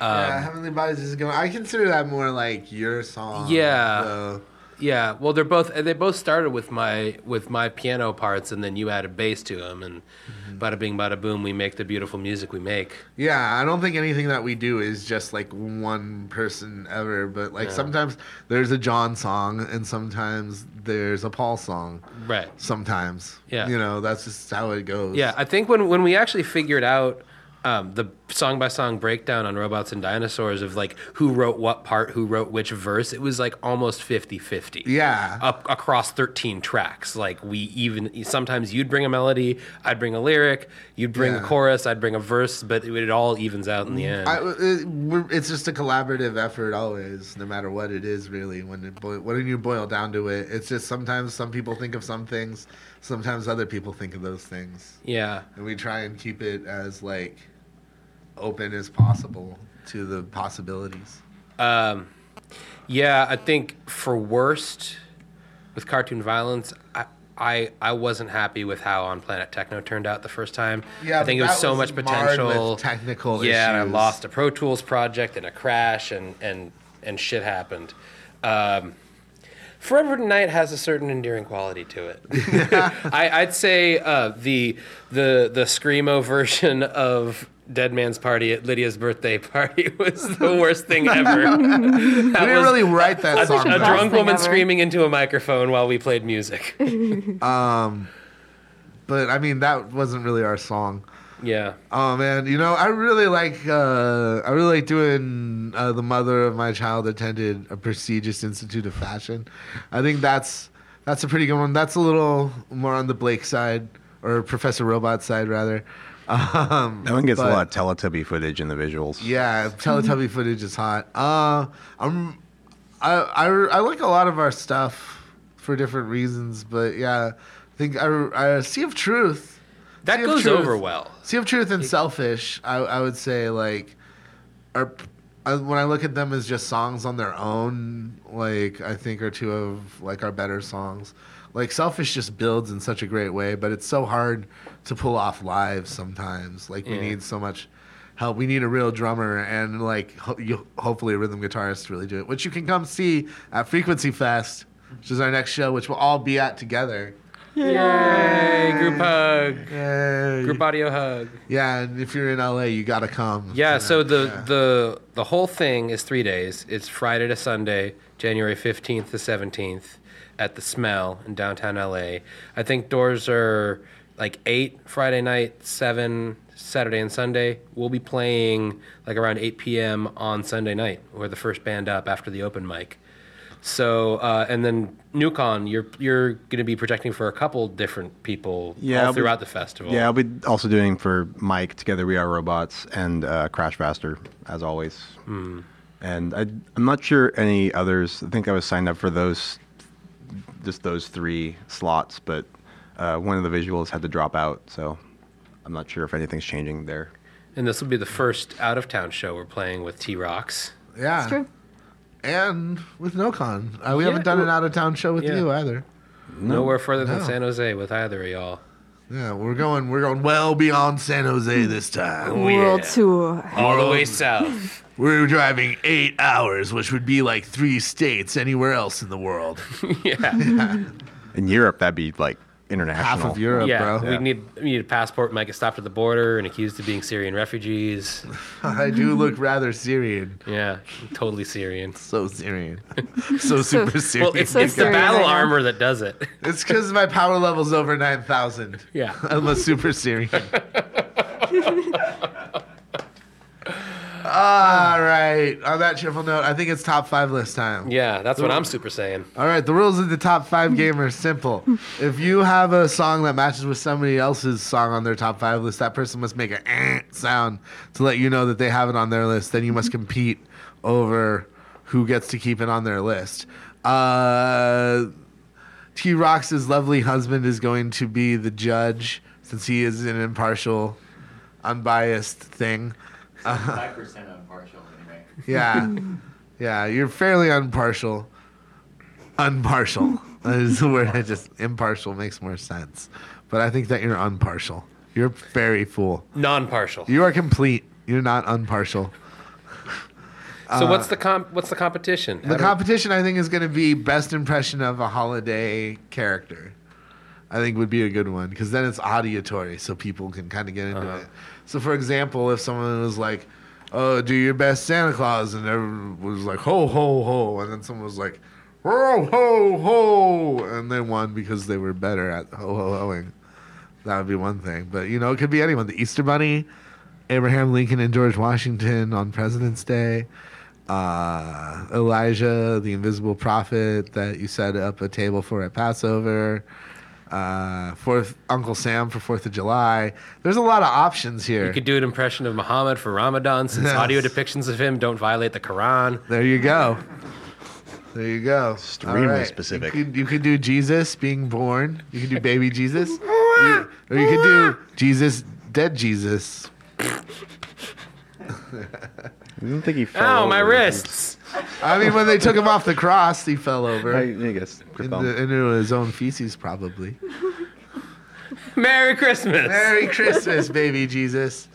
[SPEAKER 1] yeah, Heavenly Bodies is going. I consider that more like your song.
[SPEAKER 4] Yeah.
[SPEAKER 1] though.
[SPEAKER 4] Yeah, well, they're both they both started with my with my piano parts, and then you added bass to them, and
[SPEAKER 1] Mm-hmm.
[SPEAKER 4] bada bing, bada boom, we make the beautiful music we make.
[SPEAKER 1] Yeah, I don't think anything that we do is just like one person ever, but like
[SPEAKER 4] Yeah.
[SPEAKER 1] sometimes there's a John song and sometimes there's a Paul song.
[SPEAKER 4] Right.
[SPEAKER 1] Sometimes.
[SPEAKER 4] Yeah.
[SPEAKER 1] You know, that's just how it goes.
[SPEAKER 4] Yeah, I think when when we actually figured out um, the song by song breakdown on Robots and Dinosaurs of like who wrote what part, who wrote which verse, it was like almost 50-50.
[SPEAKER 1] Yeah.
[SPEAKER 4] Up across 13 tracks. Like we even sometimes you'd bring a melody, I'd bring a lyric, you'd bring
[SPEAKER 1] Yeah. Mm-hmm.
[SPEAKER 4] a chorus, I'd bring a verse, but it, it all evens out in the end.
[SPEAKER 1] I, it, we're, it's just a collaborative effort always, no matter what it is, really. When it boi- when you boil down to it, it's just sometimes some people think of some things, sometimes other people think of those things,
[SPEAKER 4] yeah.
[SPEAKER 1] and we try and keep it as like open as possible to the possibilities.
[SPEAKER 4] Yeah, I think for worst with cartoon violence, I I, I wasn't happy with how On Planet Techno turned out the first time.
[SPEAKER 1] Yeah,
[SPEAKER 4] I think it
[SPEAKER 1] but
[SPEAKER 4] was
[SPEAKER 1] that
[SPEAKER 4] so
[SPEAKER 1] was
[SPEAKER 4] much
[SPEAKER 1] marred
[SPEAKER 4] potential.
[SPEAKER 1] with technical
[SPEAKER 4] yeah, and I
[SPEAKER 1] issues.
[SPEAKER 4] lost a Pro Tools project in a crash, and and and shit happened. Um, Forever Tonight has a certain endearing quality to it. I, I'd say uh, the the the screamo version of Dead Man's Party at Lydia's birthday party was the worst thing ever.
[SPEAKER 1] We
[SPEAKER 4] that
[SPEAKER 1] didn't
[SPEAKER 4] was
[SPEAKER 1] really write that
[SPEAKER 5] such
[SPEAKER 1] song.
[SPEAKER 5] a
[SPEAKER 1] though.
[SPEAKER 4] a
[SPEAKER 5] Best
[SPEAKER 4] drunk
[SPEAKER 5] thing
[SPEAKER 4] woman
[SPEAKER 5] ever.
[SPEAKER 4] screaming into a microphone while we played music.
[SPEAKER 1] but I mean, that wasn't really our song.
[SPEAKER 4] yeah.
[SPEAKER 1] Oh man, you know, I really like uh, I really like doing uh, the mother of my child attended a prestigious institute of fashion. I think that's that's a pretty good one. That's a little more on the Blake side or Professor Robot side rather. Um,
[SPEAKER 2] That one gets
[SPEAKER 1] but-
[SPEAKER 2] a lot of Teletubby footage in the visuals.
[SPEAKER 1] Yeah, Teletubby footage is hot. Uh, I'm I, I I like a lot of our stuff for different reasons, but yeah, I think I, I Sea of Truth.
[SPEAKER 4] That
[SPEAKER 1] Sea of
[SPEAKER 4] goes
[SPEAKER 1] Truth-
[SPEAKER 4] over well.
[SPEAKER 1] Sea of Truth and Selfish, I, I would say, like, are I, when I look at them as just songs on their own, like I think are two of like our better songs. Like Selfish just builds in such a great way, but it's so hard to pull off live sometimes. Like we
[SPEAKER 4] Yeah.
[SPEAKER 1] need so much help. We need a real drummer and like ho- you, hopefully a rhythm guitarist to really do it, which you can come see at Frequency Fest, which is our next show, which we'll all be at together.
[SPEAKER 4] Yay, group hug.
[SPEAKER 1] Yay.
[SPEAKER 4] Group audio hug.
[SPEAKER 1] Yeah, and if you're in LA, you gotta come.
[SPEAKER 4] Yeah,
[SPEAKER 1] You
[SPEAKER 4] so
[SPEAKER 1] know,
[SPEAKER 4] the,
[SPEAKER 1] yeah.
[SPEAKER 4] the the whole thing is three days. It's Friday to Sunday, January fifteenth to seventeenth, at the Smell in downtown LA. I think doors are like eight Friday night, seven Saturday and Sunday. We'll be playing like around eight p.m. on Sunday night. We're the first band up after the open mic. So uh, and then Newcon, you're you're going to be projecting for a couple different people
[SPEAKER 2] Yeah,
[SPEAKER 4] all
[SPEAKER 2] I'll be-
[SPEAKER 4] throughout the festival.
[SPEAKER 2] Yeah, I'll be also doing for Mike Together We Are Robots and uh, Crash Faster, as always.
[SPEAKER 4] Hmm.
[SPEAKER 2] And I, I'm not sure any others. I think I was signed up for those, just those three slots, but uh, one of the visuals had to drop out, so I'm not sure if anything's changing there.
[SPEAKER 4] And this will be the first out of town show we're playing with T Rocks.
[SPEAKER 1] yeah,
[SPEAKER 5] It's true.
[SPEAKER 1] and with NoCon, uh, we
[SPEAKER 4] Yeah,
[SPEAKER 1] haven't done an
[SPEAKER 4] well-
[SPEAKER 1] out of town show with
[SPEAKER 4] yeah.
[SPEAKER 1] you either.
[SPEAKER 4] Nowhere further than
[SPEAKER 1] No.
[SPEAKER 4] San Jose with either of y'all.
[SPEAKER 1] Yeah, we're going, we're going well beyond San Jose this time.
[SPEAKER 5] World tour.
[SPEAKER 4] All the way south.
[SPEAKER 1] We're driving eight hours, which would be like three states anywhere else in the world.
[SPEAKER 4] yeah.
[SPEAKER 2] In Europe, that'd be like international.
[SPEAKER 1] Half of Europe,
[SPEAKER 4] yeah.
[SPEAKER 1] bro.
[SPEAKER 4] We need we need a passport, might get stopped at the border and accused of being Syrian refugees.
[SPEAKER 1] I do look rather Syrian,
[SPEAKER 4] Yeah. Totally Syrian.
[SPEAKER 1] so Syrian, so super Syrian.
[SPEAKER 4] Well, it's,
[SPEAKER 5] So
[SPEAKER 4] it's the
[SPEAKER 5] Syrian
[SPEAKER 4] battle
[SPEAKER 5] right now.
[SPEAKER 4] armor that does it.
[SPEAKER 1] It's because my power level's over 9,000.
[SPEAKER 4] Yeah.
[SPEAKER 1] I'm a super Syrian. All right. On that cheerful note, I think it's top five list time.
[SPEAKER 4] Yeah, that's what I'm super saying.
[SPEAKER 1] All right. The rules of the top five game are simple. if you have a song that matches with somebody else's song on their top five list, that person must make a eh sound to let you know that they have it on their list. Then you must compete over who gets to keep it on their list. Uh, T Rox's lovely husband is going to be the judge since he is an impartial, unbiased thing.
[SPEAKER 6] Five percent impartial, anyway.
[SPEAKER 1] Yeah. yeah, you're fairly impartial. Unpartial is the word I just impartial makes more sense. But I think that you're unpartial. You're very full.
[SPEAKER 4] Non partial.
[SPEAKER 1] You are complete. You're not unpartial.
[SPEAKER 4] So what's the comp? What's the competition?
[SPEAKER 1] uh, The
[SPEAKER 4] I don't-
[SPEAKER 1] competition, I think, is going to be best impression of a holiday character. I think would be a good one because then it's auditory, so people can kind of get into
[SPEAKER 4] Uh-huh.
[SPEAKER 1] it. So, for example, if someone was like, "Oh, do your best Santa Claus," and everyone was like, "Ho ho ho," and then someone was like, "Ho ho ho," and they won because they were better at ho ho hoing. That would be one thing, but you know, it could be anyone. The Easter Bunny, Abraham Lincoln and George Washington on President's Day uh, Elijah, the invisible prophet that you set up a table for at Passover, uh, Fourth Uncle Sam for Fourth of July. There's a lot of options here.
[SPEAKER 4] You could do an impression of Muhammad for Ramadan since
[SPEAKER 1] Yes.
[SPEAKER 4] audio depictions of him don't violate the Quran.
[SPEAKER 1] there you go. There you go.
[SPEAKER 7] Extremely
[SPEAKER 1] All right.
[SPEAKER 7] specific.
[SPEAKER 1] You could, you could do Jesus being born. You could do baby Jesus. You- or you could do Jesus, dead Jesus.
[SPEAKER 2] I didn't think he fell.
[SPEAKER 4] Ow, my
[SPEAKER 2] over.
[SPEAKER 4] wrists!
[SPEAKER 1] I mean, when they took him off the cross, he fell
[SPEAKER 2] I,
[SPEAKER 1] over
[SPEAKER 2] I guess. good
[SPEAKER 1] into,
[SPEAKER 2] thumb.
[SPEAKER 1] into his own feces, probably.
[SPEAKER 4] Merry Christmas!
[SPEAKER 1] Merry Christmas, baby Jesus.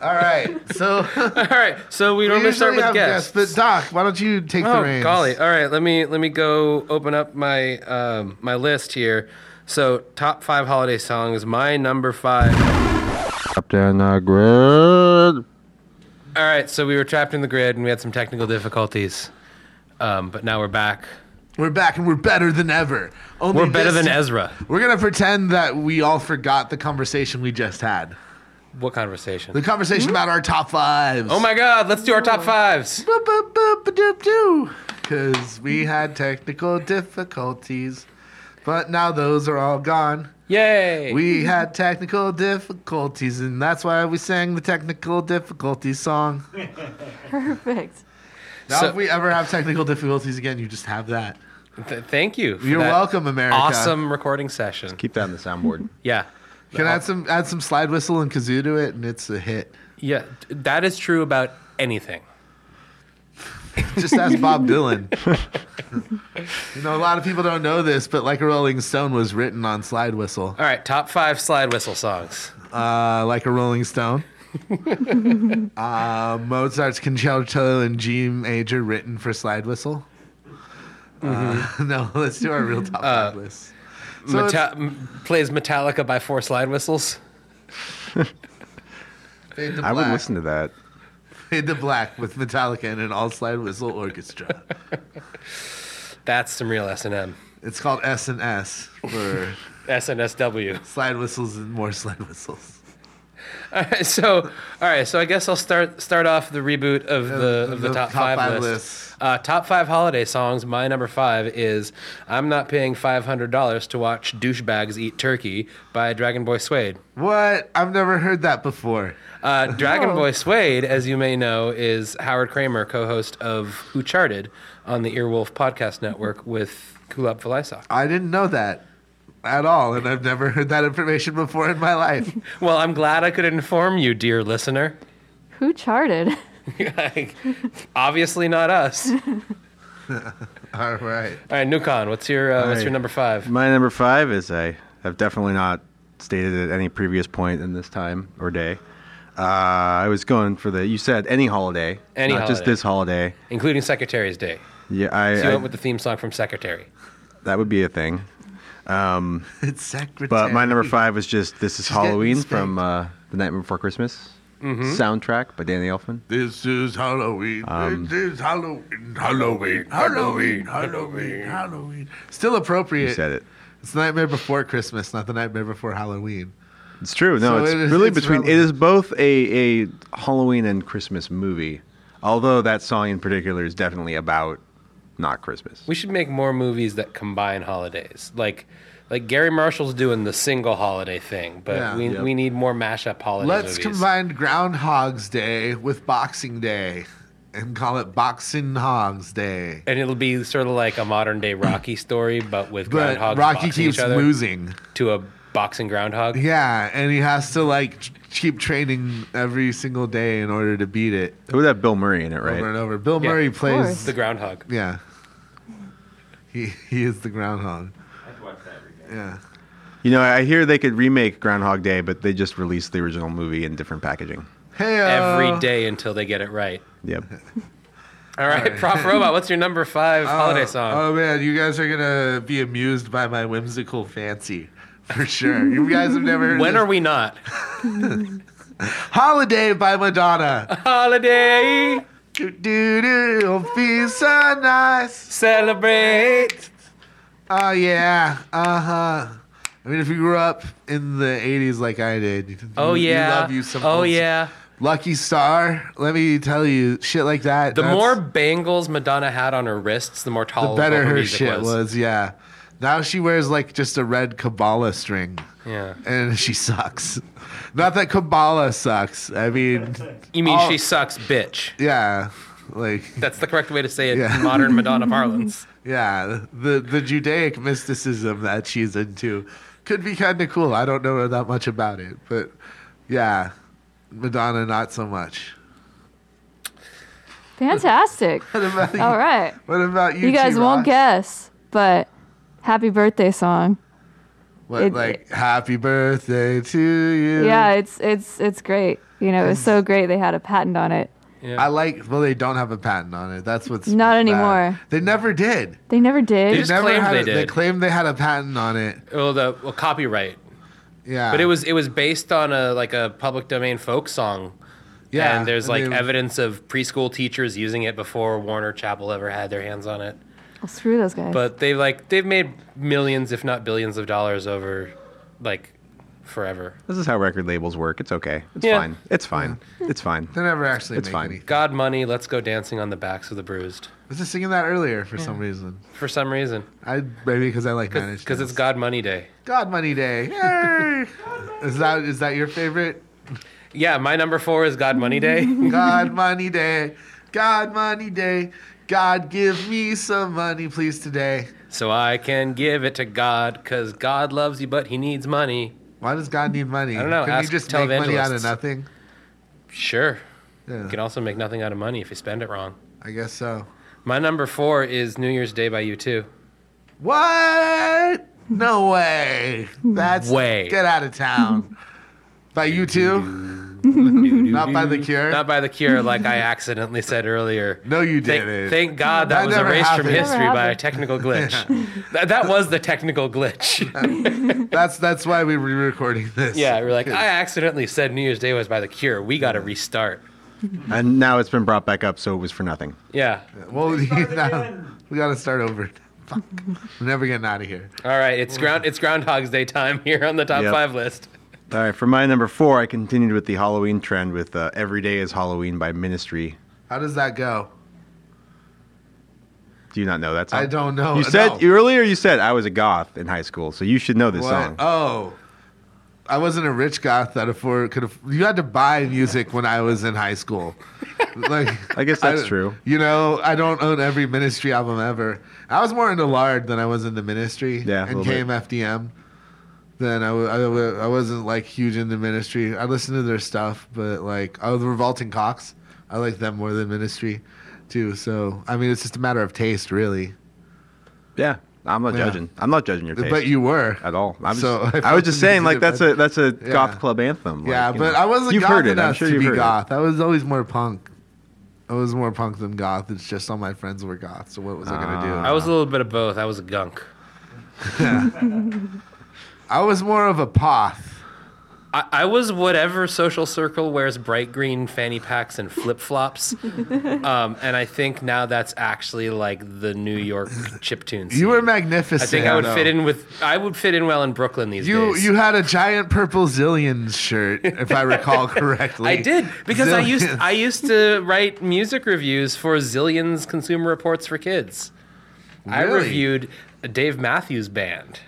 [SPEAKER 1] All right, so
[SPEAKER 4] All right, so we
[SPEAKER 1] we
[SPEAKER 4] normally start
[SPEAKER 1] usually
[SPEAKER 4] with
[SPEAKER 1] have
[SPEAKER 4] guests.
[SPEAKER 1] but Doc, why don't you take the
[SPEAKER 4] Oh
[SPEAKER 1] reins?
[SPEAKER 4] golly! All right, let me let me go open up my um, my list here. So top five holiday songs. My number five.
[SPEAKER 2] Captain Agrid.
[SPEAKER 4] All right, so we were trapped in the grid and we had some technical difficulties, um, but now we're back.
[SPEAKER 1] We're back and we're better than ever. Only
[SPEAKER 4] We're better
[SPEAKER 1] this-
[SPEAKER 4] than Ezra.
[SPEAKER 1] We're gonna pretend that we all forgot the conversation we just had.
[SPEAKER 4] What conversation?
[SPEAKER 1] The conversation about our top fives.
[SPEAKER 4] Hmm? Oh my God! Let's do our top fives.
[SPEAKER 1] Because we had technical difficulties, but now those are all gone.
[SPEAKER 4] Yay!
[SPEAKER 1] We had technical difficulties, and that's why we sang the technical difficulties song.
[SPEAKER 5] Perfect.
[SPEAKER 1] Now,
[SPEAKER 4] So-
[SPEAKER 1] if we ever have technical difficulties again, you just have that.
[SPEAKER 4] Th- thank you. for
[SPEAKER 1] You're
[SPEAKER 4] that
[SPEAKER 1] welcome, America.
[SPEAKER 4] Awesome recording session.
[SPEAKER 2] Keep that in the soundboard.
[SPEAKER 4] Yeah.
[SPEAKER 1] Can I add some add some slide whistle and kazoo to it, and it's a hit.
[SPEAKER 4] Yeah, d- that is true about anything.
[SPEAKER 1] Just ask Bob Dylan. you know, a lot of people don't know this, but "Like a Rolling Stone" was written on slide whistle.
[SPEAKER 4] All right, top five slide whistle songs.
[SPEAKER 1] Uh, "Like a Rolling Stone." uh, Mozart's concerto in G major, written for slide whistle.
[SPEAKER 2] Mm-hmm.
[SPEAKER 1] Uh, no, let's do our real top
[SPEAKER 2] Uh,
[SPEAKER 1] five list. So it's-
[SPEAKER 4] Meta- m- plays Metallica by Four Slide Whistles.
[SPEAKER 1] Fade to
[SPEAKER 2] I would
[SPEAKER 1] Black.
[SPEAKER 2] listen to that.
[SPEAKER 1] Fade to Black with Metallica and an all slide whistle orchestra.
[SPEAKER 4] That's some real S and M.
[SPEAKER 1] It's called S and S for
[SPEAKER 4] SNSW.
[SPEAKER 1] slide whistles and more slide whistles.
[SPEAKER 4] All right, so all right, so I guess I'll start start off the reboot of the of the,
[SPEAKER 1] the
[SPEAKER 4] top,
[SPEAKER 1] top
[SPEAKER 4] five,
[SPEAKER 1] five
[SPEAKER 4] list.
[SPEAKER 1] lists.
[SPEAKER 4] Uh, top five holiday songs. My number five is "I'm Not Paying Five Hundred Dollars to Watch Douchebags Eat Turkey" by Dragon Boy Suede.
[SPEAKER 1] What? I've never heard that before.
[SPEAKER 4] Uh, Dragon Boy Suede, as you may know, is Howard Kramer, co-host of Who Charted on the Earwolf Podcast Network with Kulab Vilaysack.
[SPEAKER 1] I didn't know that at all, and I've never heard that information before in my life.
[SPEAKER 4] Well, I'm glad I could inform you, dear listener.
[SPEAKER 5] Who charted?
[SPEAKER 4] Like, obviously not us. All
[SPEAKER 1] all right.
[SPEAKER 4] right, Nukon, what's your uh, what's
[SPEAKER 2] right.
[SPEAKER 4] your number five?
[SPEAKER 2] My number five is I have definitely not stated at any previous point in this time or day. Uh, I was going for the you said any holiday,
[SPEAKER 4] Any
[SPEAKER 2] not just
[SPEAKER 4] holiday.
[SPEAKER 2] this holiday.
[SPEAKER 4] including Secretary's Day.
[SPEAKER 2] Yeah, I,
[SPEAKER 4] So you
[SPEAKER 2] I-
[SPEAKER 4] went with the theme song from Secretary.
[SPEAKER 2] that would be a thing.
[SPEAKER 1] It's secretary.
[SPEAKER 2] But my number five was just this is
[SPEAKER 1] getting
[SPEAKER 2] Halloween
[SPEAKER 1] spanked.
[SPEAKER 2] from uh, the Nightmare Before Christmas
[SPEAKER 4] Mm-hmm.
[SPEAKER 2] soundtrack by Danny Elfman.
[SPEAKER 1] This is Halloween. this is Halloween. Halloween. Halloween. Halloween. Halloween. Still appropriate.
[SPEAKER 2] You said it.
[SPEAKER 1] It's the nightmare before Christmas, not the nightmare before Halloween.
[SPEAKER 2] It's true. No,
[SPEAKER 1] So
[SPEAKER 2] it's
[SPEAKER 1] it is-
[SPEAKER 2] really
[SPEAKER 1] it's
[SPEAKER 2] between. It
[SPEAKER 1] relevant.
[SPEAKER 2] is both a, a Halloween and Christmas movie, although that song in particular is definitely about not Christmas.
[SPEAKER 4] We should make more movies that combine holidays. Like like Gary Marshall's doing the single holiday thing, but
[SPEAKER 1] Yeah.
[SPEAKER 4] we,
[SPEAKER 2] Yep.
[SPEAKER 4] we need more mashup holiday
[SPEAKER 1] Let's
[SPEAKER 4] movies.
[SPEAKER 1] combine Groundhog's Day with Boxing Day and call it Boxing Hogs Day.
[SPEAKER 4] and it'll be sort of like a modern day Rocky story, but with
[SPEAKER 1] But
[SPEAKER 4] groundhogs
[SPEAKER 1] Rocky
[SPEAKER 4] boxing
[SPEAKER 1] keeps
[SPEAKER 4] each other
[SPEAKER 1] losing.
[SPEAKER 4] to a boxing groundhog.
[SPEAKER 1] Yeah, and he has to like t- keep training every single day in order to beat it
[SPEAKER 2] It would have Bill Murray in it, right?
[SPEAKER 1] over and over. Bill
[SPEAKER 4] Yeah.
[SPEAKER 1] Murray
[SPEAKER 4] Of
[SPEAKER 1] plays
[SPEAKER 5] course.
[SPEAKER 4] The groundhog.
[SPEAKER 1] yeah. He he is the groundhog.
[SPEAKER 6] I'd watch that every day.
[SPEAKER 1] Yeah.
[SPEAKER 2] You know, I hear they could remake Groundhog Day, but they just released the original movie in different packaging.
[SPEAKER 1] Hey. uh,
[SPEAKER 4] Every day until they get it right.
[SPEAKER 2] Yep.
[SPEAKER 4] All right, Prof Robot, what's your number five holiday song?
[SPEAKER 1] Oh man, you guys are gonna be amused by my whimsical fancy for sure. you guys have never heard
[SPEAKER 4] when
[SPEAKER 1] this.
[SPEAKER 4] are we not?
[SPEAKER 1] Holiday by Madonna.
[SPEAKER 4] Holiday,
[SPEAKER 1] do do do, it'll be so nice.
[SPEAKER 4] celebrate.
[SPEAKER 1] Oh yeah, uh huh. I mean, if you grew up in the '80s like I did, you-
[SPEAKER 4] Oh
[SPEAKER 1] you
[SPEAKER 4] yeah.
[SPEAKER 1] love you some.
[SPEAKER 4] oh
[SPEAKER 1] old
[SPEAKER 4] yeah.
[SPEAKER 1] Lucky Star. Let me tell you, shit like that.
[SPEAKER 4] The
[SPEAKER 1] that's-
[SPEAKER 4] more bangles Madonna had on her wrists, the more
[SPEAKER 1] the
[SPEAKER 4] tolerable
[SPEAKER 1] better
[SPEAKER 4] her,
[SPEAKER 1] her
[SPEAKER 4] music
[SPEAKER 1] shit was.
[SPEAKER 4] was.
[SPEAKER 1] Yeah. Now she wears like just a red Kabbalah string,
[SPEAKER 4] Yeah.
[SPEAKER 1] and she sucks. Not that Kabbalah sucks. I mean,
[SPEAKER 4] You mean
[SPEAKER 1] All-
[SPEAKER 4] she sucks, bitch?
[SPEAKER 1] yeah, like
[SPEAKER 4] That's the correct way to say it
[SPEAKER 1] Yeah.
[SPEAKER 4] in modern Madonna parlance.
[SPEAKER 1] yeah, the the Judaic mysticism that she's into could be kind of cool. I don't know that much about it, but yeah, Madonna not so much.
[SPEAKER 5] Fantastic.
[SPEAKER 1] What about you?
[SPEAKER 5] All right.
[SPEAKER 1] What about you?
[SPEAKER 5] You guys
[SPEAKER 1] T.
[SPEAKER 5] won't
[SPEAKER 1] Ross?
[SPEAKER 5] guess, but happy birthday song.
[SPEAKER 1] what,
[SPEAKER 5] it-
[SPEAKER 1] like happy birthday to you.
[SPEAKER 5] Yeah, it's it's it's great. You know, it was so great they had a patent on it.
[SPEAKER 1] I like. Well, they don't have a patent on it. That's what's
[SPEAKER 5] Not
[SPEAKER 1] bad.
[SPEAKER 5] anymore.
[SPEAKER 1] They never did.
[SPEAKER 5] They never did.
[SPEAKER 4] They just
[SPEAKER 1] never
[SPEAKER 4] claimed
[SPEAKER 1] had
[SPEAKER 4] they
[SPEAKER 1] a- They
[SPEAKER 4] did.
[SPEAKER 1] claimed they had a patent on it.
[SPEAKER 4] Well, the well, copyright,
[SPEAKER 1] Yeah,
[SPEAKER 4] but it was it was based on a like a public domain folk song.
[SPEAKER 1] Yeah,
[SPEAKER 4] and there's
[SPEAKER 1] and
[SPEAKER 4] like
[SPEAKER 1] they-
[SPEAKER 4] evidence of preschool teachers using it before Warner Chapel ever had their hands on it.
[SPEAKER 5] Well, screw those guys.
[SPEAKER 4] But they like they've made millions, if not billions, of dollars over like forever.
[SPEAKER 2] This is how record labels work. It's okay. It's
[SPEAKER 4] Yeah.
[SPEAKER 2] fine. It's fine. It's fine.
[SPEAKER 1] They never actually
[SPEAKER 2] It's
[SPEAKER 1] make
[SPEAKER 2] fine.
[SPEAKER 1] any.
[SPEAKER 4] God, money, let's go dancing on the backs of the bruised.
[SPEAKER 1] I was just singing that earlier for some reason.
[SPEAKER 4] For some reason,
[SPEAKER 1] I maybe because I like managed
[SPEAKER 4] because it's God Money Day.
[SPEAKER 1] God Money Day. Yay! is that is that your favorite?
[SPEAKER 4] Yeah, my number four is God Money Day.
[SPEAKER 1] God Money Day. God Money Day. God give me some money, please today.
[SPEAKER 4] so I can give it to God because God loves you, but He needs money.
[SPEAKER 1] Why does God need money?
[SPEAKER 4] I don't know.
[SPEAKER 1] Can
[SPEAKER 4] Ask
[SPEAKER 1] you just make money out of
[SPEAKER 4] televangelists.
[SPEAKER 1] nothing?
[SPEAKER 4] Sure.
[SPEAKER 1] Yeah,
[SPEAKER 4] You can also make nothing out of money if you spend it wrong.
[SPEAKER 1] I guess so.
[SPEAKER 4] My number four is New Year's Day by you too.
[SPEAKER 1] What? No way. That's
[SPEAKER 4] Way.
[SPEAKER 1] Get out of town. by you too? Not by the Cure.
[SPEAKER 4] Not by the Cure, like I accidentally said earlier.
[SPEAKER 1] no, you
[SPEAKER 4] Thank,
[SPEAKER 1] didn't.
[SPEAKER 4] thank God that,
[SPEAKER 1] That
[SPEAKER 4] was
[SPEAKER 1] never
[SPEAKER 4] erased from
[SPEAKER 1] happened.
[SPEAKER 4] history
[SPEAKER 5] Never
[SPEAKER 4] by a
[SPEAKER 5] happened.
[SPEAKER 4] technical glitch. that, that was the technical glitch.
[SPEAKER 1] That's that's why we were recording this.
[SPEAKER 4] yeah, we're like, I accidentally said New Year's Day was by the Cure. We got to restart.
[SPEAKER 2] And now it's been brought back up, so it was for nothing.
[SPEAKER 4] Yeah.
[SPEAKER 1] Well, now, we got to start over. Fuck. We're never getting out of here.
[SPEAKER 4] All right. It's ground. It's Groundhog's Day time here on the top
[SPEAKER 2] Yep.
[SPEAKER 4] five list.
[SPEAKER 2] All right, for my number four, I continued with the Halloween trend with uh, "Every Day Is Halloween" by Ministry.
[SPEAKER 1] How does that go?
[SPEAKER 2] Do you not know that song?
[SPEAKER 4] Um,
[SPEAKER 1] I don't know.
[SPEAKER 2] You said
[SPEAKER 1] No.
[SPEAKER 2] earlier you said I was a goth in high school, so you should know this
[SPEAKER 1] What?
[SPEAKER 2] song.
[SPEAKER 1] Oh. I wasn't a rich goth that afford could have. You had to buy music when I was in high school. Like
[SPEAKER 2] I guess that's
[SPEAKER 1] I-
[SPEAKER 2] true.
[SPEAKER 1] You know, I don't own every Ministry album ever. I was more into Lard than I was into Ministry
[SPEAKER 2] Yeah, a
[SPEAKER 1] and
[SPEAKER 2] little bit.
[SPEAKER 1] KMFDM. Then I, w- I, w- I wasn't like huge into Ministry. I listened to their stuff, but like oh, the Revolting Cox, I like them more than Ministry, too. So I mean, it's just a matter of taste, really.
[SPEAKER 2] Yeah, I'm not
[SPEAKER 1] Yeah.
[SPEAKER 2] judging. I'm not judging your taste
[SPEAKER 1] But you were
[SPEAKER 2] at all. I'm
[SPEAKER 1] So,
[SPEAKER 2] just,
[SPEAKER 1] I
[SPEAKER 2] I, was just
[SPEAKER 1] fucking
[SPEAKER 2] saying like
[SPEAKER 1] did it,
[SPEAKER 2] that's a that's a
[SPEAKER 1] Yeah.
[SPEAKER 2] goth club anthem.
[SPEAKER 1] Yeah,
[SPEAKER 2] like, you
[SPEAKER 1] but
[SPEAKER 2] know.
[SPEAKER 1] I wasn't
[SPEAKER 2] You've
[SPEAKER 1] goth
[SPEAKER 2] heard it.
[SPEAKER 1] enough
[SPEAKER 2] I'm sure
[SPEAKER 1] to
[SPEAKER 2] you've
[SPEAKER 1] be
[SPEAKER 2] heard
[SPEAKER 1] goth. I was always more punk. I was more punk than goth. It's just all my friends were goth, so what was I gonna do?
[SPEAKER 4] I
[SPEAKER 2] Ah.
[SPEAKER 4] was a little bit of both. I was a gunk.
[SPEAKER 1] I was more of a poth.
[SPEAKER 4] I, I was whatever social circle wears bright green fanny packs and flip flops. um, and I think now that's actually like the New York chiptune scene.
[SPEAKER 1] You were
[SPEAKER 4] I
[SPEAKER 1] magnificent.
[SPEAKER 4] think I would
[SPEAKER 1] though.
[SPEAKER 4] fit in with I would fit in well in Brooklyn these
[SPEAKER 1] You
[SPEAKER 4] days.
[SPEAKER 1] you had a giant purple zillions shirt, if I recall correctly.
[SPEAKER 4] I did because I used
[SPEAKER 1] Zillions.
[SPEAKER 4] I used to write music reviews for Zillions Consumer Reports for kids. I
[SPEAKER 1] Really?
[SPEAKER 4] reviewed Dave Matthews Band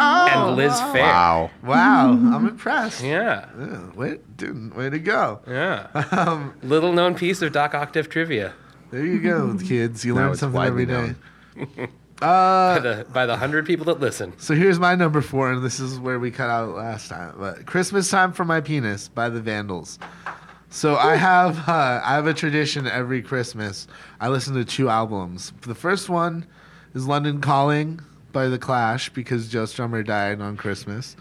[SPEAKER 1] Oh,
[SPEAKER 4] and Liz Fair.
[SPEAKER 2] Wow.
[SPEAKER 1] Wow, I'm impressed.
[SPEAKER 4] Yeah,
[SPEAKER 1] Yeah, Wait, dude, way to go.
[SPEAKER 4] yeah.
[SPEAKER 5] Um,
[SPEAKER 4] Little known piece of Doc Octave trivia.
[SPEAKER 1] There you go, kids. You
[SPEAKER 2] Now
[SPEAKER 1] learn
[SPEAKER 2] it's
[SPEAKER 1] something
[SPEAKER 2] widely
[SPEAKER 1] every day. Uh,
[SPEAKER 2] known.
[SPEAKER 4] by the by the hundred people that listen.
[SPEAKER 1] So here's my number four, and this is where we cut out last time. But Christmas time for my penis by the Vandals. So I have uh, I have a tradition every Christmas. I listen to two albums. The first one is London Calling by The Clash because Joe Strummer died on Christmas,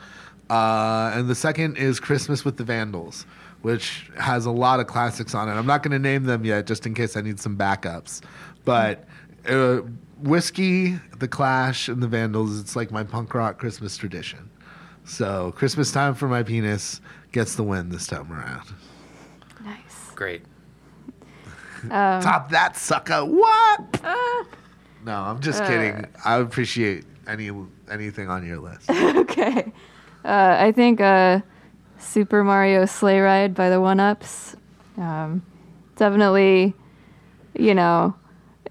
[SPEAKER 1] uh, and the second is Christmas with the Vandals, which has a lot of classics on it. I'm not going to name them yet, just in case I need some backups. But uh, Whiskey, The Clash, and The Vandals, it's like my punk rock Christmas tradition. So Christmas time for my penis gets the win this time around.
[SPEAKER 5] Nice.
[SPEAKER 4] Great.
[SPEAKER 1] Uh. Top that sucker! What?
[SPEAKER 5] Uh.
[SPEAKER 1] no, I'm just kidding. I appreciate any anything on your list.
[SPEAKER 5] Okay. Uh, I think uh, Super Mario Sleigh Ride by the One Ups. Um, definitely, you know,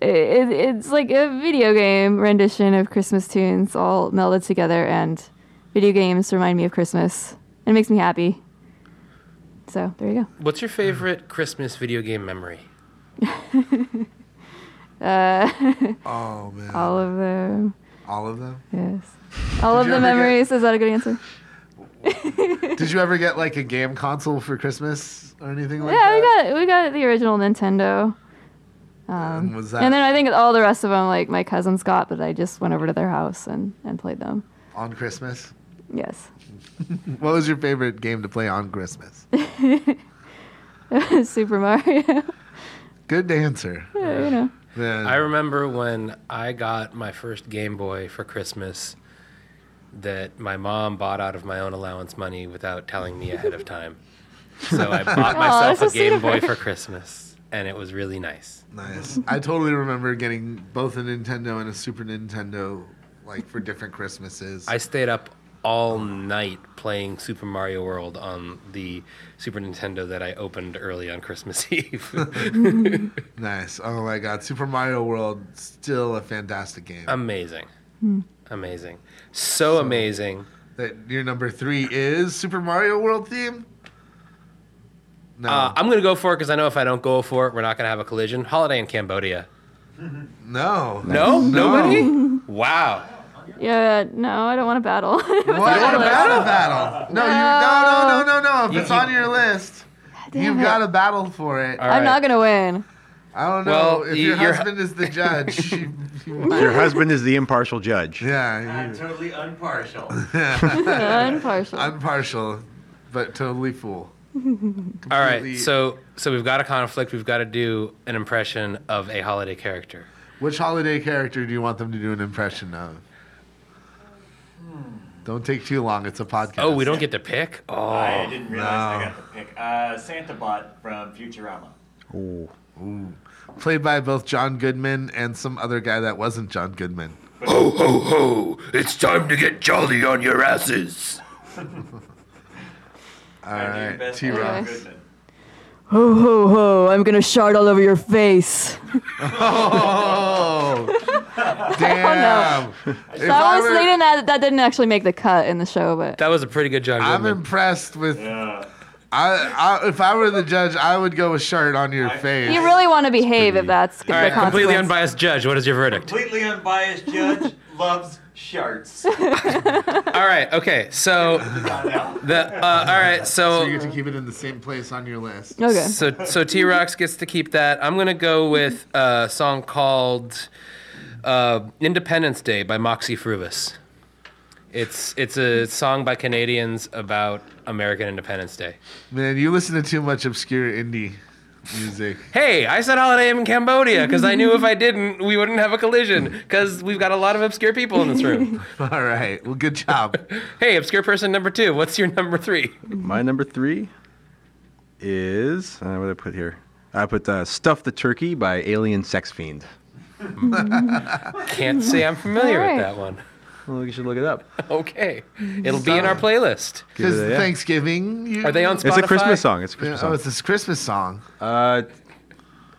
[SPEAKER 5] i it, it's like a video game rendition of Christmas tunes all melded together, and video games remind me of Christmas. It makes me happy. So there you
[SPEAKER 4] What's your favorite Christmas video game memory?
[SPEAKER 5] go. Uh,
[SPEAKER 1] Oh man,
[SPEAKER 5] all of them.
[SPEAKER 1] all of them.
[SPEAKER 5] Yes. All of
[SPEAKER 1] you
[SPEAKER 5] the
[SPEAKER 1] ever get-
[SPEAKER 5] memories. Is that a good answer?
[SPEAKER 1] Did you ever get like a game console for Christmas or anything like
[SPEAKER 5] Yeah, we
[SPEAKER 1] that?
[SPEAKER 5] got we got the original Nintendo.
[SPEAKER 1] And was that
[SPEAKER 5] And then I think all the rest of them, like my cousins got, but I just went over to their house and, and played them.
[SPEAKER 1] on Christmas?
[SPEAKER 5] Yes.
[SPEAKER 1] What was your favorite game to play on Christmas?
[SPEAKER 5] Super Mario. Yeah,
[SPEAKER 1] Good answer.
[SPEAKER 5] you know.
[SPEAKER 1] Man,
[SPEAKER 4] I remember when I got my first Game Boy for Christmas that my mom bought out of my own allowance money without telling me ahead of time. So I bought
[SPEAKER 5] that's
[SPEAKER 4] myself
[SPEAKER 5] so
[SPEAKER 4] a
[SPEAKER 5] sweet
[SPEAKER 4] Game
[SPEAKER 5] of her.
[SPEAKER 4] Boy for Christmas, and it was really nice.
[SPEAKER 1] nice. I totally remember getting both a Nintendo and a Super Nintendo like for different Christmases.
[SPEAKER 4] I stayed up all night playing Super Mario World on the Super Nintendo that I opened early on Christmas Eve.
[SPEAKER 1] nice. Oh my god, Super Mario World still a fantastic game.
[SPEAKER 4] amazing. Amazing. So, amazing.
[SPEAKER 1] that your number 3 is Super Mario World theme? No.
[SPEAKER 4] Uh, I'm going to go for it because I know if I don't go for it, we're not going to have a collision. Holiday in Cambodia.
[SPEAKER 1] no.
[SPEAKER 4] No?
[SPEAKER 1] No.
[SPEAKER 4] Nobody? Wow.
[SPEAKER 5] Yeah, no, I don't want to battle.
[SPEAKER 1] What about a battle battle? No, you, no, no, no, no, no. If it's on your list, you've got to battle for it.
[SPEAKER 4] All
[SPEAKER 5] I'm
[SPEAKER 4] right.
[SPEAKER 5] not gonna win.
[SPEAKER 1] I don't know
[SPEAKER 4] Well,
[SPEAKER 1] if
[SPEAKER 4] you-
[SPEAKER 1] your
[SPEAKER 4] you're-
[SPEAKER 1] husband is the judge. you- you-
[SPEAKER 2] Your husband is the impartial judge.
[SPEAKER 1] yeah,
[SPEAKER 6] I'm
[SPEAKER 1] you,
[SPEAKER 6] totally unpartial.
[SPEAKER 5] I'm partial.
[SPEAKER 1] I'm partial, but totally fool.
[SPEAKER 4] All
[SPEAKER 1] completely-
[SPEAKER 4] right. So so we've got a conflict. We've got to do an impression of a holiday character.
[SPEAKER 1] Which holiday character do you want them to do an impression of?
[SPEAKER 6] Hmm.
[SPEAKER 1] Don't take too long. It's a podcast.
[SPEAKER 4] Oh, we don't get to pick.
[SPEAKER 6] I
[SPEAKER 4] Oh,
[SPEAKER 6] didn't realize I got the pick. Uh, Santa Bot from Futurama.
[SPEAKER 1] Played by both John Goodman and some other guy that wasn't John Goodman.
[SPEAKER 7] ho ho! It's time to get jolly on your asses.
[SPEAKER 1] All
[SPEAKER 6] I do your
[SPEAKER 1] right,
[SPEAKER 6] best
[SPEAKER 1] T
[SPEAKER 6] John
[SPEAKER 1] Rock.
[SPEAKER 5] Yes.
[SPEAKER 6] Goodman.
[SPEAKER 5] Ho ho ho! I'm gonna shard all over your face.
[SPEAKER 1] Oh, damn! If I
[SPEAKER 5] That was
[SPEAKER 1] were-
[SPEAKER 5] they didn't add, that didn't actually make the cut in the show, but
[SPEAKER 4] that was a pretty good John
[SPEAKER 1] I'm
[SPEAKER 4] Goodman.
[SPEAKER 1] impressed with.
[SPEAKER 6] Yeah.
[SPEAKER 1] I, I if I were the judge, I would go with shirt on your face.
[SPEAKER 5] you really want to behave if that's
[SPEAKER 4] All
[SPEAKER 5] the
[SPEAKER 4] right, completely
[SPEAKER 5] consequence.
[SPEAKER 4] unbiased judge. What is your verdict?
[SPEAKER 6] Completely unbiased judge loves sharts.
[SPEAKER 4] All right. Okay. So the uh, all right.
[SPEAKER 1] So you
[SPEAKER 4] So
[SPEAKER 1] get to keep it in the same place on your list.
[SPEAKER 5] Okay.
[SPEAKER 4] so so T Rox gets to keep that. I'm gonna go with a song called uh, "Independence Day" by Moxie Fruvis. It's it's a song by Canadians about American Independence Day.
[SPEAKER 1] Man, you listen to too much obscure indie music.
[SPEAKER 4] Hey, I said holiday in Cambodia because I knew if I didn't, we wouldn't have a collision because we've got a lot of obscure people in this room.
[SPEAKER 1] All right. Well, good job.
[SPEAKER 4] hey, obscure person number two, what's your number three?
[SPEAKER 2] My number three is uh, what did I put here? I put uh, "Stuff the Turkey" by Alien Sex Fiend.
[SPEAKER 4] Can't say I'm familiar
[SPEAKER 5] All right.
[SPEAKER 4] with that one.
[SPEAKER 2] Well, you should look it up.
[SPEAKER 4] Okay, it'll be in our playlist.
[SPEAKER 2] Give
[SPEAKER 1] Because
[SPEAKER 2] it a- yeah.
[SPEAKER 1] Thanksgiving. You,
[SPEAKER 4] Are they on
[SPEAKER 2] It's
[SPEAKER 4] Spotify?
[SPEAKER 2] a Christmas song. It's a
[SPEAKER 1] Yeah,
[SPEAKER 2] Christmas
[SPEAKER 1] oh,
[SPEAKER 2] song.
[SPEAKER 1] it's this Christmas song.
[SPEAKER 2] Uh,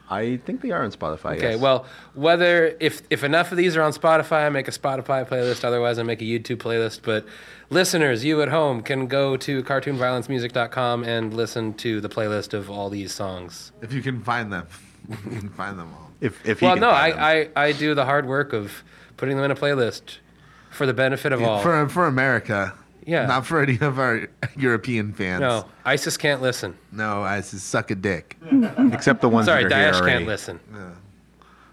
[SPEAKER 2] I think they are on Spotify.
[SPEAKER 4] Okay,
[SPEAKER 2] yes.
[SPEAKER 4] well, whether if if enough of these are on Spotify, I make a Spotify playlist. Otherwise, I make a YouTube playlist. But listeners, you at home can go to cartoonviolencemusic.com and listen to the playlist of all these songs.
[SPEAKER 1] If you can find them, you can find them all.
[SPEAKER 2] if if he
[SPEAKER 4] Well,
[SPEAKER 2] can
[SPEAKER 4] no,
[SPEAKER 2] find them.
[SPEAKER 4] I, I, I do the hard work of putting them in a playlist for the benefit of all.
[SPEAKER 1] For for America.
[SPEAKER 4] Yeah.
[SPEAKER 1] Not for any of our European fans.
[SPEAKER 4] no, ISIS can't listen.
[SPEAKER 1] No, I said suck a dick.
[SPEAKER 2] except the ones
[SPEAKER 4] Sorry,
[SPEAKER 2] that are here
[SPEAKER 4] Daesh
[SPEAKER 2] already.
[SPEAKER 4] can't listen.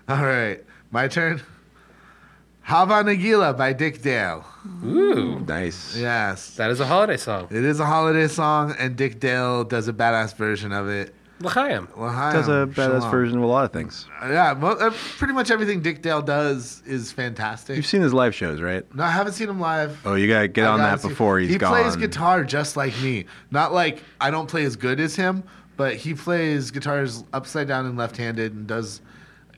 [SPEAKER 1] All right. My turn. Hava Nagila by Dick Dale.
[SPEAKER 4] Ooh,
[SPEAKER 2] Nice.
[SPEAKER 1] Yes.
[SPEAKER 4] that is a holiday song.
[SPEAKER 1] It is a holiday song, and Dick Dale does a badass version of it.
[SPEAKER 4] L'chaim.
[SPEAKER 1] L'chaim,
[SPEAKER 2] Does a badass
[SPEAKER 1] shalom.
[SPEAKER 2] version of a lot of things.
[SPEAKER 1] Yeah, mo- uh, pretty much everything Dick Dale does is fantastic.
[SPEAKER 2] You've seen his live shows, right?
[SPEAKER 1] No, I haven't seen him live.
[SPEAKER 2] Oh, you gotta get
[SPEAKER 1] I
[SPEAKER 2] on
[SPEAKER 1] gotta
[SPEAKER 2] that
[SPEAKER 1] see-
[SPEAKER 2] before he's
[SPEAKER 1] he
[SPEAKER 2] gone.
[SPEAKER 1] plays guitar just like me. Not like I don't play as good as him, but he plays guitars upside down and left-handed and does.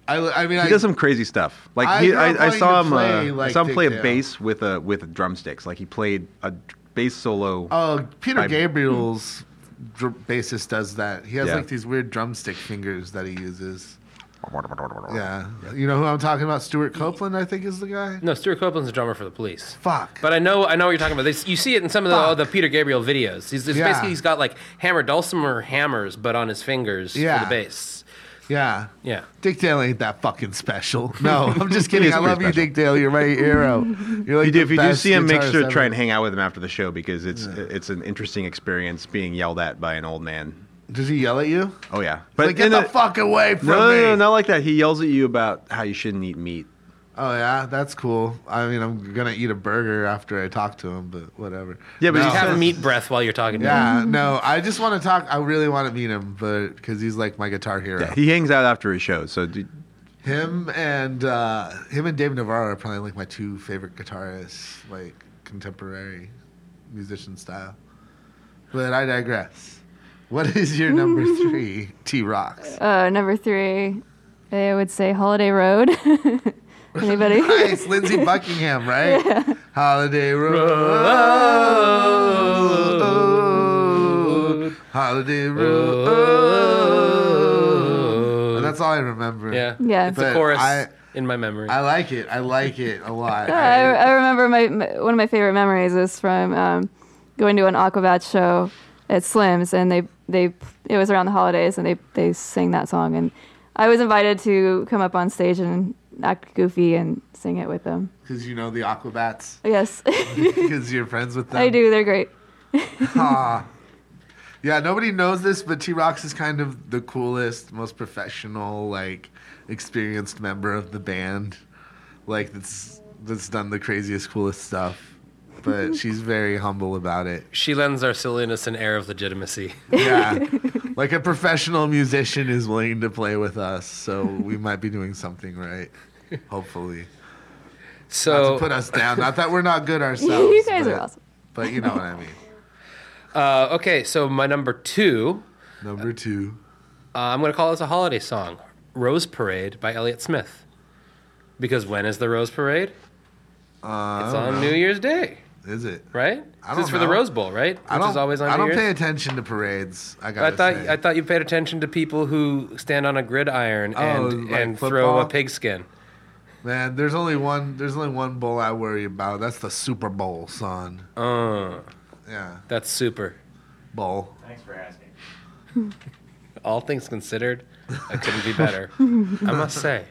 [SPEAKER 1] I, I mean, I,
[SPEAKER 2] He does some crazy stuff. Like
[SPEAKER 1] I
[SPEAKER 2] he,
[SPEAKER 1] grew up
[SPEAKER 2] I, I
[SPEAKER 1] wanting
[SPEAKER 2] saw
[SPEAKER 1] to
[SPEAKER 2] him.
[SPEAKER 1] play
[SPEAKER 2] uh,
[SPEAKER 1] like
[SPEAKER 2] I saw him
[SPEAKER 1] Dick
[SPEAKER 2] play
[SPEAKER 1] Dale.
[SPEAKER 2] a bass with a with drumsticks. Like he played a bass solo.
[SPEAKER 1] Oh, Peter
[SPEAKER 2] I-
[SPEAKER 1] Gabriel's dr- bassist does that. He has
[SPEAKER 2] Yeah.
[SPEAKER 1] like these weird drumstick fingers that he uses.
[SPEAKER 2] Oh,
[SPEAKER 1] Yeah. You know who I'm talking about? Stuart Copeland, I think, is the guy.
[SPEAKER 4] No, Stuart Copeland's a drummer for the police.
[SPEAKER 1] Fuck.
[SPEAKER 4] But I know, I know what you're talking about. They, you see it in some of the,
[SPEAKER 1] Fuck.
[SPEAKER 4] the Peter Gabriel videos. He's it's
[SPEAKER 1] Yeah.
[SPEAKER 4] basically he's got like hammer dulcimer hammers, but on his fingers
[SPEAKER 1] Yeah.
[SPEAKER 4] for the bass.
[SPEAKER 1] yeah.
[SPEAKER 4] Yeah.
[SPEAKER 1] Dick Dale ain't that fucking special. No, I'm just kidding.
[SPEAKER 2] is
[SPEAKER 1] I
[SPEAKER 2] pretty
[SPEAKER 1] love you,
[SPEAKER 2] special.
[SPEAKER 1] Dick Dale. You're my hero. You're like
[SPEAKER 2] You do,
[SPEAKER 1] the
[SPEAKER 2] if you do
[SPEAKER 1] best
[SPEAKER 2] see him, make
[SPEAKER 1] guitarist
[SPEAKER 2] sure to
[SPEAKER 1] ever.
[SPEAKER 2] try and hang out with him after the show because it's it's an interesting experience being yelled at by an old man.
[SPEAKER 1] Does he yell at you?
[SPEAKER 2] Oh yeah,
[SPEAKER 1] like, get
[SPEAKER 2] in
[SPEAKER 1] the
[SPEAKER 2] a-
[SPEAKER 1] fuck away from
[SPEAKER 2] no,
[SPEAKER 1] me.
[SPEAKER 2] no, no, not like that. He yells at you about how you shouldn't eat meat.
[SPEAKER 1] Oh, yeah, that's cool. I mean, I'm going to eat a burger after I talk to him, but whatever.
[SPEAKER 2] Yeah, but
[SPEAKER 1] No.
[SPEAKER 2] he's
[SPEAKER 4] You have meat breath while you're talking. to him.
[SPEAKER 1] Oh. Yeah, no, I just want to talk. I really want to meet him, but because he's like my guitar hero.
[SPEAKER 2] Yeah, he hangs out after his show. So do,
[SPEAKER 1] him and uh, him and Dave Navarro are probably like my two favorite guitarists, like contemporary musician style. But I digress. What is your number three? T Rocks.
[SPEAKER 5] Uh, number three, I would say Holiday Road. Anybody?
[SPEAKER 1] Nice, Lindsey Buckingham, right? Holiday
[SPEAKER 5] Oh.
[SPEAKER 1] Road. Holiday Road. And that's all I remember.
[SPEAKER 4] yeah,
[SPEAKER 5] Yeah.
[SPEAKER 4] It's
[SPEAKER 1] But
[SPEAKER 4] a chorus
[SPEAKER 1] I-
[SPEAKER 4] in my memory.
[SPEAKER 1] I like it. I like it a lot.
[SPEAKER 5] I, I remember my, my one of my favorite memories is from um, going to an Aquabat show at Slim's, and they they it was around the holidays, and they they sang that song, and I was invited to come up on stage and act goofy and sing it with them.
[SPEAKER 1] Because you know the Aquabats.
[SPEAKER 5] Yes,
[SPEAKER 1] Because you're friends with them.
[SPEAKER 5] I do. They're great.
[SPEAKER 1] Ah. Yeah, nobody knows this, but T Rox is kind of the coolest, most professional, like experienced member of the band. Like that's that's done the craziest, coolest stuff. But she's very humble about it.
[SPEAKER 4] she lends our silliness an air of legitimacy.
[SPEAKER 1] Yeah. like a professional musician is willing to play with us, so we might be doing something right. Hopefully. Not
[SPEAKER 4] So
[SPEAKER 1] to put us down. Not that we're not good ourselves.
[SPEAKER 5] you guys
[SPEAKER 1] but,
[SPEAKER 5] are awesome.
[SPEAKER 1] But you know what I mean.
[SPEAKER 4] Uh, okay, so my number two,
[SPEAKER 1] Number two.
[SPEAKER 4] uh, I'm going to call this a holiday song Rose Parade by Elliott Smith. Because when is the Rose Parade?
[SPEAKER 1] Uh,
[SPEAKER 4] it's on New Year's Day,
[SPEAKER 1] Is it?
[SPEAKER 4] right?
[SPEAKER 1] I
[SPEAKER 4] this is
[SPEAKER 1] don't
[SPEAKER 4] for the
[SPEAKER 1] know.
[SPEAKER 4] Rose Bowl, right? Which
[SPEAKER 1] I don't,
[SPEAKER 4] is always on
[SPEAKER 1] I
[SPEAKER 4] New
[SPEAKER 1] don't pay
[SPEAKER 4] Year's
[SPEAKER 1] attention to parades. I
[SPEAKER 4] I
[SPEAKER 1] got
[SPEAKER 4] thought I thought you paid attention to people who stand on a gridiron and,
[SPEAKER 1] Oh, like
[SPEAKER 4] and throw
[SPEAKER 1] football?
[SPEAKER 4] a pigskin.
[SPEAKER 1] man, there's only one. There's only one bowl I worry about. That's the Super Bowl, son.
[SPEAKER 4] Uh,
[SPEAKER 1] Yeah,
[SPEAKER 4] that's super.
[SPEAKER 1] bowl.
[SPEAKER 6] Thanks for asking.
[SPEAKER 4] All things considered, I couldn't be better. I must say.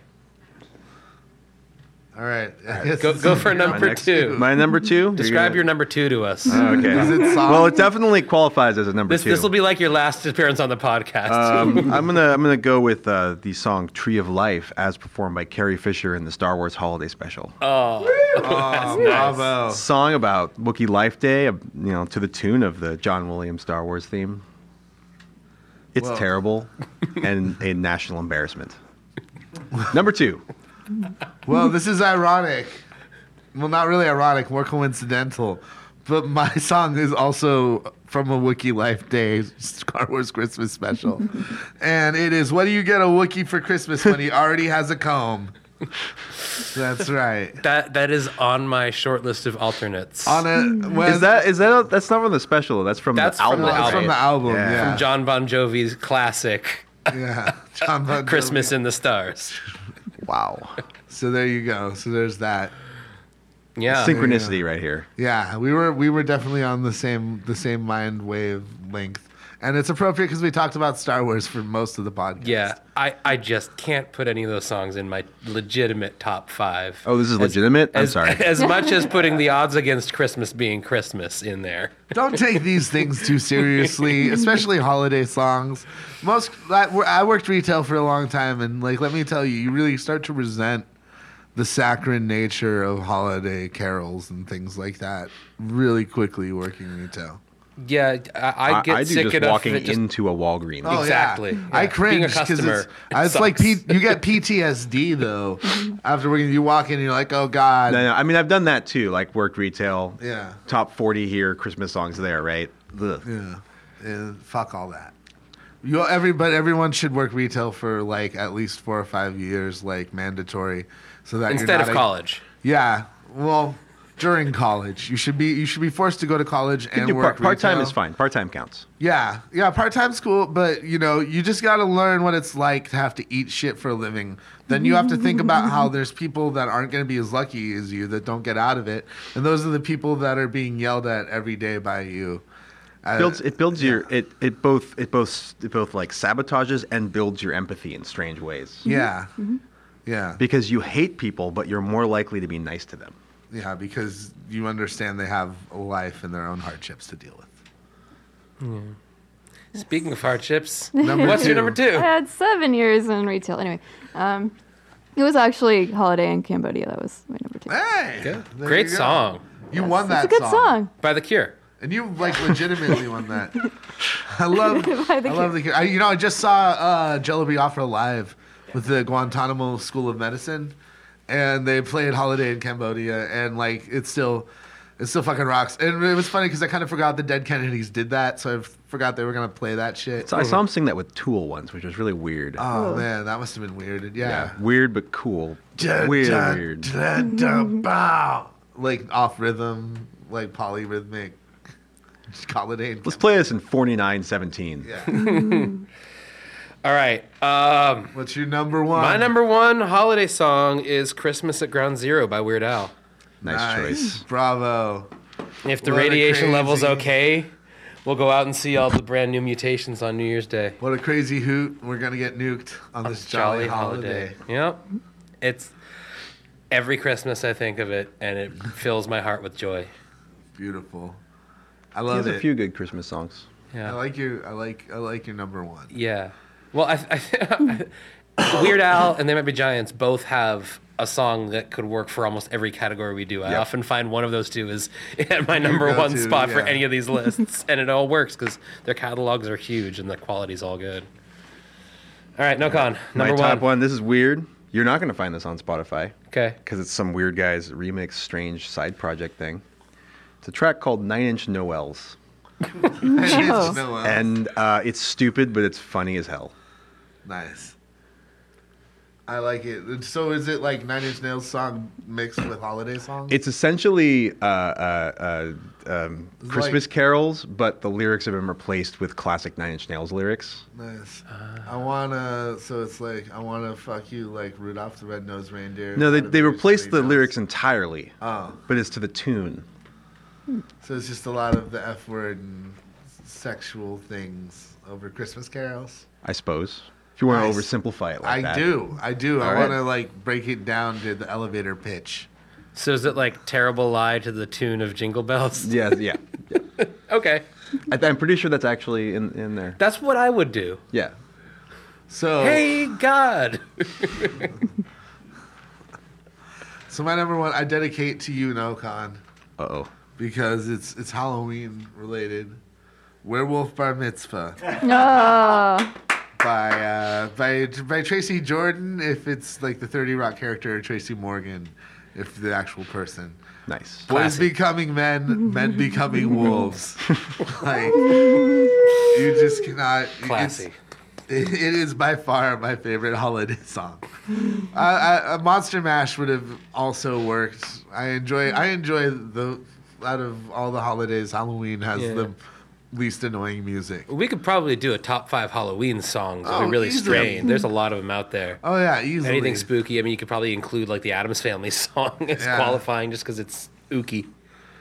[SPEAKER 1] All right.
[SPEAKER 4] Go, go for
[SPEAKER 2] my
[SPEAKER 4] number
[SPEAKER 2] next-
[SPEAKER 4] two.
[SPEAKER 2] My number two.
[SPEAKER 4] Describe your
[SPEAKER 2] You're
[SPEAKER 4] number two to us.
[SPEAKER 2] gonna- Okay.
[SPEAKER 1] Is it soft?
[SPEAKER 2] Well, it definitely qualifies as a number
[SPEAKER 4] This
[SPEAKER 2] two.
[SPEAKER 4] this will be like your last appearance on the podcast.
[SPEAKER 2] um, I'm gonna I'm gonna go with uh, the song "Tree of Life" as performed by Carrie Fisher in the Star Wars Holiday Special.
[SPEAKER 1] Oh, bravo.
[SPEAKER 2] song about Wookiee Life Day, uh, you know, to the tune of the John Williams Star Wars theme. It's
[SPEAKER 1] Whoa.
[SPEAKER 2] terrible and a national embarrassment. Number two,
[SPEAKER 1] Well, this is ironic. Well, not really ironic, more coincidental. But my song is also from a Wookiee Life Day Star Wars Christmas special. and it is What do you get a Wookiee for Christmas when he already has a comb? That's right.
[SPEAKER 4] that that is on my short list of alternates.
[SPEAKER 1] On a well,
[SPEAKER 2] is that is that that's not from the special? That's from
[SPEAKER 4] That's
[SPEAKER 2] the
[SPEAKER 4] from
[SPEAKER 2] album.
[SPEAKER 4] the
[SPEAKER 1] that's from the album,
[SPEAKER 2] Yeah.
[SPEAKER 1] yeah.
[SPEAKER 4] John Bon Jovi's classic
[SPEAKER 1] yeah. John Bon Jovi.
[SPEAKER 4] "Christmas in the Stars."
[SPEAKER 2] Wow,
[SPEAKER 1] So there you go. So there's that.
[SPEAKER 4] Yeah,
[SPEAKER 2] synchronicity right here.
[SPEAKER 1] Yeah, we were we were definitely on the same the same mind wave length. And it's appropriate because we talked about Star Wars for most of the podcast.
[SPEAKER 4] yeah. I, I just can't put any of those songs in my legitimate top five.
[SPEAKER 2] Oh, this is legitimate. I'm
[SPEAKER 4] as,
[SPEAKER 2] sorry.
[SPEAKER 4] As much as putting the odds against Christmas being Christmas in there.
[SPEAKER 1] don't take these things too seriously, especially holiday songs. Most I I worked retail for a long time, and like, let me tell you, you really start to resent the saccharine nature of holiday carols and things like that really quickly working retail.
[SPEAKER 4] Yeah, I, I get
[SPEAKER 2] I do
[SPEAKER 4] sick
[SPEAKER 2] just
[SPEAKER 4] enough
[SPEAKER 2] walking
[SPEAKER 4] that just-
[SPEAKER 2] into a Walgreens.
[SPEAKER 1] Oh, yeah.
[SPEAKER 4] Exactly.
[SPEAKER 1] I
[SPEAKER 4] Yeah. Being a
[SPEAKER 1] cringe because
[SPEAKER 4] customer,
[SPEAKER 1] it's,
[SPEAKER 4] it
[SPEAKER 1] it's like P,
[SPEAKER 4] sucks.
[SPEAKER 1] you get PTSD though after working. You walk in, you're like, oh god,
[SPEAKER 2] No, no, I mean I've done that too. Like worked retail.
[SPEAKER 1] Yeah.
[SPEAKER 2] Top forty here, Christmas songs there, right? Ugh.
[SPEAKER 1] Yeah. Yeah, fuck all that. You every but everyone should work retail for like at least four or five years, like mandatory, so that you're
[SPEAKER 4] instead
[SPEAKER 1] not
[SPEAKER 4] of
[SPEAKER 1] a-
[SPEAKER 4] college.
[SPEAKER 1] yeah, well, during college, you should be you should be forced to go to college
[SPEAKER 2] You
[SPEAKER 1] and
[SPEAKER 2] do
[SPEAKER 1] work
[SPEAKER 2] part time
[SPEAKER 1] retail.
[SPEAKER 2] is fine. Part time counts.
[SPEAKER 1] Yeah, yeah, part time school, but you know, you just got to learn what it's like to have to eat shit for a living. Then you have to think about how there's people that aren't going to be as lucky as you that don't get out of it, and those are the people that are being yelled at every day by you. Uh,
[SPEAKER 2] builds it builds your it it both it both it both like sabotages and builds your empathy in strange ways
[SPEAKER 5] Mm-hmm.
[SPEAKER 1] Yeah. Yeah.
[SPEAKER 2] because you hate people but you're more likely to be nice to them
[SPEAKER 1] yeah, because you understand they have a life and their own hardships to deal with.
[SPEAKER 4] Speaking of hardships,
[SPEAKER 1] Number
[SPEAKER 4] what's your
[SPEAKER 1] two.
[SPEAKER 4] number two?
[SPEAKER 5] I had seven years in retail. Anyway, um, it was actually Holiday in Cambodia. That was my number two.
[SPEAKER 1] Hey.
[SPEAKER 4] Good.
[SPEAKER 1] there
[SPEAKER 4] Great
[SPEAKER 1] you go.
[SPEAKER 4] song
[SPEAKER 1] You won
[SPEAKER 5] It's
[SPEAKER 1] that
[SPEAKER 5] a good song.
[SPEAKER 4] by The Cure.
[SPEAKER 1] And you like legitimately won that. I love
[SPEAKER 5] By the
[SPEAKER 1] I love the I, you know, I just saw uh Jello Biafra live with the Guantanamo School of Medicine and they played Holiday in Cambodia and like it's still it still fucking rocks. And it was funny because I kind of forgot the Dead Kennedys did that, so I f- forgot they were gonna play that shit.
[SPEAKER 2] so i saw him sing that with tool once which was really weird
[SPEAKER 1] oh man, that must have been weird. yeah.
[SPEAKER 2] weird but cool
[SPEAKER 1] Da,
[SPEAKER 2] weird
[SPEAKER 1] da,
[SPEAKER 2] weird
[SPEAKER 1] da, da, bow. like off rhythm, like polyrhythmic. Just call it a-
[SPEAKER 2] let's play this in 4917
[SPEAKER 1] Yeah.
[SPEAKER 4] All right. Um,
[SPEAKER 1] What's your number one?
[SPEAKER 4] my number one holiday song is Christmas at Ground Zero by Weird Al.
[SPEAKER 2] nice, choice
[SPEAKER 1] Bravo.
[SPEAKER 4] If the
[SPEAKER 1] What a
[SPEAKER 4] radiation level's
[SPEAKER 1] crazy-
[SPEAKER 4] okay, we'll go out and see all the brand new mutations on New Year's Day.
[SPEAKER 1] What a crazy hoot. We're going to get nuked on this jolly, holiday.
[SPEAKER 4] Yep. It's every Christmas I think of it and it fills my heart with joy.
[SPEAKER 1] Beautiful. I
[SPEAKER 2] there's
[SPEAKER 1] love it.
[SPEAKER 2] a few good christmas songs
[SPEAKER 1] I
[SPEAKER 4] Yeah.
[SPEAKER 1] like your I like I like your number one.
[SPEAKER 4] yeah. Well, I, I Weird Al and They Might Be Giants both have a song that could work for almost every category we do. I
[SPEAKER 2] Yeah.
[SPEAKER 4] often find one of those two is at my number
[SPEAKER 1] go-to,
[SPEAKER 4] one spot for
[SPEAKER 1] yeah.
[SPEAKER 4] any of these lists, and it all works because their catalogs are huge and the quality's all good. All right, no con number
[SPEAKER 2] my top
[SPEAKER 4] one.
[SPEAKER 2] one this is weird you're not going to find this on spotify
[SPEAKER 4] Okay,
[SPEAKER 2] because it's some weird guy's remix strange side project thing it's a track called nine inch noels
[SPEAKER 1] It's Noel.
[SPEAKER 2] and uh, it's stupid, but it's funny as hell.
[SPEAKER 1] nice. I like it. So is it like Nine Inch Nails song mixed with holiday songs?
[SPEAKER 2] It's essentially uh, uh, uh, um,
[SPEAKER 1] It's
[SPEAKER 2] Christmas
[SPEAKER 1] like-
[SPEAKER 2] carols, but the lyrics have been replaced with classic Nine Inch Nails lyrics.
[SPEAKER 1] Nice.
[SPEAKER 2] Uh,
[SPEAKER 1] I wanna. So it's like I wanna fuck you, like Rudolph the Red-Nosed Reindeer.
[SPEAKER 2] No, they,
[SPEAKER 1] Out of
[SPEAKER 2] they
[SPEAKER 1] your
[SPEAKER 2] replaced
[SPEAKER 1] shiny
[SPEAKER 2] the
[SPEAKER 1] nose.
[SPEAKER 2] lyrics entirely,
[SPEAKER 1] Oh,
[SPEAKER 2] but it's to the tune.
[SPEAKER 1] so it's just a lot of the f word and sexual things over Christmas carols.
[SPEAKER 2] I suppose. If you want
[SPEAKER 1] Nice.
[SPEAKER 2] to oversimplify it like
[SPEAKER 1] I
[SPEAKER 2] that.
[SPEAKER 1] do, I do. I
[SPEAKER 2] All right.
[SPEAKER 1] wanna like break it down to the elevator pitch.
[SPEAKER 4] so is it like terrible lie to the tune of Jingle Bells?
[SPEAKER 2] Yeah, yeah. yeah.
[SPEAKER 4] Okay,
[SPEAKER 2] I, I'm pretty sure that's actually in, in there.
[SPEAKER 4] that's what I would do.
[SPEAKER 2] Yeah.
[SPEAKER 1] So,
[SPEAKER 4] Hey God.
[SPEAKER 1] so my number one, I dedicate to you, Nocon,
[SPEAKER 2] Uh oh.
[SPEAKER 1] because it's it's Halloween related. Werewolf Bar Mitzvah.
[SPEAKER 5] Oh,
[SPEAKER 1] by uh, by by Tracy Jordan if it's like the Thirty Rock character, or Tracy Morgan if the actual person.
[SPEAKER 2] Nice.
[SPEAKER 1] Boys becoming men, men becoming wolves. like you just cannot. it's-
[SPEAKER 4] Classy.
[SPEAKER 1] It, it is by far my favorite holiday song. uh, I, I, Monster Mash would have also worked. I enjoy. I enjoy the out of all the holidays, Halloween has
[SPEAKER 4] Yeah.
[SPEAKER 1] the least annoying music.
[SPEAKER 4] We could probably do a top five Halloween songs if
[SPEAKER 1] Oh,
[SPEAKER 4] we really
[SPEAKER 1] easily.
[SPEAKER 4] strain. There's a lot of them out there.
[SPEAKER 1] Oh yeah, easily.
[SPEAKER 4] Anything spooky? I mean, you could probably include like the Adams Family song as
[SPEAKER 1] Yeah.
[SPEAKER 4] qualifying just because it's ooky.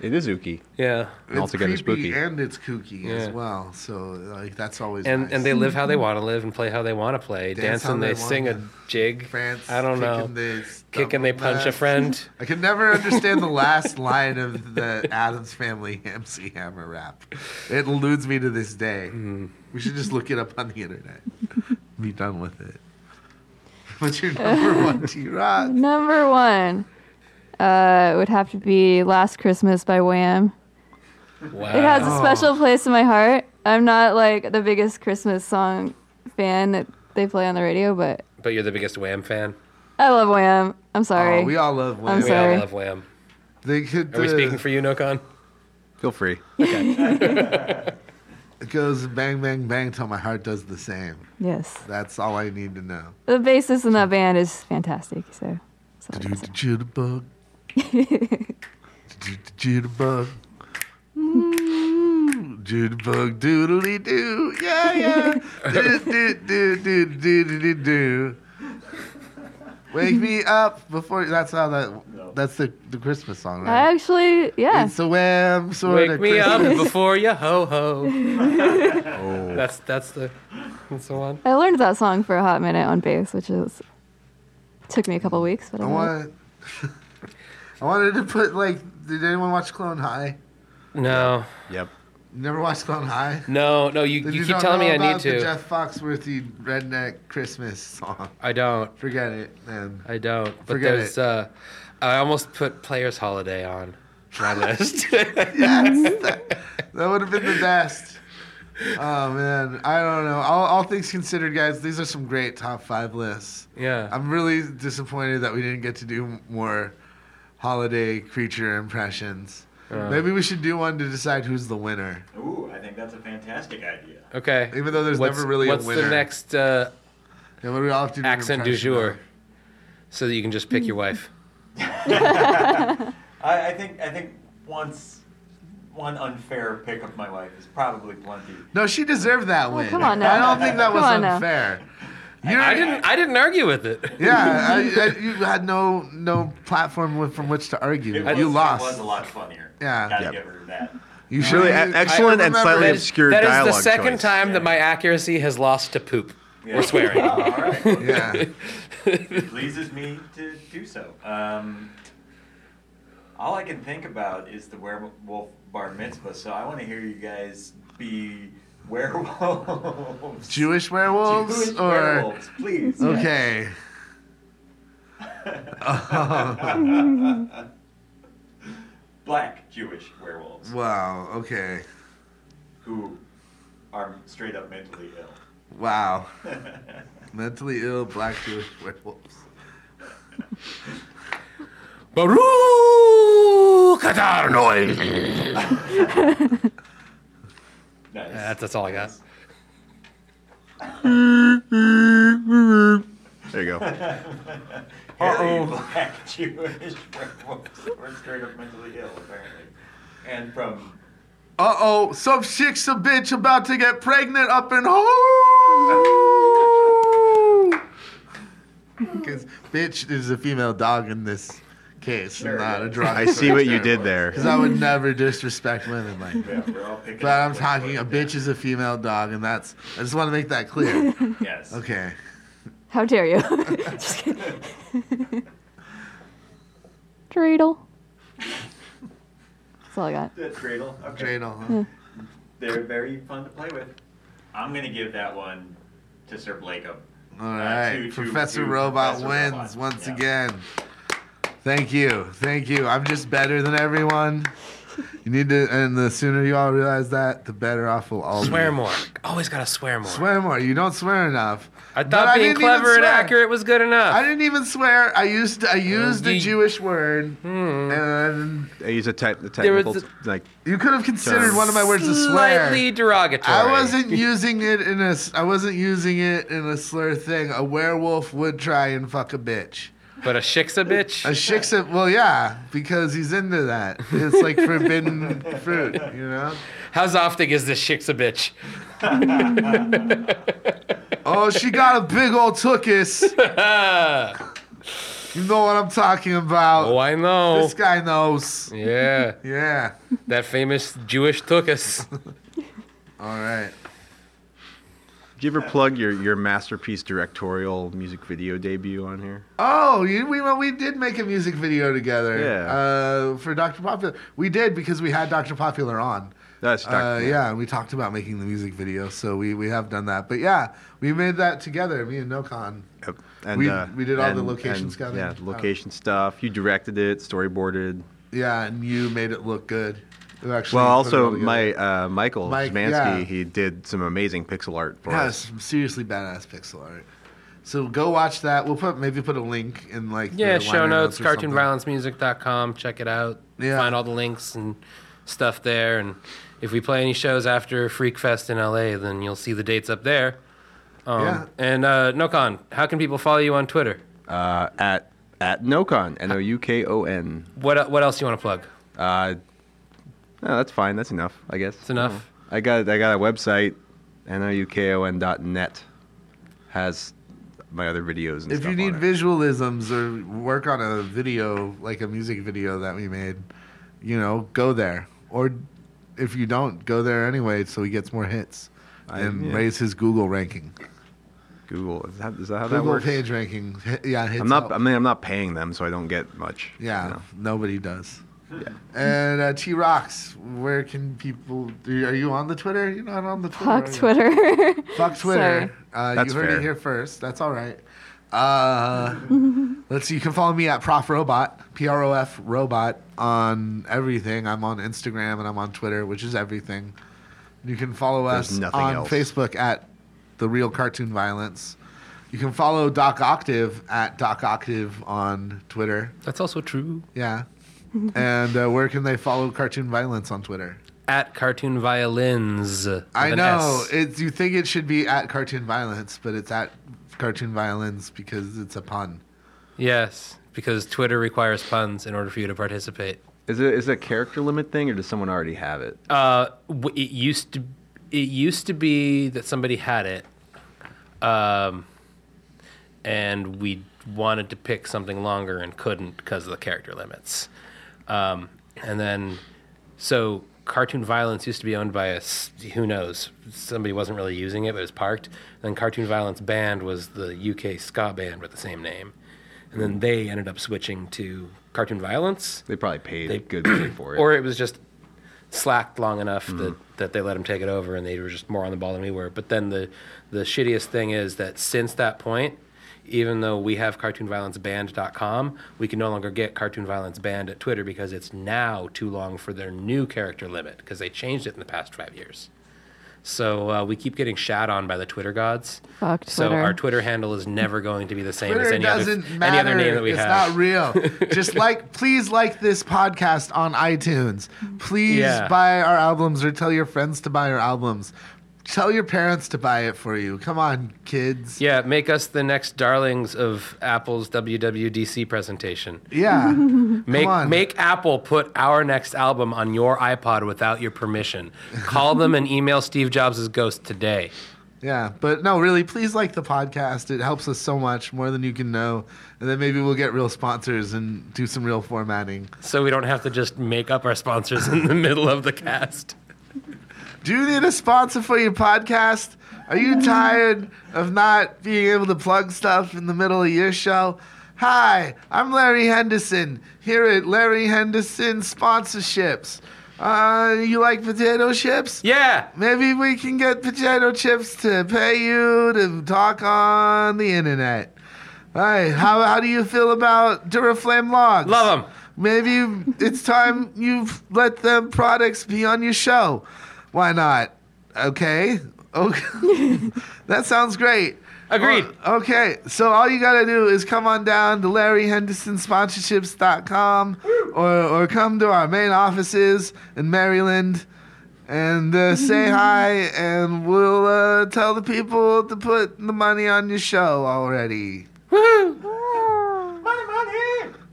[SPEAKER 2] It is Uki.
[SPEAKER 4] Yeah,
[SPEAKER 2] And altogether
[SPEAKER 1] creepy
[SPEAKER 2] spooky.
[SPEAKER 1] and it's kooky as
[SPEAKER 4] Yeah.
[SPEAKER 1] well. So like that's always
[SPEAKER 4] and
[SPEAKER 1] nice.
[SPEAKER 4] and they live how they want to live and play how they want to play.
[SPEAKER 1] Dance
[SPEAKER 4] Dance,
[SPEAKER 1] how
[SPEAKER 4] and
[SPEAKER 1] they
[SPEAKER 4] they sing a
[SPEAKER 1] wanna.
[SPEAKER 4] jig.
[SPEAKER 1] France
[SPEAKER 4] I don't know.
[SPEAKER 1] kicking They
[SPEAKER 4] Kick and they punch a
[SPEAKER 1] left.
[SPEAKER 4] friend.
[SPEAKER 1] I can never understand the last line of the Adams Family MC Hammer rap. It eludes me to this day. We should just look it up on the internet. Be done with it. What's your number one T Rock?
[SPEAKER 5] Number one uh, would have to be Last Christmas by Wham.
[SPEAKER 4] Wow.
[SPEAKER 5] It
[SPEAKER 1] Oh.
[SPEAKER 5] has a special place in my heart. I'm not like the biggest Christmas song fan that they play on the radio, but
[SPEAKER 4] but you're the biggest Wham fan.
[SPEAKER 5] I love Wham. I'm sorry.
[SPEAKER 1] Oh, we all love Wham.
[SPEAKER 5] I'm
[SPEAKER 4] We
[SPEAKER 5] Sorry.
[SPEAKER 4] all love Wham.
[SPEAKER 1] They could.
[SPEAKER 4] Are we
[SPEAKER 1] uh,
[SPEAKER 4] speaking for you, Nokon?
[SPEAKER 2] Feel free.
[SPEAKER 1] It goes bang, bang, bang till my heart does the same.
[SPEAKER 5] yes.
[SPEAKER 1] That's all I need to know.
[SPEAKER 5] The bassist in that band is fantastic. So, so
[SPEAKER 1] Do the jitterbug. Do the jitterbug. Mm, Jitterbug doodly doo. Yeah, yeah. do, do, do, do, do, do, do, do. Wake me up before. That's how that. That's the, the Christmas song,
[SPEAKER 5] I
[SPEAKER 1] right?
[SPEAKER 5] actually, Oh, yeah.
[SPEAKER 1] It's a wham sort
[SPEAKER 4] Wake
[SPEAKER 1] of
[SPEAKER 4] me up
[SPEAKER 1] Christmas.
[SPEAKER 4] before you ho ho.
[SPEAKER 2] Oh.
[SPEAKER 4] That's that's the and so on.
[SPEAKER 5] I learned that song for a hot minute on bass, which is took me a couple weeks, but I
[SPEAKER 1] I
[SPEAKER 5] got it.
[SPEAKER 1] want. I wanted to put like. Did anyone watch Clone High?
[SPEAKER 4] No,
[SPEAKER 2] Yep.
[SPEAKER 1] You never watched Clone High?
[SPEAKER 4] no, no. You,
[SPEAKER 1] Then
[SPEAKER 4] you keep
[SPEAKER 1] don't
[SPEAKER 4] telling
[SPEAKER 1] know
[SPEAKER 4] me I
[SPEAKER 1] about
[SPEAKER 4] need
[SPEAKER 1] The
[SPEAKER 4] to.
[SPEAKER 1] Jeff Foxworthy redneck Christmas song.
[SPEAKER 4] I don't.
[SPEAKER 1] Forget it, man.
[SPEAKER 4] I don't. But
[SPEAKER 1] Forget
[SPEAKER 4] there's. Uh, I almost put Players Holiday on my list.
[SPEAKER 1] Yes, that, that would have been the best. Oh man, I don't know. All, all things considered, guys, these are some great top five lists.
[SPEAKER 4] yeah.
[SPEAKER 1] I'm really disappointed that we didn't get to do more holiday creature impressions.
[SPEAKER 4] Uh.
[SPEAKER 1] Maybe we should do one to decide who's the winner,
[SPEAKER 6] Ooh, I think that's a fantastic idea.
[SPEAKER 4] okay.
[SPEAKER 1] even though there's
[SPEAKER 4] what's
[SPEAKER 1] never really
[SPEAKER 4] what's
[SPEAKER 1] a winner.
[SPEAKER 4] the next uh,
[SPEAKER 1] Then what do we all have to do an
[SPEAKER 4] accent du
[SPEAKER 1] impression
[SPEAKER 4] jour?
[SPEAKER 1] of?
[SPEAKER 4] So that you can just pick your wife.
[SPEAKER 6] I, I think I think once one unfair pick of my wife is probably plenty.
[SPEAKER 1] No, she deserved that win.
[SPEAKER 5] come on now.
[SPEAKER 1] I don't think that was
[SPEAKER 5] Come on now.
[SPEAKER 1] unfair. You're,
[SPEAKER 4] I didn't. I didn't argue with it.
[SPEAKER 1] Yeah, I, I, you had no no platform with, from which to argue.
[SPEAKER 6] It was,
[SPEAKER 1] you
[SPEAKER 6] It was
[SPEAKER 1] lost.
[SPEAKER 6] a lot funnier.
[SPEAKER 1] Yeah.
[SPEAKER 6] Gotta
[SPEAKER 2] Yep.
[SPEAKER 6] give her that.
[SPEAKER 1] You should
[SPEAKER 2] Really e- excellent and slightly
[SPEAKER 4] That is-
[SPEAKER 2] obscure
[SPEAKER 4] that is
[SPEAKER 2] dialogue
[SPEAKER 4] the second
[SPEAKER 2] choice.
[SPEAKER 4] time that
[SPEAKER 6] Yeah.
[SPEAKER 4] my accuracy has lost to poop.
[SPEAKER 6] Yeah.
[SPEAKER 4] We're swearing.
[SPEAKER 6] All right.
[SPEAKER 1] Yeah.
[SPEAKER 6] It pleases me to do so. Um, all I can think about is the werewolf bar mitzvah, so I want to hear you guys be werewolves.
[SPEAKER 1] Jewish werewolves Uh,
[SPEAKER 6] Jewish
[SPEAKER 1] or
[SPEAKER 6] werewolves, please.
[SPEAKER 1] okay.
[SPEAKER 6] Black Jewish werewolves
[SPEAKER 1] Wow. Okay.
[SPEAKER 6] who are straight up mentally ill.
[SPEAKER 1] Wow. Mentally ill black Jewish werewolves.
[SPEAKER 7] Baruch Katarnoi.
[SPEAKER 6] Nice.
[SPEAKER 4] That's, that's all I got.
[SPEAKER 2] There you go.
[SPEAKER 6] Hairy black Jewish werewolves who are straight up mentally ill, apparently. And from
[SPEAKER 1] Uh oh, some chick's a bitch about to get pregnant up in home. Because bitch is a female dog in this case, and not a dog.
[SPEAKER 2] I see what you did there.
[SPEAKER 1] Because I would never disrespect women like that.
[SPEAKER 6] yeah, we're all picking
[SPEAKER 1] But I'm
[SPEAKER 6] up
[SPEAKER 1] talking a bitch is a female dog, and that's. I just want to make that clear.
[SPEAKER 6] Yes.
[SPEAKER 1] Okay.
[SPEAKER 5] How dare you? Just kidding. Dreidel. That's all I got.
[SPEAKER 6] The cradle. Okay.
[SPEAKER 1] Dreidel, huh?
[SPEAKER 6] They're very fun to play with. I'm gonna give that one to Sir Blakeham.
[SPEAKER 1] All
[SPEAKER 6] Uh,
[SPEAKER 1] right.
[SPEAKER 6] two- two-
[SPEAKER 1] Professor
[SPEAKER 6] two
[SPEAKER 1] Robot
[SPEAKER 6] Professor
[SPEAKER 1] wins
[SPEAKER 6] Robot.
[SPEAKER 1] once
[SPEAKER 6] Yeah.
[SPEAKER 1] again. Thank you. Thank you. I'm just better than everyone. You need to, and the sooner you all realize that, the better off we'll all
[SPEAKER 4] Swear
[SPEAKER 1] be.
[SPEAKER 4] more. Always gotta swear more.
[SPEAKER 1] Swear more. You don't swear enough.
[SPEAKER 4] I
[SPEAKER 1] But
[SPEAKER 4] thought being
[SPEAKER 1] didn't even
[SPEAKER 4] clever and
[SPEAKER 1] swear.
[SPEAKER 4] accurate was good enough.
[SPEAKER 1] I didn't even swear. I used I used a
[SPEAKER 4] you-
[SPEAKER 1] Jewish word,
[SPEAKER 4] Hmm.
[SPEAKER 1] and
[SPEAKER 2] I use a, tech, a
[SPEAKER 4] There was
[SPEAKER 2] technical,
[SPEAKER 4] the-
[SPEAKER 2] like,
[SPEAKER 1] you could have considered one of my words a swear.
[SPEAKER 4] Slightly derogatory.
[SPEAKER 1] I wasn't using it in a. s- I wasn't using it in a slur thing. A werewolf would try and fuck a bitch.
[SPEAKER 4] But a shik's a bitch.
[SPEAKER 1] A shiksa. well, yeah, because he's into that. It's like forbidden fruit, you know.
[SPEAKER 4] How often is this shik's a bitch?
[SPEAKER 1] Oh, she got a big old tookus. you know what I'm talking about.
[SPEAKER 4] Oh, I know.
[SPEAKER 1] This guy knows.
[SPEAKER 4] Yeah,
[SPEAKER 1] Yeah.
[SPEAKER 4] that famous Jewish tukas.
[SPEAKER 1] All right.
[SPEAKER 2] did you ever plug your, your masterpiece directorial music video debut on here?
[SPEAKER 1] Oh, you, we well, we did make a music video together.
[SPEAKER 2] Yeah.
[SPEAKER 1] Uh, for Dr. Popular, we did because we had Dr. Popular on.
[SPEAKER 2] That's Doc-
[SPEAKER 1] Uh, yeah, and we talked about making the music video, so we, we have done that. But yeah, we made that together, me and Nocon.
[SPEAKER 2] Yep. And,
[SPEAKER 1] We-
[SPEAKER 2] uh,
[SPEAKER 1] we did all the
[SPEAKER 2] and-
[SPEAKER 1] location
[SPEAKER 2] and,
[SPEAKER 1] scouting.
[SPEAKER 2] Yeah,
[SPEAKER 1] Oh.
[SPEAKER 2] location stuff. You directed it, storyboarded.
[SPEAKER 1] Yeah, and you made it look good. You actually
[SPEAKER 2] Well,
[SPEAKER 1] put it all
[SPEAKER 2] also
[SPEAKER 1] together.
[SPEAKER 2] my uh, Michael
[SPEAKER 1] Mike,
[SPEAKER 2] Szymanski,
[SPEAKER 1] yeah.
[SPEAKER 2] he did some amazing pixel art for
[SPEAKER 1] Yeah,
[SPEAKER 2] us.
[SPEAKER 1] some seriously badass pixel art. So go watch that. We'll put maybe put a link in like
[SPEAKER 4] Yeah,
[SPEAKER 1] the
[SPEAKER 4] show
[SPEAKER 1] liner
[SPEAKER 4] notes,
[SPEAKER 1] or something.
[SPEAKER 4] cartoonviolencemusic.com. Check it out.
[SPEAKER 1] Yeah.
[SPEAKER 4] Find all the links and stuff there. And if we play any shows after Freak Fest in LA, then you'll see the dates up there. Um,
[SPEAKER 1] Yeah.
[SPEAKER 4] And uh, Nokon, how can people follow you on Twitter?
[SPEAKER 2] Uh, at at Nocon, N O U K O N.
[SPEAKER 4] What what else do you want to plug?
[SPEAKER 2] Uh, no, that's fine. That's enough, I guess. Uh-huh.
[SPEAKER 4] It's enough.
[SPEAKER 2] I got I got a website, noukon dot net, has my other videos and
[SPEAKER 1] If
[SPEAKER 2] stuff
[SPEAKER 1] you need
[SPEAKER 2] on it.
[SPEAKER 1] visualisms or work on a video like a music video that we made, you know, go there. Or if you don't, go there anyway, so he gets more hits
[SPEAKER 2] I-
[SPEAKER 1] and
[SPEAKER 2] yeah.
[SPEAKER 1] raise his Google ranking,
[SPEAKER 2] Google is that, is that how that
[SPEAKER 1] Google
[SPEAKER 2] works?
[SPEAKER 1] page ranking. Hi- Yeah, hits
[SPEAKER 2] I'm not.
[SPEAKER 1] up.
[SPEAKER 2] I mean, I'm not paying them, so I don't get much. you
[SPEAKER 1] yeah,
[SPEAKER 2] know.
[SPEAKER 1] nobody does. And uh, T Rocks, where can people? Are you on the Twitter? You're not on the Twitter.
[SPEAKER 5] Fuck
[SPEAKER 1] are you?
[SPEAKER 5] Twitter.
[SPEAKER 1] Fuck Twitter. Uh,
[SPEAKER 2] That's
[SPEAKER 1] you heard
[SPEAKER 2] fair.
[SPEAKER 1] it here first. That's all right. Uh, let's see. You can follow me at Prof Robot, P R O F Robot, on everything. I'm on Instagram and I'm on Twitter, which is everything. You can follow
[SPEAKER 2] There's
[SPEAKER 1] us
[SPEAKER 2] nothing
[SPEAKER 1] on
[SPEAKER 2] else.
[SPEAKER 1] Facebook at The Real Cartoon Violence. You can follow Doc Octave at Doc Octave on Twitter.
[SPEAKER 4] That's also true.
[SPEAKER 1] Yeah. and uh, where can they follow Cartoon Violence on Twitter?
[SPEAKER 4] At Cartoon Violins. with
[SPEAKER 1] I
[SPEAKER 4] an
[SPEAKER 1] know.
[SPEAKER 4] S.
[SPEAKER 1] It's, you think it should be at Cartoon Violence, but it's at Cartoon Violence because it's a pun.
[SPEAKER 4] Yes, because Twitter requires puns in order for you to participate.
[SPEAKER 2] Is it is it a character limit thing, or does someone already have it?
[SPEAKER 4] Uh, w- it used to it used to be that somebody had it, um, and we wanted to pick something longer and couldn't because of the character limits. Um, and then, so cartoon violence used to be owned by a s- who knows somebody wasn't really using it, but it was parked. Then cartoon violence band was the UK ska band with the same name, and then they ended up switching to cartoon violence
[SPEAKER 2] They probably paid
[SPEAKER 4] They-
[SPEAKER 2] good money for it.
[SPEAKER 4] or it was just slacked long enough
[SPEAKER 1] Mm-hmm.
[SPEAKER 4] that, that they let him take it over and they were just more on the ball than we were. But then the the shittiest thing is that since that point, even though we have cartoonviolenceband.com, we can no longer get Cartoon Violence Band at Twitter because it's now too long for their new character limit because they changed it in the past five years. So uh, we keep getting shat on by the Twitter gods.
[SPEAKER 5] Fuck
[SPEAKER 4] So
[SPEAKER 5] Twitter.
[SPEAKER 4] our Twitter handle is never going to be the same as
[SPEAKER 1] Twitter
[SPEAKER 4] any other,
[SPEAKER 1] doesn't matter.
[SPEAKER 4] any other name that we
[SPEAKER 1] it's
[SPEAKER 4] have.
[SPEAKER 1] not real. Just like, please like this podcast on iTunes. Please
[SPEAKER 4] Yeah.
[SPEAKER 1] buy our albums or tell your friends to buy our albums. Tell your parents to buy it for you. Come on, kids.
[SPEAKER 4] Yeah, make us the next darlings of Apple's WWDC presentation.
[SPEAKER 1] Yeah.
[SPEAKER 4] Make
[SPEAKER 1] on.
[SPEAKER 4] make Apple put our next album on your iPod without your permission. Call them and email Steve Jobs' ghost today.
[SPEAKER 1] Yeah, but no, really, please like the podcast. It helps us so much more than you can know. And then maybe we'll get real sponsors and do some real formatting.
[SPEAKER 4] So we don't have to just make up our sponsors in the middle of the cast.
[SPEAKER 1] Do you need a sponsor for your podcast? Are you tired of not being able to plug stuff in the middle of your show? Hi, I'm Larry Henderson here at Larry Henderson Sponsorships. Uh, you like potato chips?
[SPEAKER 4] Yeah.
[SPEAKER 1] Maybe we can get potato chips to pay you to talk on the internet. All right, how, how do you feel about Duraflame Logs?
[SPEAKER 4] Love 'em.
[SPEAKER 1] Maybe it's time you let them products be on your show. Why not? Okay. Okay. that sounds great.
[SPEAKER 4] Agreed.
[SPEAKER 1] O- okay. So all you got to do is come on down to LarryHendersonSponsorships.com or, or come to our main offices in Maryland and uh, say hi, and we'll uh, tell the people to put the money on your show already.
[SPEAKER 6] Money, money!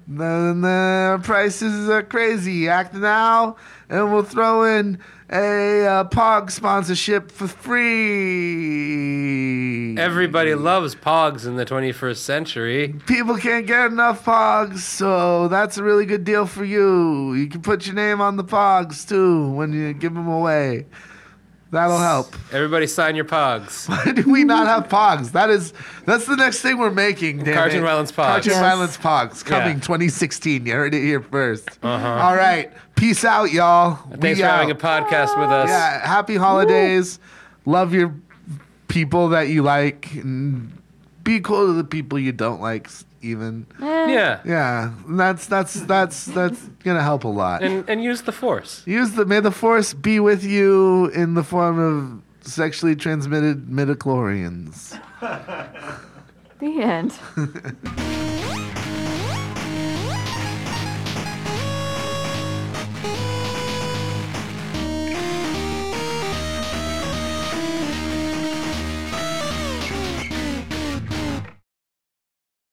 [SPEAKER 1] Then the prices are crazy. Act now, and we'll throw in a uh, POG sponsorship for free.
[SPEAKER 4] Everybody loves Pogs in the 21st century.
[SPEAKER 1] People can't get enough POGs, so that's a really good deal for you. You can put your name on the POGs too when you give them away. That'll help.
[SPEAKER 4] Everybody sign your pogs.
[SPEAKER 1] Why do we not have pogs? That is that's the next thing we're making. Damn
[SPEAKER 4] Cartoon
[SPEAKER 1] it.
[SPEAKER 4] Violence Pogs.
[SPEAKER 1] Cartoon
[SPEAKER 5] Yes.
[SPEAKER 1] violence pogs coming
[SPEAKER 4] Yeah. Uh-huh.
[SPEAKER 1] 2016. You heard it here 1st All right, peace out, y'all. We
[SPEAKER 4] Thanks for having a
[SPEAKER 1] out.
[SPEAKER 4] podcast with us.
[SPEAKER 1] Yeah, happy holidays. Love your people that you like. And be cool to the people you don't like. s- Even
[SPEAKER 5] Eh,
[SPEAKER 4] Yeah.
[SPEAKER 1] yeah, that's that's that's that's gonna help a lot.
[SPEAKER 4] And, and use the force.
[SPEAKER 1] Use the may the force be with you in the form of sexually transmitted midichlorians.
[SPEAKER 5] The end.